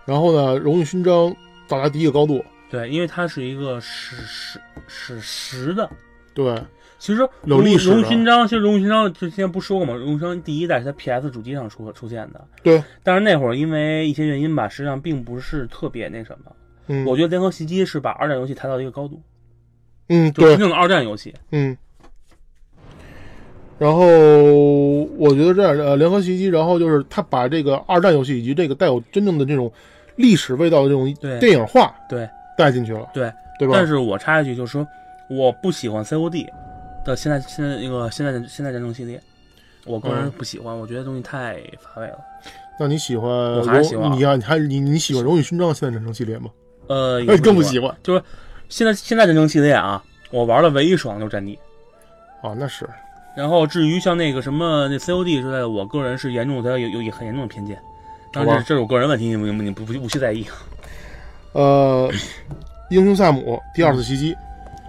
[SPEAKER 2] 然后呢，荣誉勋章到达第一个高度，
[SPEAKER 3] 对，因为它是一个史史史实的。
[SPEAKER 2] 对，
[SPEAKER 3] 其实
[SPEAKER 2] 有历史的
[SPEAKER 3] 荣誉勋章，其实荣誉勋章之前不说过吗？荣誉勋章第一代是在 PS 主机上出出现的，
[SPEAKER 2] 对。
[SPEAKER 3] 但是那会儿因为一些原因吧，实际上并不是特别那什么。
[SPEAKER 2] 嗯，
[SPEAKER 3] 我觉得联合袭击是把二战游戏抬到一个高度，
[SPEAKER 2] 嗯，
[SPEAKER 3] 就
[SPEAKER 2] 对
[SPEAKER 3] 真，正的二战游戏。
[SPEAKER 2] 嗯，然后我觉得这样，呃，联合袭击，然后就是他把这个二战游戏以及这个带有真正的这种历史味道的这种
[SPEAKER 3] 对
[SPEAKER 2] 电影化
[SPEAKER 3] 对
[SPEAKER 2] 带进去了，
[SPEAKER 3] 对
[SPEAKER 2] 对吧？
[SPEAKER 3] 但是我插一句，就是说我不喜欢 COD 的现在现在那个现在现在战争系列，我个人
[SPEAKER 2] 嗯
[SPEAKER 3] 不喜欢，我觉得东西太乏味了。
[SPEAKER 2] 那你喜欢
[SPEAKER 3] 我
[SPEAKER 2] 荣？
[SPEAKER 3] 还是喜欢啊
[SPEAKER 2] 你呀、你还你你喜欢《荣誉勋章》现在战争系列吗？
[SPEAKER 3] 呃，也
[SPEAKER 2] 哎，更不
[SPEAKER 3] 喜
[SPEAKER 2] 喜
[SPEAKER 3] 欢。
[SPEAKER 2] 欢
[SPEAKER 3] 现在现在战争系列啊，我玩的唯一爽的就是战地。
[SPEAKER 2] 啊，那是
[SPEAKER 3] 然后至于像那个什么那 COD 之类的，我个人是严重的，有有有很严重的偏见。当然
[SPEAKER 2] 好
[SPEAKER 3] 这
[SPEAKER 2] 吧
[SPEAKER 3] 这是我个人问题，你们你不不无需在意。 (laughs)
[SPEAKER 2] 呃，《英雄萨姆》第二次袭击，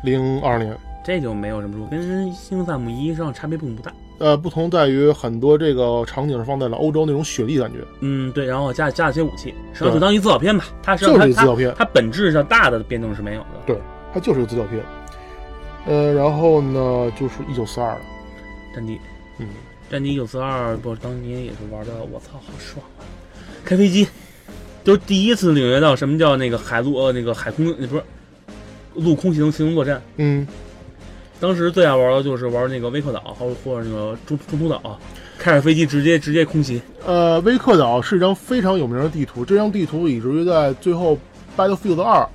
[SPEAKER 2] 零二年。
[SPEAKER 3] 这就没有什么说，跟《星萨姆一》上差别并不大。
[SPEAKER 2] 呃，不同在于很多这个场景是放在了欧洲那种雪地感觉，
[SPEAKER 3] 嗯，对，然后加加了些武器，实际上
[SPEAKER 2] 对
[SPEAKER 3] 就当一资料片吧。它实际
[SPEAKER 2] 就是
[SPEAKER 3] 上
[SPEAKER 2] 一
[SPEAKER 3] 它
[SPEAKER 2] 资料
[SPEAKER 3] 它
[SPEAKER 2] 片。
[SPEAKER 3] 它本质上大的变动是没有的。
[SPEAKER 2] 它就是个资料片。呃，然后呢，就是一九四二了。
[SPEAKER 3] 战地，
[SPEAKER 2] 嗯，
[SPEAKER 3] 战地一九四二，不，当年也是玩的，我操，好爽啊！开飞机，就是第一次领略到什么叫那个海陆呃那个海空呃不是陆空协同协同作战。
[SPEAKER 2] 嗯，
[SPEAKER 3] 当时最爱玩的就是玩那个威克岛，或者或者那个中中途岛，啊开着飞机直接直接空袭。
[SPEAKER 2] 呃，威克岛是一张非常有名的地图，这张地图以至于在最后《Battlefield 二》《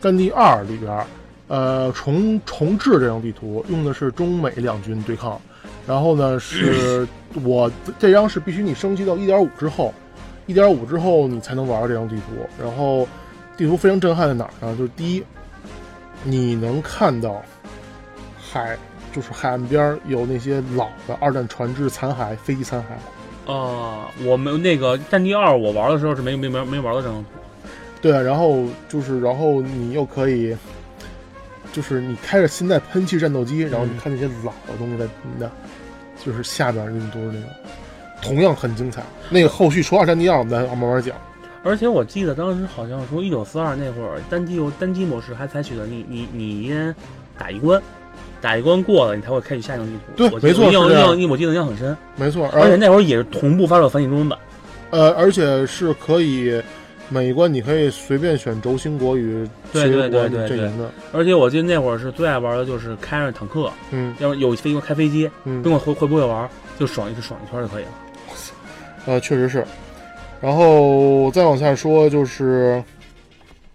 [SPEAKER 2] 战地二》里边儿，呃，重重置这张地图，用的是中美两军对抗。然后呢，是我这张是必须你升级到一点五之后，一点五之后你才能玩这张地图。然后地图非常震撼在哪儿呢？就是第一，你能看到海，就是海岸边儿有那些老的二战船只残骸、飞机残骸。
[SPEAKER 3] 啊、我们那个战地二，我玩的时候是没没没没玩到这张图。
[SPEAKER 2] 对，啊然后就是，然后你又可以，就是你开着现代喷气战斗机，然后你看那些老的东西在你的，就是下边运都是那种，同样很精彩。那个后续除二战第二，我们再慢慢讲。
[SPEAKER 3] 而且我记得当时好像说一九四二那会儿单机游单机模式还采取了你你你一人打一关，打一关过了，你才会开启下一张地图。
[SPEAKER 2] 对
[SPEAKER 3] 我记得
[SPEAKER 2] 没错
[SPEAKER 3] 印
[SPEAKER 2] 是
[SPEAKER 3] 象印
[SPEAKER 2] 这样
[SPEAKER 3] 象印我记得印象很深，
[SPEAKER 2] 没错，
[SPEAKER 3] 而且
[SPEAKER 2] 而
[SPEAKER 3] 那会儿也是同步发售繁体中文版。
[SPEAKER 2] 呃，而且是可以每一关你可以随便选轴心国与
[SPEAKER 3] 对
[SPEAKER 2] 谁
[SPEAKER 3] 对
[SPEAKER 2] 国
[SPEAKER 3] 对对
[SPEAKER 2] 阵营的，
[SPEAKER 3] 而且我记得那会儿是最爱玩的就是开着坦克，
[SPEAKER 2] 嗯
[SPEAKER 3] 要是有飞机开飞机，不
[SPEAKER 2] 嗯，
[SPEAKER 3] 管会会不会玩，就爽一就爽一圈就可以了。
[SPEAKER 2] 呃，确实是。然后再往下说就是《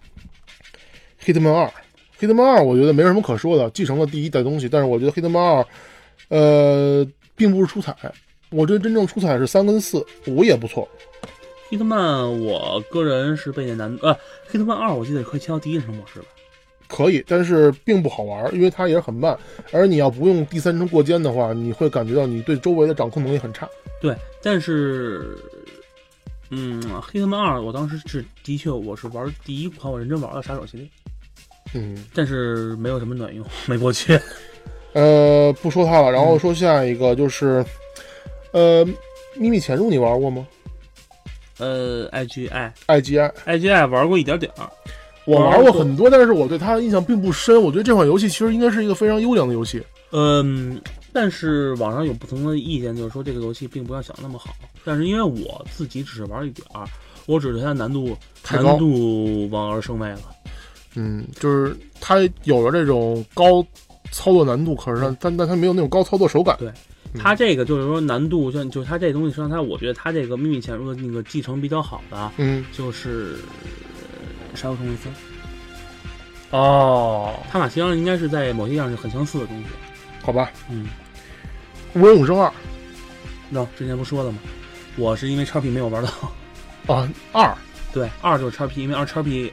[SPEAKER 2] Hitman 二》，《Hitman 二》我觉得没什么可说的，继承了第一代东西，但是我觉得《Hitman 二》呃并不是出彩，我觉得真正出彩是三跟四，五也不错，
[SPEAKER 3] 黑特曼，我个人是被那难呃，黑特曼二我记得可以切到第一人称模式吧？
[SPEAKER 2] 可以，但是并不好玩儿，因为它也是很慢，而你要不用第三人称过肩的话，你会感觉到你对周围的掌控能力很差。
[SPEAKER 3] 对，但是，嗯，黑特曼二我当时是的确我是玩第一款我认真玩的杀手系列，
[SPEAKER 2] 嗯，
[SPEAKER 3] 但是没有什么卵用，没过去。 (laughs)
[SPEAKER 2] 呃，不说它了，然后说下一个就是，呃，秘密潜入你玩过吗
[SPEAKER 3] 呃，IGI
[SPEAKER 2] ？IGI
[SPEAKER 3] IGI 哎玩过一点点儿，
[SPEAKER 2] 我
[SPEAKER 3] 玩
[SPEAKER 2] 玩过
[SPEAKER 3] 过
[SPEAKER 2] 很多，但是我对它的印象并不深。我觉得这款游戏其实应该是一个非常优良的游戏。
[SPEAKER 3] 嗯，但是网上有不同的意见，就是说这个游戏并不像想的那么好。但是因为我自己只是玩一点儿，我只是觉得它难度
[SPEAKER 2] 太高
[SPEAKER 3] 难度望而生畏了。
[SPEAKER 2] 嗯，就是它有了这种高操作难度，可是它但但它没有那种高操作手感。嗯
[SPEAKER 3] 它这个就是说难度，像就是它这东西，实际上它我觉得它这个秘密潜入的那个继承比较好的
[SPEAKER 2] 嗯，
[SPEAKER 3] 就是呃沙丘同一森。哦，它俩实际上应该是在某些样是很相似的东西。
[SPEAKER 2] 好吧，
[SPEAKER 3] 嗯，
[SPEAKER 2] 无人永生二
[SPEAKER 3] 那之前不说了吗？我是因为叉 P 没有玩到。
[SPEAKER 2] 啊二
[SPEAKER 3] (laughs) 对，二就是叉 P，因为二叉 P，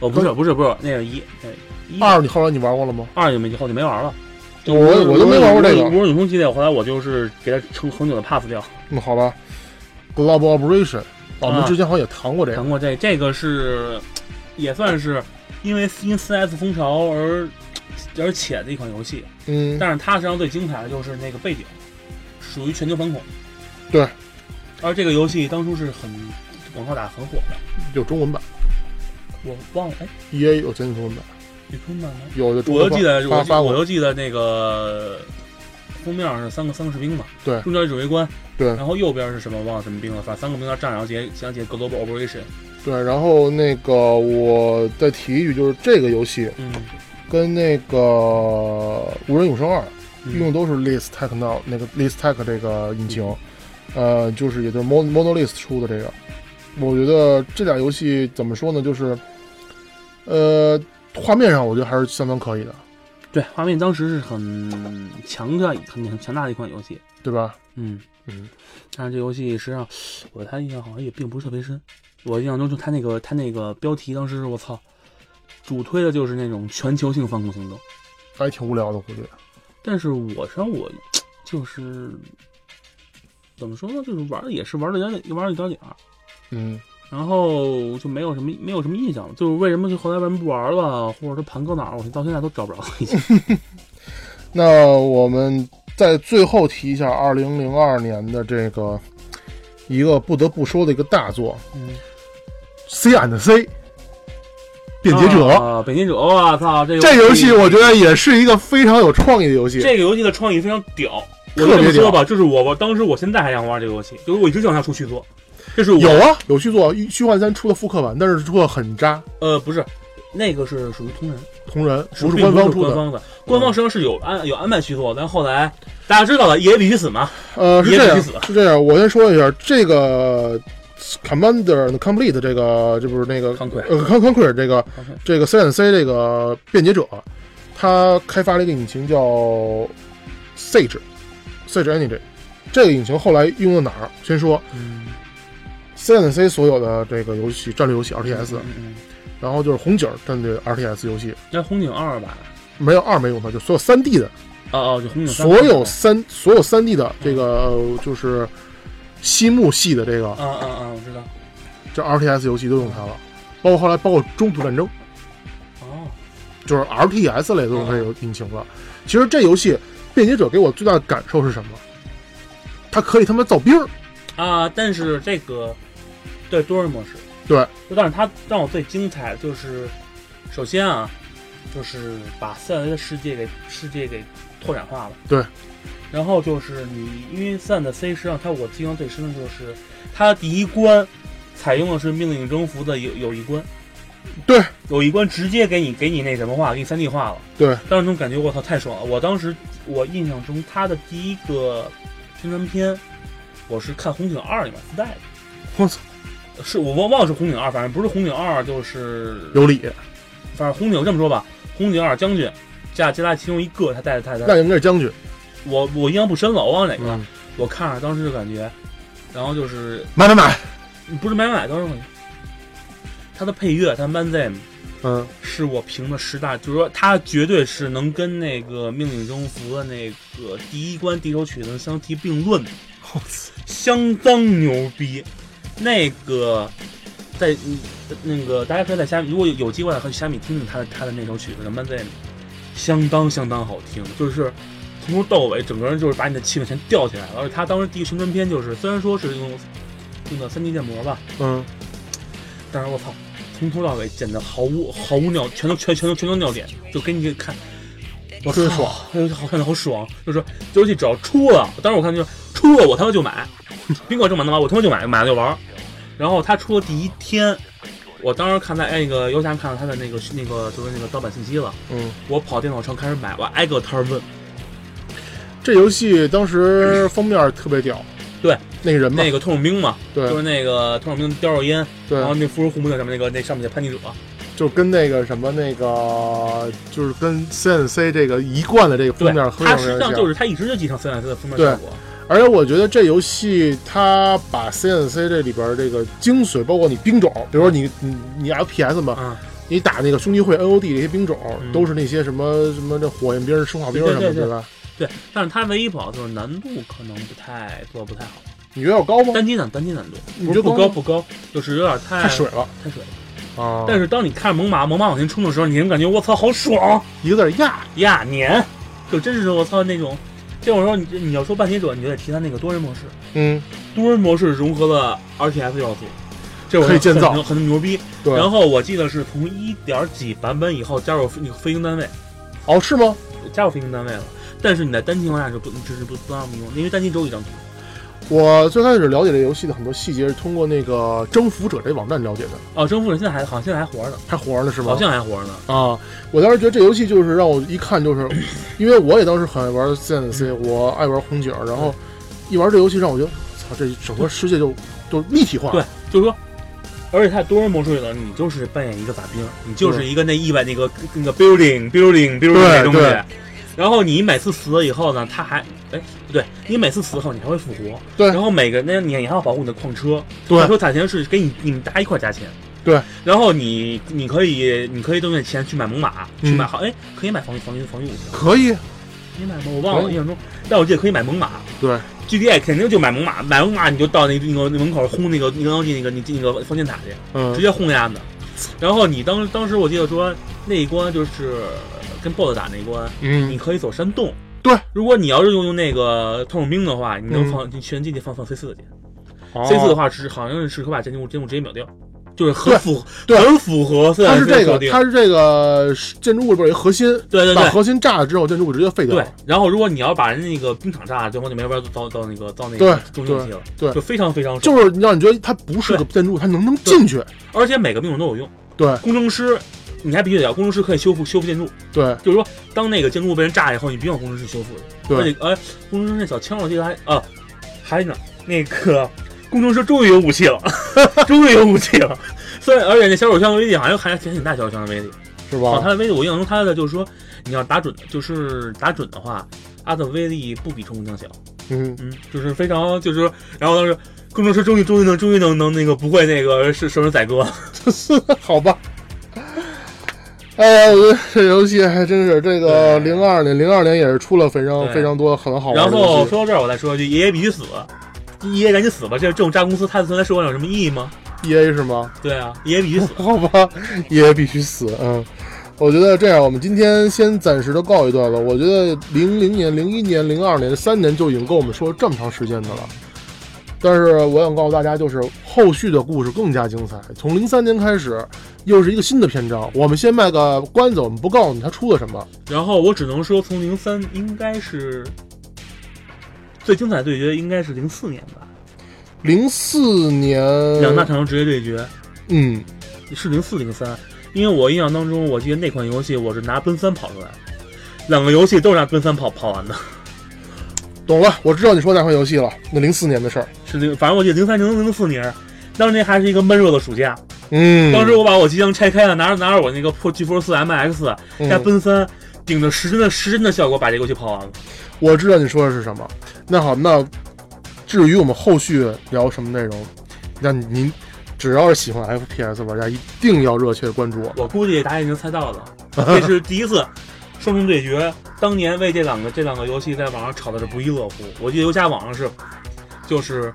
[SPEAKER 3] 哦不是不是不是，那是一，那是一
[SPEAKER 2] 二，你后来你玩过了吗？
[SPEAKER 3] 二就没后就没玩了。就
[SPEAKER 2] 我
[SPEAKER 3] 无人
[SPEAKER 2] 我都没玩过这个
[SPEAKER 3] 无人无人永生系列，后来我就是给它成恒久的 pass 掉。
[SPEAKER 2] 嗯，好吧，Collaboration，我们
[SPEAKER 3] 啊
[SPEAKER 2] 之前好像也谈过这个
[SPEAKER 3] 谈。过这这个是也算是因为因 CS 风潮而而且的一款游戏，
[SPEAKER 2] 嗯，
[SPEAKER 3] 但是它实际上最精彩的就是那个背景，属于全球反恐。
[SPEAKER 2] 对，
[SPEAKER 3] 而这个游戏当初是很广告打得很火的，
[SPEAKER 2] 有中文版
[SPEAKER 3] 我忘了哎，
[SPEAKER 2] ，E A 有简体中文版，
[SPEAKER 3] 有中文版吗？
[SPEAKER 2] 有的中
[SPEAKER 3] 我
[SPEAKER 2] 文
[SPEAKER 3] 就记得，
[SPEAKER 2] 发
[SPEAKER 3] 我就
[SPEAKER 2] 发
[SPEAKER 3] 我
[SPEAKER 2] 过。
[SPEAKER 3] 就记得那个封面上是三个三个士兵嘛，
[SPEAKER 2] 对
[SPEAKER 3] 中间是指挥官，
[SPEAKER 2] 对
[SPEAKER 3] 然后右边是什么忘了什么兵了，反正三个兵要站，然后结想起 global operation，
[SPEAKER 2] 对，然后那个我再提一句，就是这个游戏
[SPEAKER 3] 嗯，
[SPEAKER 2] 跟那个《无人永生二》
[SPEAKER 3] 嗯
[SPEAKER 2] 用的都是 List Tech Now 那个 List Tech 这个引擎，呃，就是也就是 Mon Monolith 出的这个，我觉得这俩游戏怎么说呢，就是，呃，画面上我觉得还是相当可以的，
[SPEAKER 3] 对，画面当时是很强的、很很强大的一款游戏，
[SPEAKER 2] 对吧？
[SPEAKER 3] 嗯
[SPEAKER 2] 嗯，
[SPEAKER 3] 但是这游戏实际上我对它印象好像也并不是特别深，我印象中就它那个它那个标题当时我操，主推的就是那种全球性反恐行动。
[SPEAKER 2] 还挺无聊的，我觉得。
[SPEAKER 3] 但是我实际上我就是怎么说呢，就是玩的也是玩了点点，玩了一点点儿，
[SPEAKER 2] 嗯，
[SPEAKER 3] 然后就没有什么没有什么印象了。就是为什么就后来为什么不玩了，或者说盘搁哪儿，我到现在都找不着。已经
[SPEAKER 2] 那我们在最后提一下二零零二年的这个一个不得不说的一个大作《
[SPEAKER 3] 嗯
[SPEAKER 2] C and C》便捷者。
[SPEAKER 3] 啊，变节者，我操，这
[SPEAKER 2] 这游戏
[SPEAKER 3] 我
[SPEAKER 2] 我觉得也是一个非常有创意的游戏。
[SPEAKER 3] 这个游戏的创意非常屌。我
[SPEAKER 2] 特
[SPEAKER 3] 就这
[SPEAKER 2] 别
[SPEAKER 3] 么
[SPEAKER 2] 屌
[SPEAKER 3] 说吧，就是我我当时我现在还想玩这个游戏，就是我一直就想出去做。这是我
[SPEAKER 2] 有啊，有续作，《虚幻三》出了复刻版，但是出的很渣，
[SPEAKER 3] 呃不是，那个是属于同人。
[SPEAKER 2] 同人不是
[SPEAKER 3] 并
[SPEAKER 2] 官方
[SPEAKER 3] 不
[SPEAKER 2] 出
[SPEAKER 3] 官
[SPEAKER 2] 的。
[SPEAKER 3] 方的，官方实际上是有安有安排续作，但后来大家知道了，也必须死嘛。
[SPEAKER 2] 呃，是
[SPEAKER 3] 也
[SPEAKER 2] 这
[SPEAKER 3] 得
[SPEAKER 2] 样，
[SPEAKER 3] 去死
[SPEAKER 2] 是这样。我先说一下这个 Commander and Complete 这个，这不是那个
[SPEAKER 3] 康奎
[SPEAKER 2] 呃 Con Conquer 这个
[SPEAKER 3] Conquer
[SPEAKER 2] 这个 C N C 这个便捷者，它开发了一个引擎叫 Sage Sage Energy，这个引擎后来用到哪儿？先说
[SPEAKER 3] 嗯
[SPEAKER 2] C N C 所有的这个游戏战略游戏 R T S，
[SPEAKER 3] 嗯嗯
[SPEAKER 2] 然后就是红警战队 R T S 游戏，
[SPEAKER 3] 那红警二吧，
[SPEAKER 2] 没有二没用到，就所有三 D 的，
[SPEAKER 3] 哦哦，就红警三
[SPEAKER 2] 所有嗯三所有三 D 的这个、呃就是西木系的这个
[SPEAKER 3] 啊啊啊，我知道。
[SPEAKER 2] 这 RTS 游戏都用它了，包括后来包括中途战争，
[SPEAKER 3] 哦，
[SPEAKER 2] 就是 RTS 类都用它有引擎了。其实这游戏《便捷者》给我最大的感受是什么？它可以他妈造兵儿，
[SPEAKER 3] 啊，但是这个对多人模式，
[SPEAKER 2] 对，
[SPEAKER 3] 就但是它让我最精彩的就是，首先啊，就是把斯坦威的世界给世界给拓展化了。
[SPEAKER 2] 对。
[SPEAKER 3] 然后就是你，因为斯坦的 C 实际上他我印象最深的就是他第一关采用的是命令征服的有有一关，
[SPEAKER 2] 对，
[SPEAKER 3] 有一关直接给你给你那什么化，给你三 D 化了。
[SPEAKER 2] 对，
[SPEAKER 3] 当时那种感觉我操太爽了！我当时我印象中他的第一个宣传片，我是看《红警二》里面自带的，
[SPEAKER 2] 我操，
[SPEAKER 3] 是我忘忘了是《红警二》，反正不是《红警二》就是
[SPEAKER 2] 有理，
[SPEAKER 3] 反正红警这么说吧，红警二将军加加拉其中一个，他带着他带
[SPEAKER 2] 那应该是将军。
[SPEAKER 3] 我我印象不深了，我忘了哪个了。
[SPEAKER 2] 嗯，
[SPEAKER 3] 我看着当时就感觉，然后就是
[SPEAKER 2] 买买买，
[SPEAKER 3] 不是买买，当时我感觉他的配乐，他 Man Zam
[SPEAKER 2] 嗯，
[SPEAKER 3] 是我评的十大，就是说他绝对是能跟那个命令征服的那个第一关第一首曲子相提并论的，
[SPEAKER 2] 我操，
[SPEAKER 3] 相当牛逼。那个在嗯那个大家可以在虾米，如果有有机会的话，去虾米听听他的他的那首曲子《Man Zam》，相当相当好听，就是从头到尾，整个人就是把你的气氛全吊起来了。而且他当时第一个宣传片就是，虽然说是用用的三 D 建模吧，
[SPEAKER 2] 嗯，
[SPEAKER 3] 但是我操，从头到尾剪的毫无毫无尿，全都全全都全都尿点，就给你看，我
[SPEAKER 2] 真
[SPEAKER 3] 操，哎好看的好爽，就是这游戏只要出了，当时我看就是出了我他妈就买， (laughs) 宾馆正版的嘛，我他妈就买，买了就玩儿。然后他出了第一天，我当时看在哎那个游侠看到他的那个那个就是那个盗版信息了，
[SPEAKER 2] 嗯，
[SPEAKER 3] 我跑电脑城开始买，我挨个摊儿问，
[SPEAKER 2] 这游戏当时封面特别屌，
[SPEAKER 3] 对，
[SPEAKER 2] 那个人嘛
[SPEAKER 3] 那，个特种兵嘛，就是
[SPEAKER 2] 对
[SPEAKER 3] 那个特种兵叼着烟，然后
[SPEAKER 2] 对，
[SPEAKER 3] 那富士护木那上面那个那上面的叛逆者，
[SPEAKER 2] 就跟那个什么那个，就是跟 CNC 这个一贯的这个
[SPEAKER 3] 对
[SPEAKER 2] 封面，合
[SPEAKER 3] 他
[SPEAKER 2] 影
[SPEAKER 3] 实际上
[SPEAKER 2] 像
[SPEAKER 3] 就是他一直就继承 C S 的封面效果。
[SPEAKER 2] 而且我觉得这游戏它把 CNC 这里边这个精髓，包括你兵种，比如说你你你 FPS 嘛，
[SPEAKER 3] 啊，
[SPEAKER 2] 你打那个兄弟会 NOD 这些兵种，
[SPEAKER 3] 嗯
[SPEAKER 2] 都是那些什么什么这火焰兵、生化兵
[SPEAKER 3] 对
[SPEAKER 2] 什
[SPEAKER 3] 对
[SPEAKER 2] 么的，
[SPEAKER 3] 对对
[SPEAKER 2] 对吧？
[SPEAKER 3] 对，但是它唯一不好就是难度可能不太做得不太好，
[SPEAKER 2] 你觉得要高吗？
[SPEAKER 3] 单机难单机难度
[SPEAKER 2] 你
[SPEAKER 3] 不
[SPEAKER 2] 觉
[SPEAKER 3] 是
[SPEAKER 2] 得
[SPEAKER 3] 不
[SPEAKER 2] 高
[SPEAKER 3] 高
[SPEAKER 2] 吗
[SPEAKER 3] 不高，就是有点太
[SPEAKER 2] 太水了
[SPEAKER 3] 太水了。
[SPEAKER 2] 啊！
[SPEAKER 3] 但是当你看着猛犸猛犸往前冲的时候，你能感觉我操好爽啊
[SPEAKER 2] 一个字儿压，
[SPEAKER 3] 呀碾，就真是我操那种。这种时候你你要说半截者，你就得提他那个多人模式，
[SPEAKER 2] 嗯，
[SPEAKER 3] 多人模式融合了 R T S 要素，这种
[SPEAKER 2] 可以建造
[SPEAKER 3] 很很牛逼。
[SPEAKER 2] 对。
[SPEAKER 3] 然后我记得是从一点几版本以后加入那个飞行单位，
[SPEAKER 2] 哦，是吗？
[SPEAKER 3] 加入飞行单位了。但是你在单机情况下是不，就是不不让你用，因为单机只有一张图。
[SPEAKER 2] 我最开始了解这游戏的很多细节是通过那个《征服者》这网站了解的，
[SPEAKER 3] 哦，征服者现在还好像现在还活着呢，
[SPEAKER 2] 还活着呢是吗？
[SPEAKER 3] 好像还活着呢。
[SPEAKER 2] 啊，我当时觉得这游戏就是让我一看就是，因为我也当时很爱玩 CNC，我
[SPEAKER 3] 嗯
[SPEAKER 2] 爱玩红警，然后一玩这游戏让我觉得，操，这整个世界就就立体化。
[SPEAKER 3] 对，就是说，而且它多人模式里头，你就是扮演一个法兵，你就是一个那意外那个那个 building building building 那东西
[SPEAKER 2] 对。
[SPEAKER 3] 然后你每次死了以后呢，它还哎不对，你每次死后你还会复活。
[SPEAKER 2] 对
[SPEAKER 3] 然后每个那你你还要保护你的矿车，
[SPEAKER 2] 对
[SPEAKER 3] 矿车价钱是给你你们大家一块加钱。
[SPEAKER 2] 对。
[SPEAKER 3] 然后你你可以你可以动用钱去买猛犸，去买
[SPEAKER 2] 嗯
[SPEAKER 3] 好哎可以买防御防御防御武器吗。
[SPEAKER 2] 可以，
[SPEAKER 3] 你买吗？我忘了，
[SPEAKER 2] 可
[SPEAKER 3] 印
[SPEAKER 2] 以
[SPEAKER 3] 象中，但我记得可以买猛犸。
[SPEAKER 2] 对
[SPEAKER 3] ，GTA 肯定就买猛犸，买猛犸你就到那那个那门口轰那个那个那个那个那个方尖塔去，直
[SPEAKER 2] 嗯，
[SPEAKER 3] 接轰下子。然后你当当时我记得说那一关就是跟 BOSS 打那一关，你
[SPEAKER 2] 嗯，
[SPEAKER 3] 可以走山洞。
[SPEAKER 2] 对，
[SPEAKER 3] 如果你要是用用那个特种兵的话，你能
[SPEAKER 2] 嗯
[SPEAKER 3] 放、你全进去放放 C 四去
[SPEAKER 2] 哦
[SPEAKER 3] ，C 四的话是好像是可以把建筑物建筑物直接秒掉，就是很
[SPEAKER 2] 对
[SPEAKER 3] 符合
[SPEAKER 2] 对
[SPEAKER 3] 很符合
[SPEAKER 2] 它
[SPEAKER 3] C
[SPEAKER 2] 是
[SPEAKER 3] 四
[SPEAKER 2] 这
[SPEAKER 3] 的设
[SPEAKER 2] 个，
[SPEAKER 3] 定。
[SPEAKER 2] 它是这个建筑物里边有一核心，
[SPEAKER 3] 对对对
[SPEAKER 2] 把，核心炸了之后，建筑物直接废掉
[SPEAKER 3] 对
[SPEAKER 2] 了。，
[SPEAKER 3] 然后如果你要把人那个冰场炸了，最后就没法到到那个到那个中性器了，
[SPEAKER 2] 对对
[SPEAKER 3] 就非常非常爽。
[SPEAKER 2] 就是你让你觉得它不是个建筑物，它能不能进去？
[SPEAKER 3] 而且每个兵种都有用，
[SPEAKER 2] 对
[SPEAKER 3] 工程师你还必须得要，工程师可以修复修复建筑，
[SPEAKER 2] 对
[SPEAKER 3] 就是说当那个建筑物被人炸以后，你必须要工程师修复的。
[SPEAKER 2] 对
[SPEAKER 3] 而且哎，工程师那小枪我记得还啊还呢，那个工程师终于有
[SPEAKER 2] (laughs)
[SPEAKER 3] 武器了，终于有武器了。虽然而且那小手枪的威力好像还挺挺大，小手枪的威力。
[SPEAKER 2] 是
[SPEAKER 3] 哦，
[SPEAKER 2] 吧？
[SPEAKER 3] 它的威力我印象中它的就是说你要打准，就是打准的话，它的威力不比冲锋枪小。
[SPEAKER 2] 嗯，
[SPEAKER 3] 嗯，就是非常就是，然后当时工程师终于终于能终于能能那个不会那个是什么宰割，
[SPEAKER 2] (laughs) 好吧。哎呀，我觉得这游戏还真是这个
[SPEAKER 3] 对
[SPEAKER 2] 零二年，零二年也是出了非常
[SPEAKER 3] 对
[SPEAKER 2] 非常多很好玩
[SPEAKER 3] 然
[SPEAKER 2] 的游戏。
[SPEAKER 3] 后说到这儿我再说一句，爷爷必须死，爷爷赶紧死吧，这这种炸公司它存在社会上有什么意义吗？
[SPEAKER 2] E A 是吗？。
[SPEAKER 3] 对啊，爷爷必须死
[SPEAKER 2] 好吧，也必须死。嗯，我觉得这样，我们今天先暂时的告一段落。我觉得零零年、零一年、零二年这三年就已经够我们说这么长时间的了。但是我想告诉大家，就是后续的故事更加精彩。从零三年开始，又是一个新的篇章。我们先卖个关子，我们不告诉你它出了什么。
[SPEAKER 3] 然后我只能说，从零三应该是最精彩的对决，应该是零四年吧，
[SPEAKER 2] 零四年，
[SPEAKER 3] 两大厂商直接对决
[SPEAKER 2] 嗯，
[SPEAKER 3] 是零四零三，因为我印象当中，我记得那款游戏我是拿奔三跑出来，两个游戏都是拿奔三跑跑完的，
[SPEAKER 2] 懂了，我知道你说哪款游戏了，那零四年的事儿。
[SPEAKER 3] 是零，反正我记得零三零零四年。当时那还是一个闷热的暑假，
[SPEAKER 2] 嗯，
[SPEAKER 3] 当时我把我即将拆开的拿着拿着我那个破 G 4 4 MX 加
[SPEAKER 2] 嗯
[SPEAKER 3] 奔三，顶着时针的时针的效果把这个游戏跑完了。
[SPEAKER 2] 我知道你说的是什么。那好，那至于我们后续聊什么内容，那您只要是喜欢 FPS 玩家，一定要热切关注我。
[SPEAKER 3] 我估计大家已经猜到了，这是第一次双城对决。当年为这两个这两个游戏在网上吵的是不亦乐乎。我记得游侠网上是，就是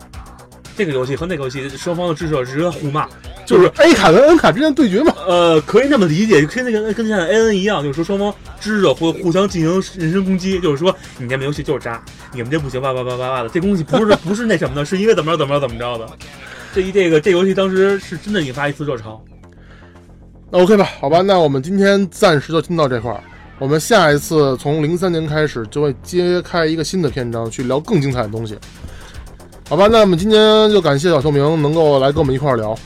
[SPEAKER 3] 这个游戏和那个游戏双方的支持者直接互骂，
[SPEAKER 2] 就是 A 卡跟 N 卡之间的对决嘛。
[SPEAKER 3] 呃，可以这么理解，跟那个跟现在 A N 一样，就是说双方支持者会互相进行人身攻击，就是说你这门游戏就是渣，你们这不行，哇哇哇哇哇的，这东西不是不是那什么的，是因为怎么着怎么着怎么着的。这一这个这游戏当时是真的引发一次热潮，
[SPEAKER 2] 那 OK 吧，好吧，那我们今天暂时就听到这块儿。我们下一次从零三年开始就会揭开一个新的篇章，去聊更精彩的东西。好吧，那我们今天就感谢小透明能够来跟我们一块儿聊，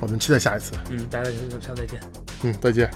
[SPEAKER 2] 我们期待下一次。
[SPEAKER 3] 嗯，大家下次再见。
[SPEAKER 2] 嗯，再见。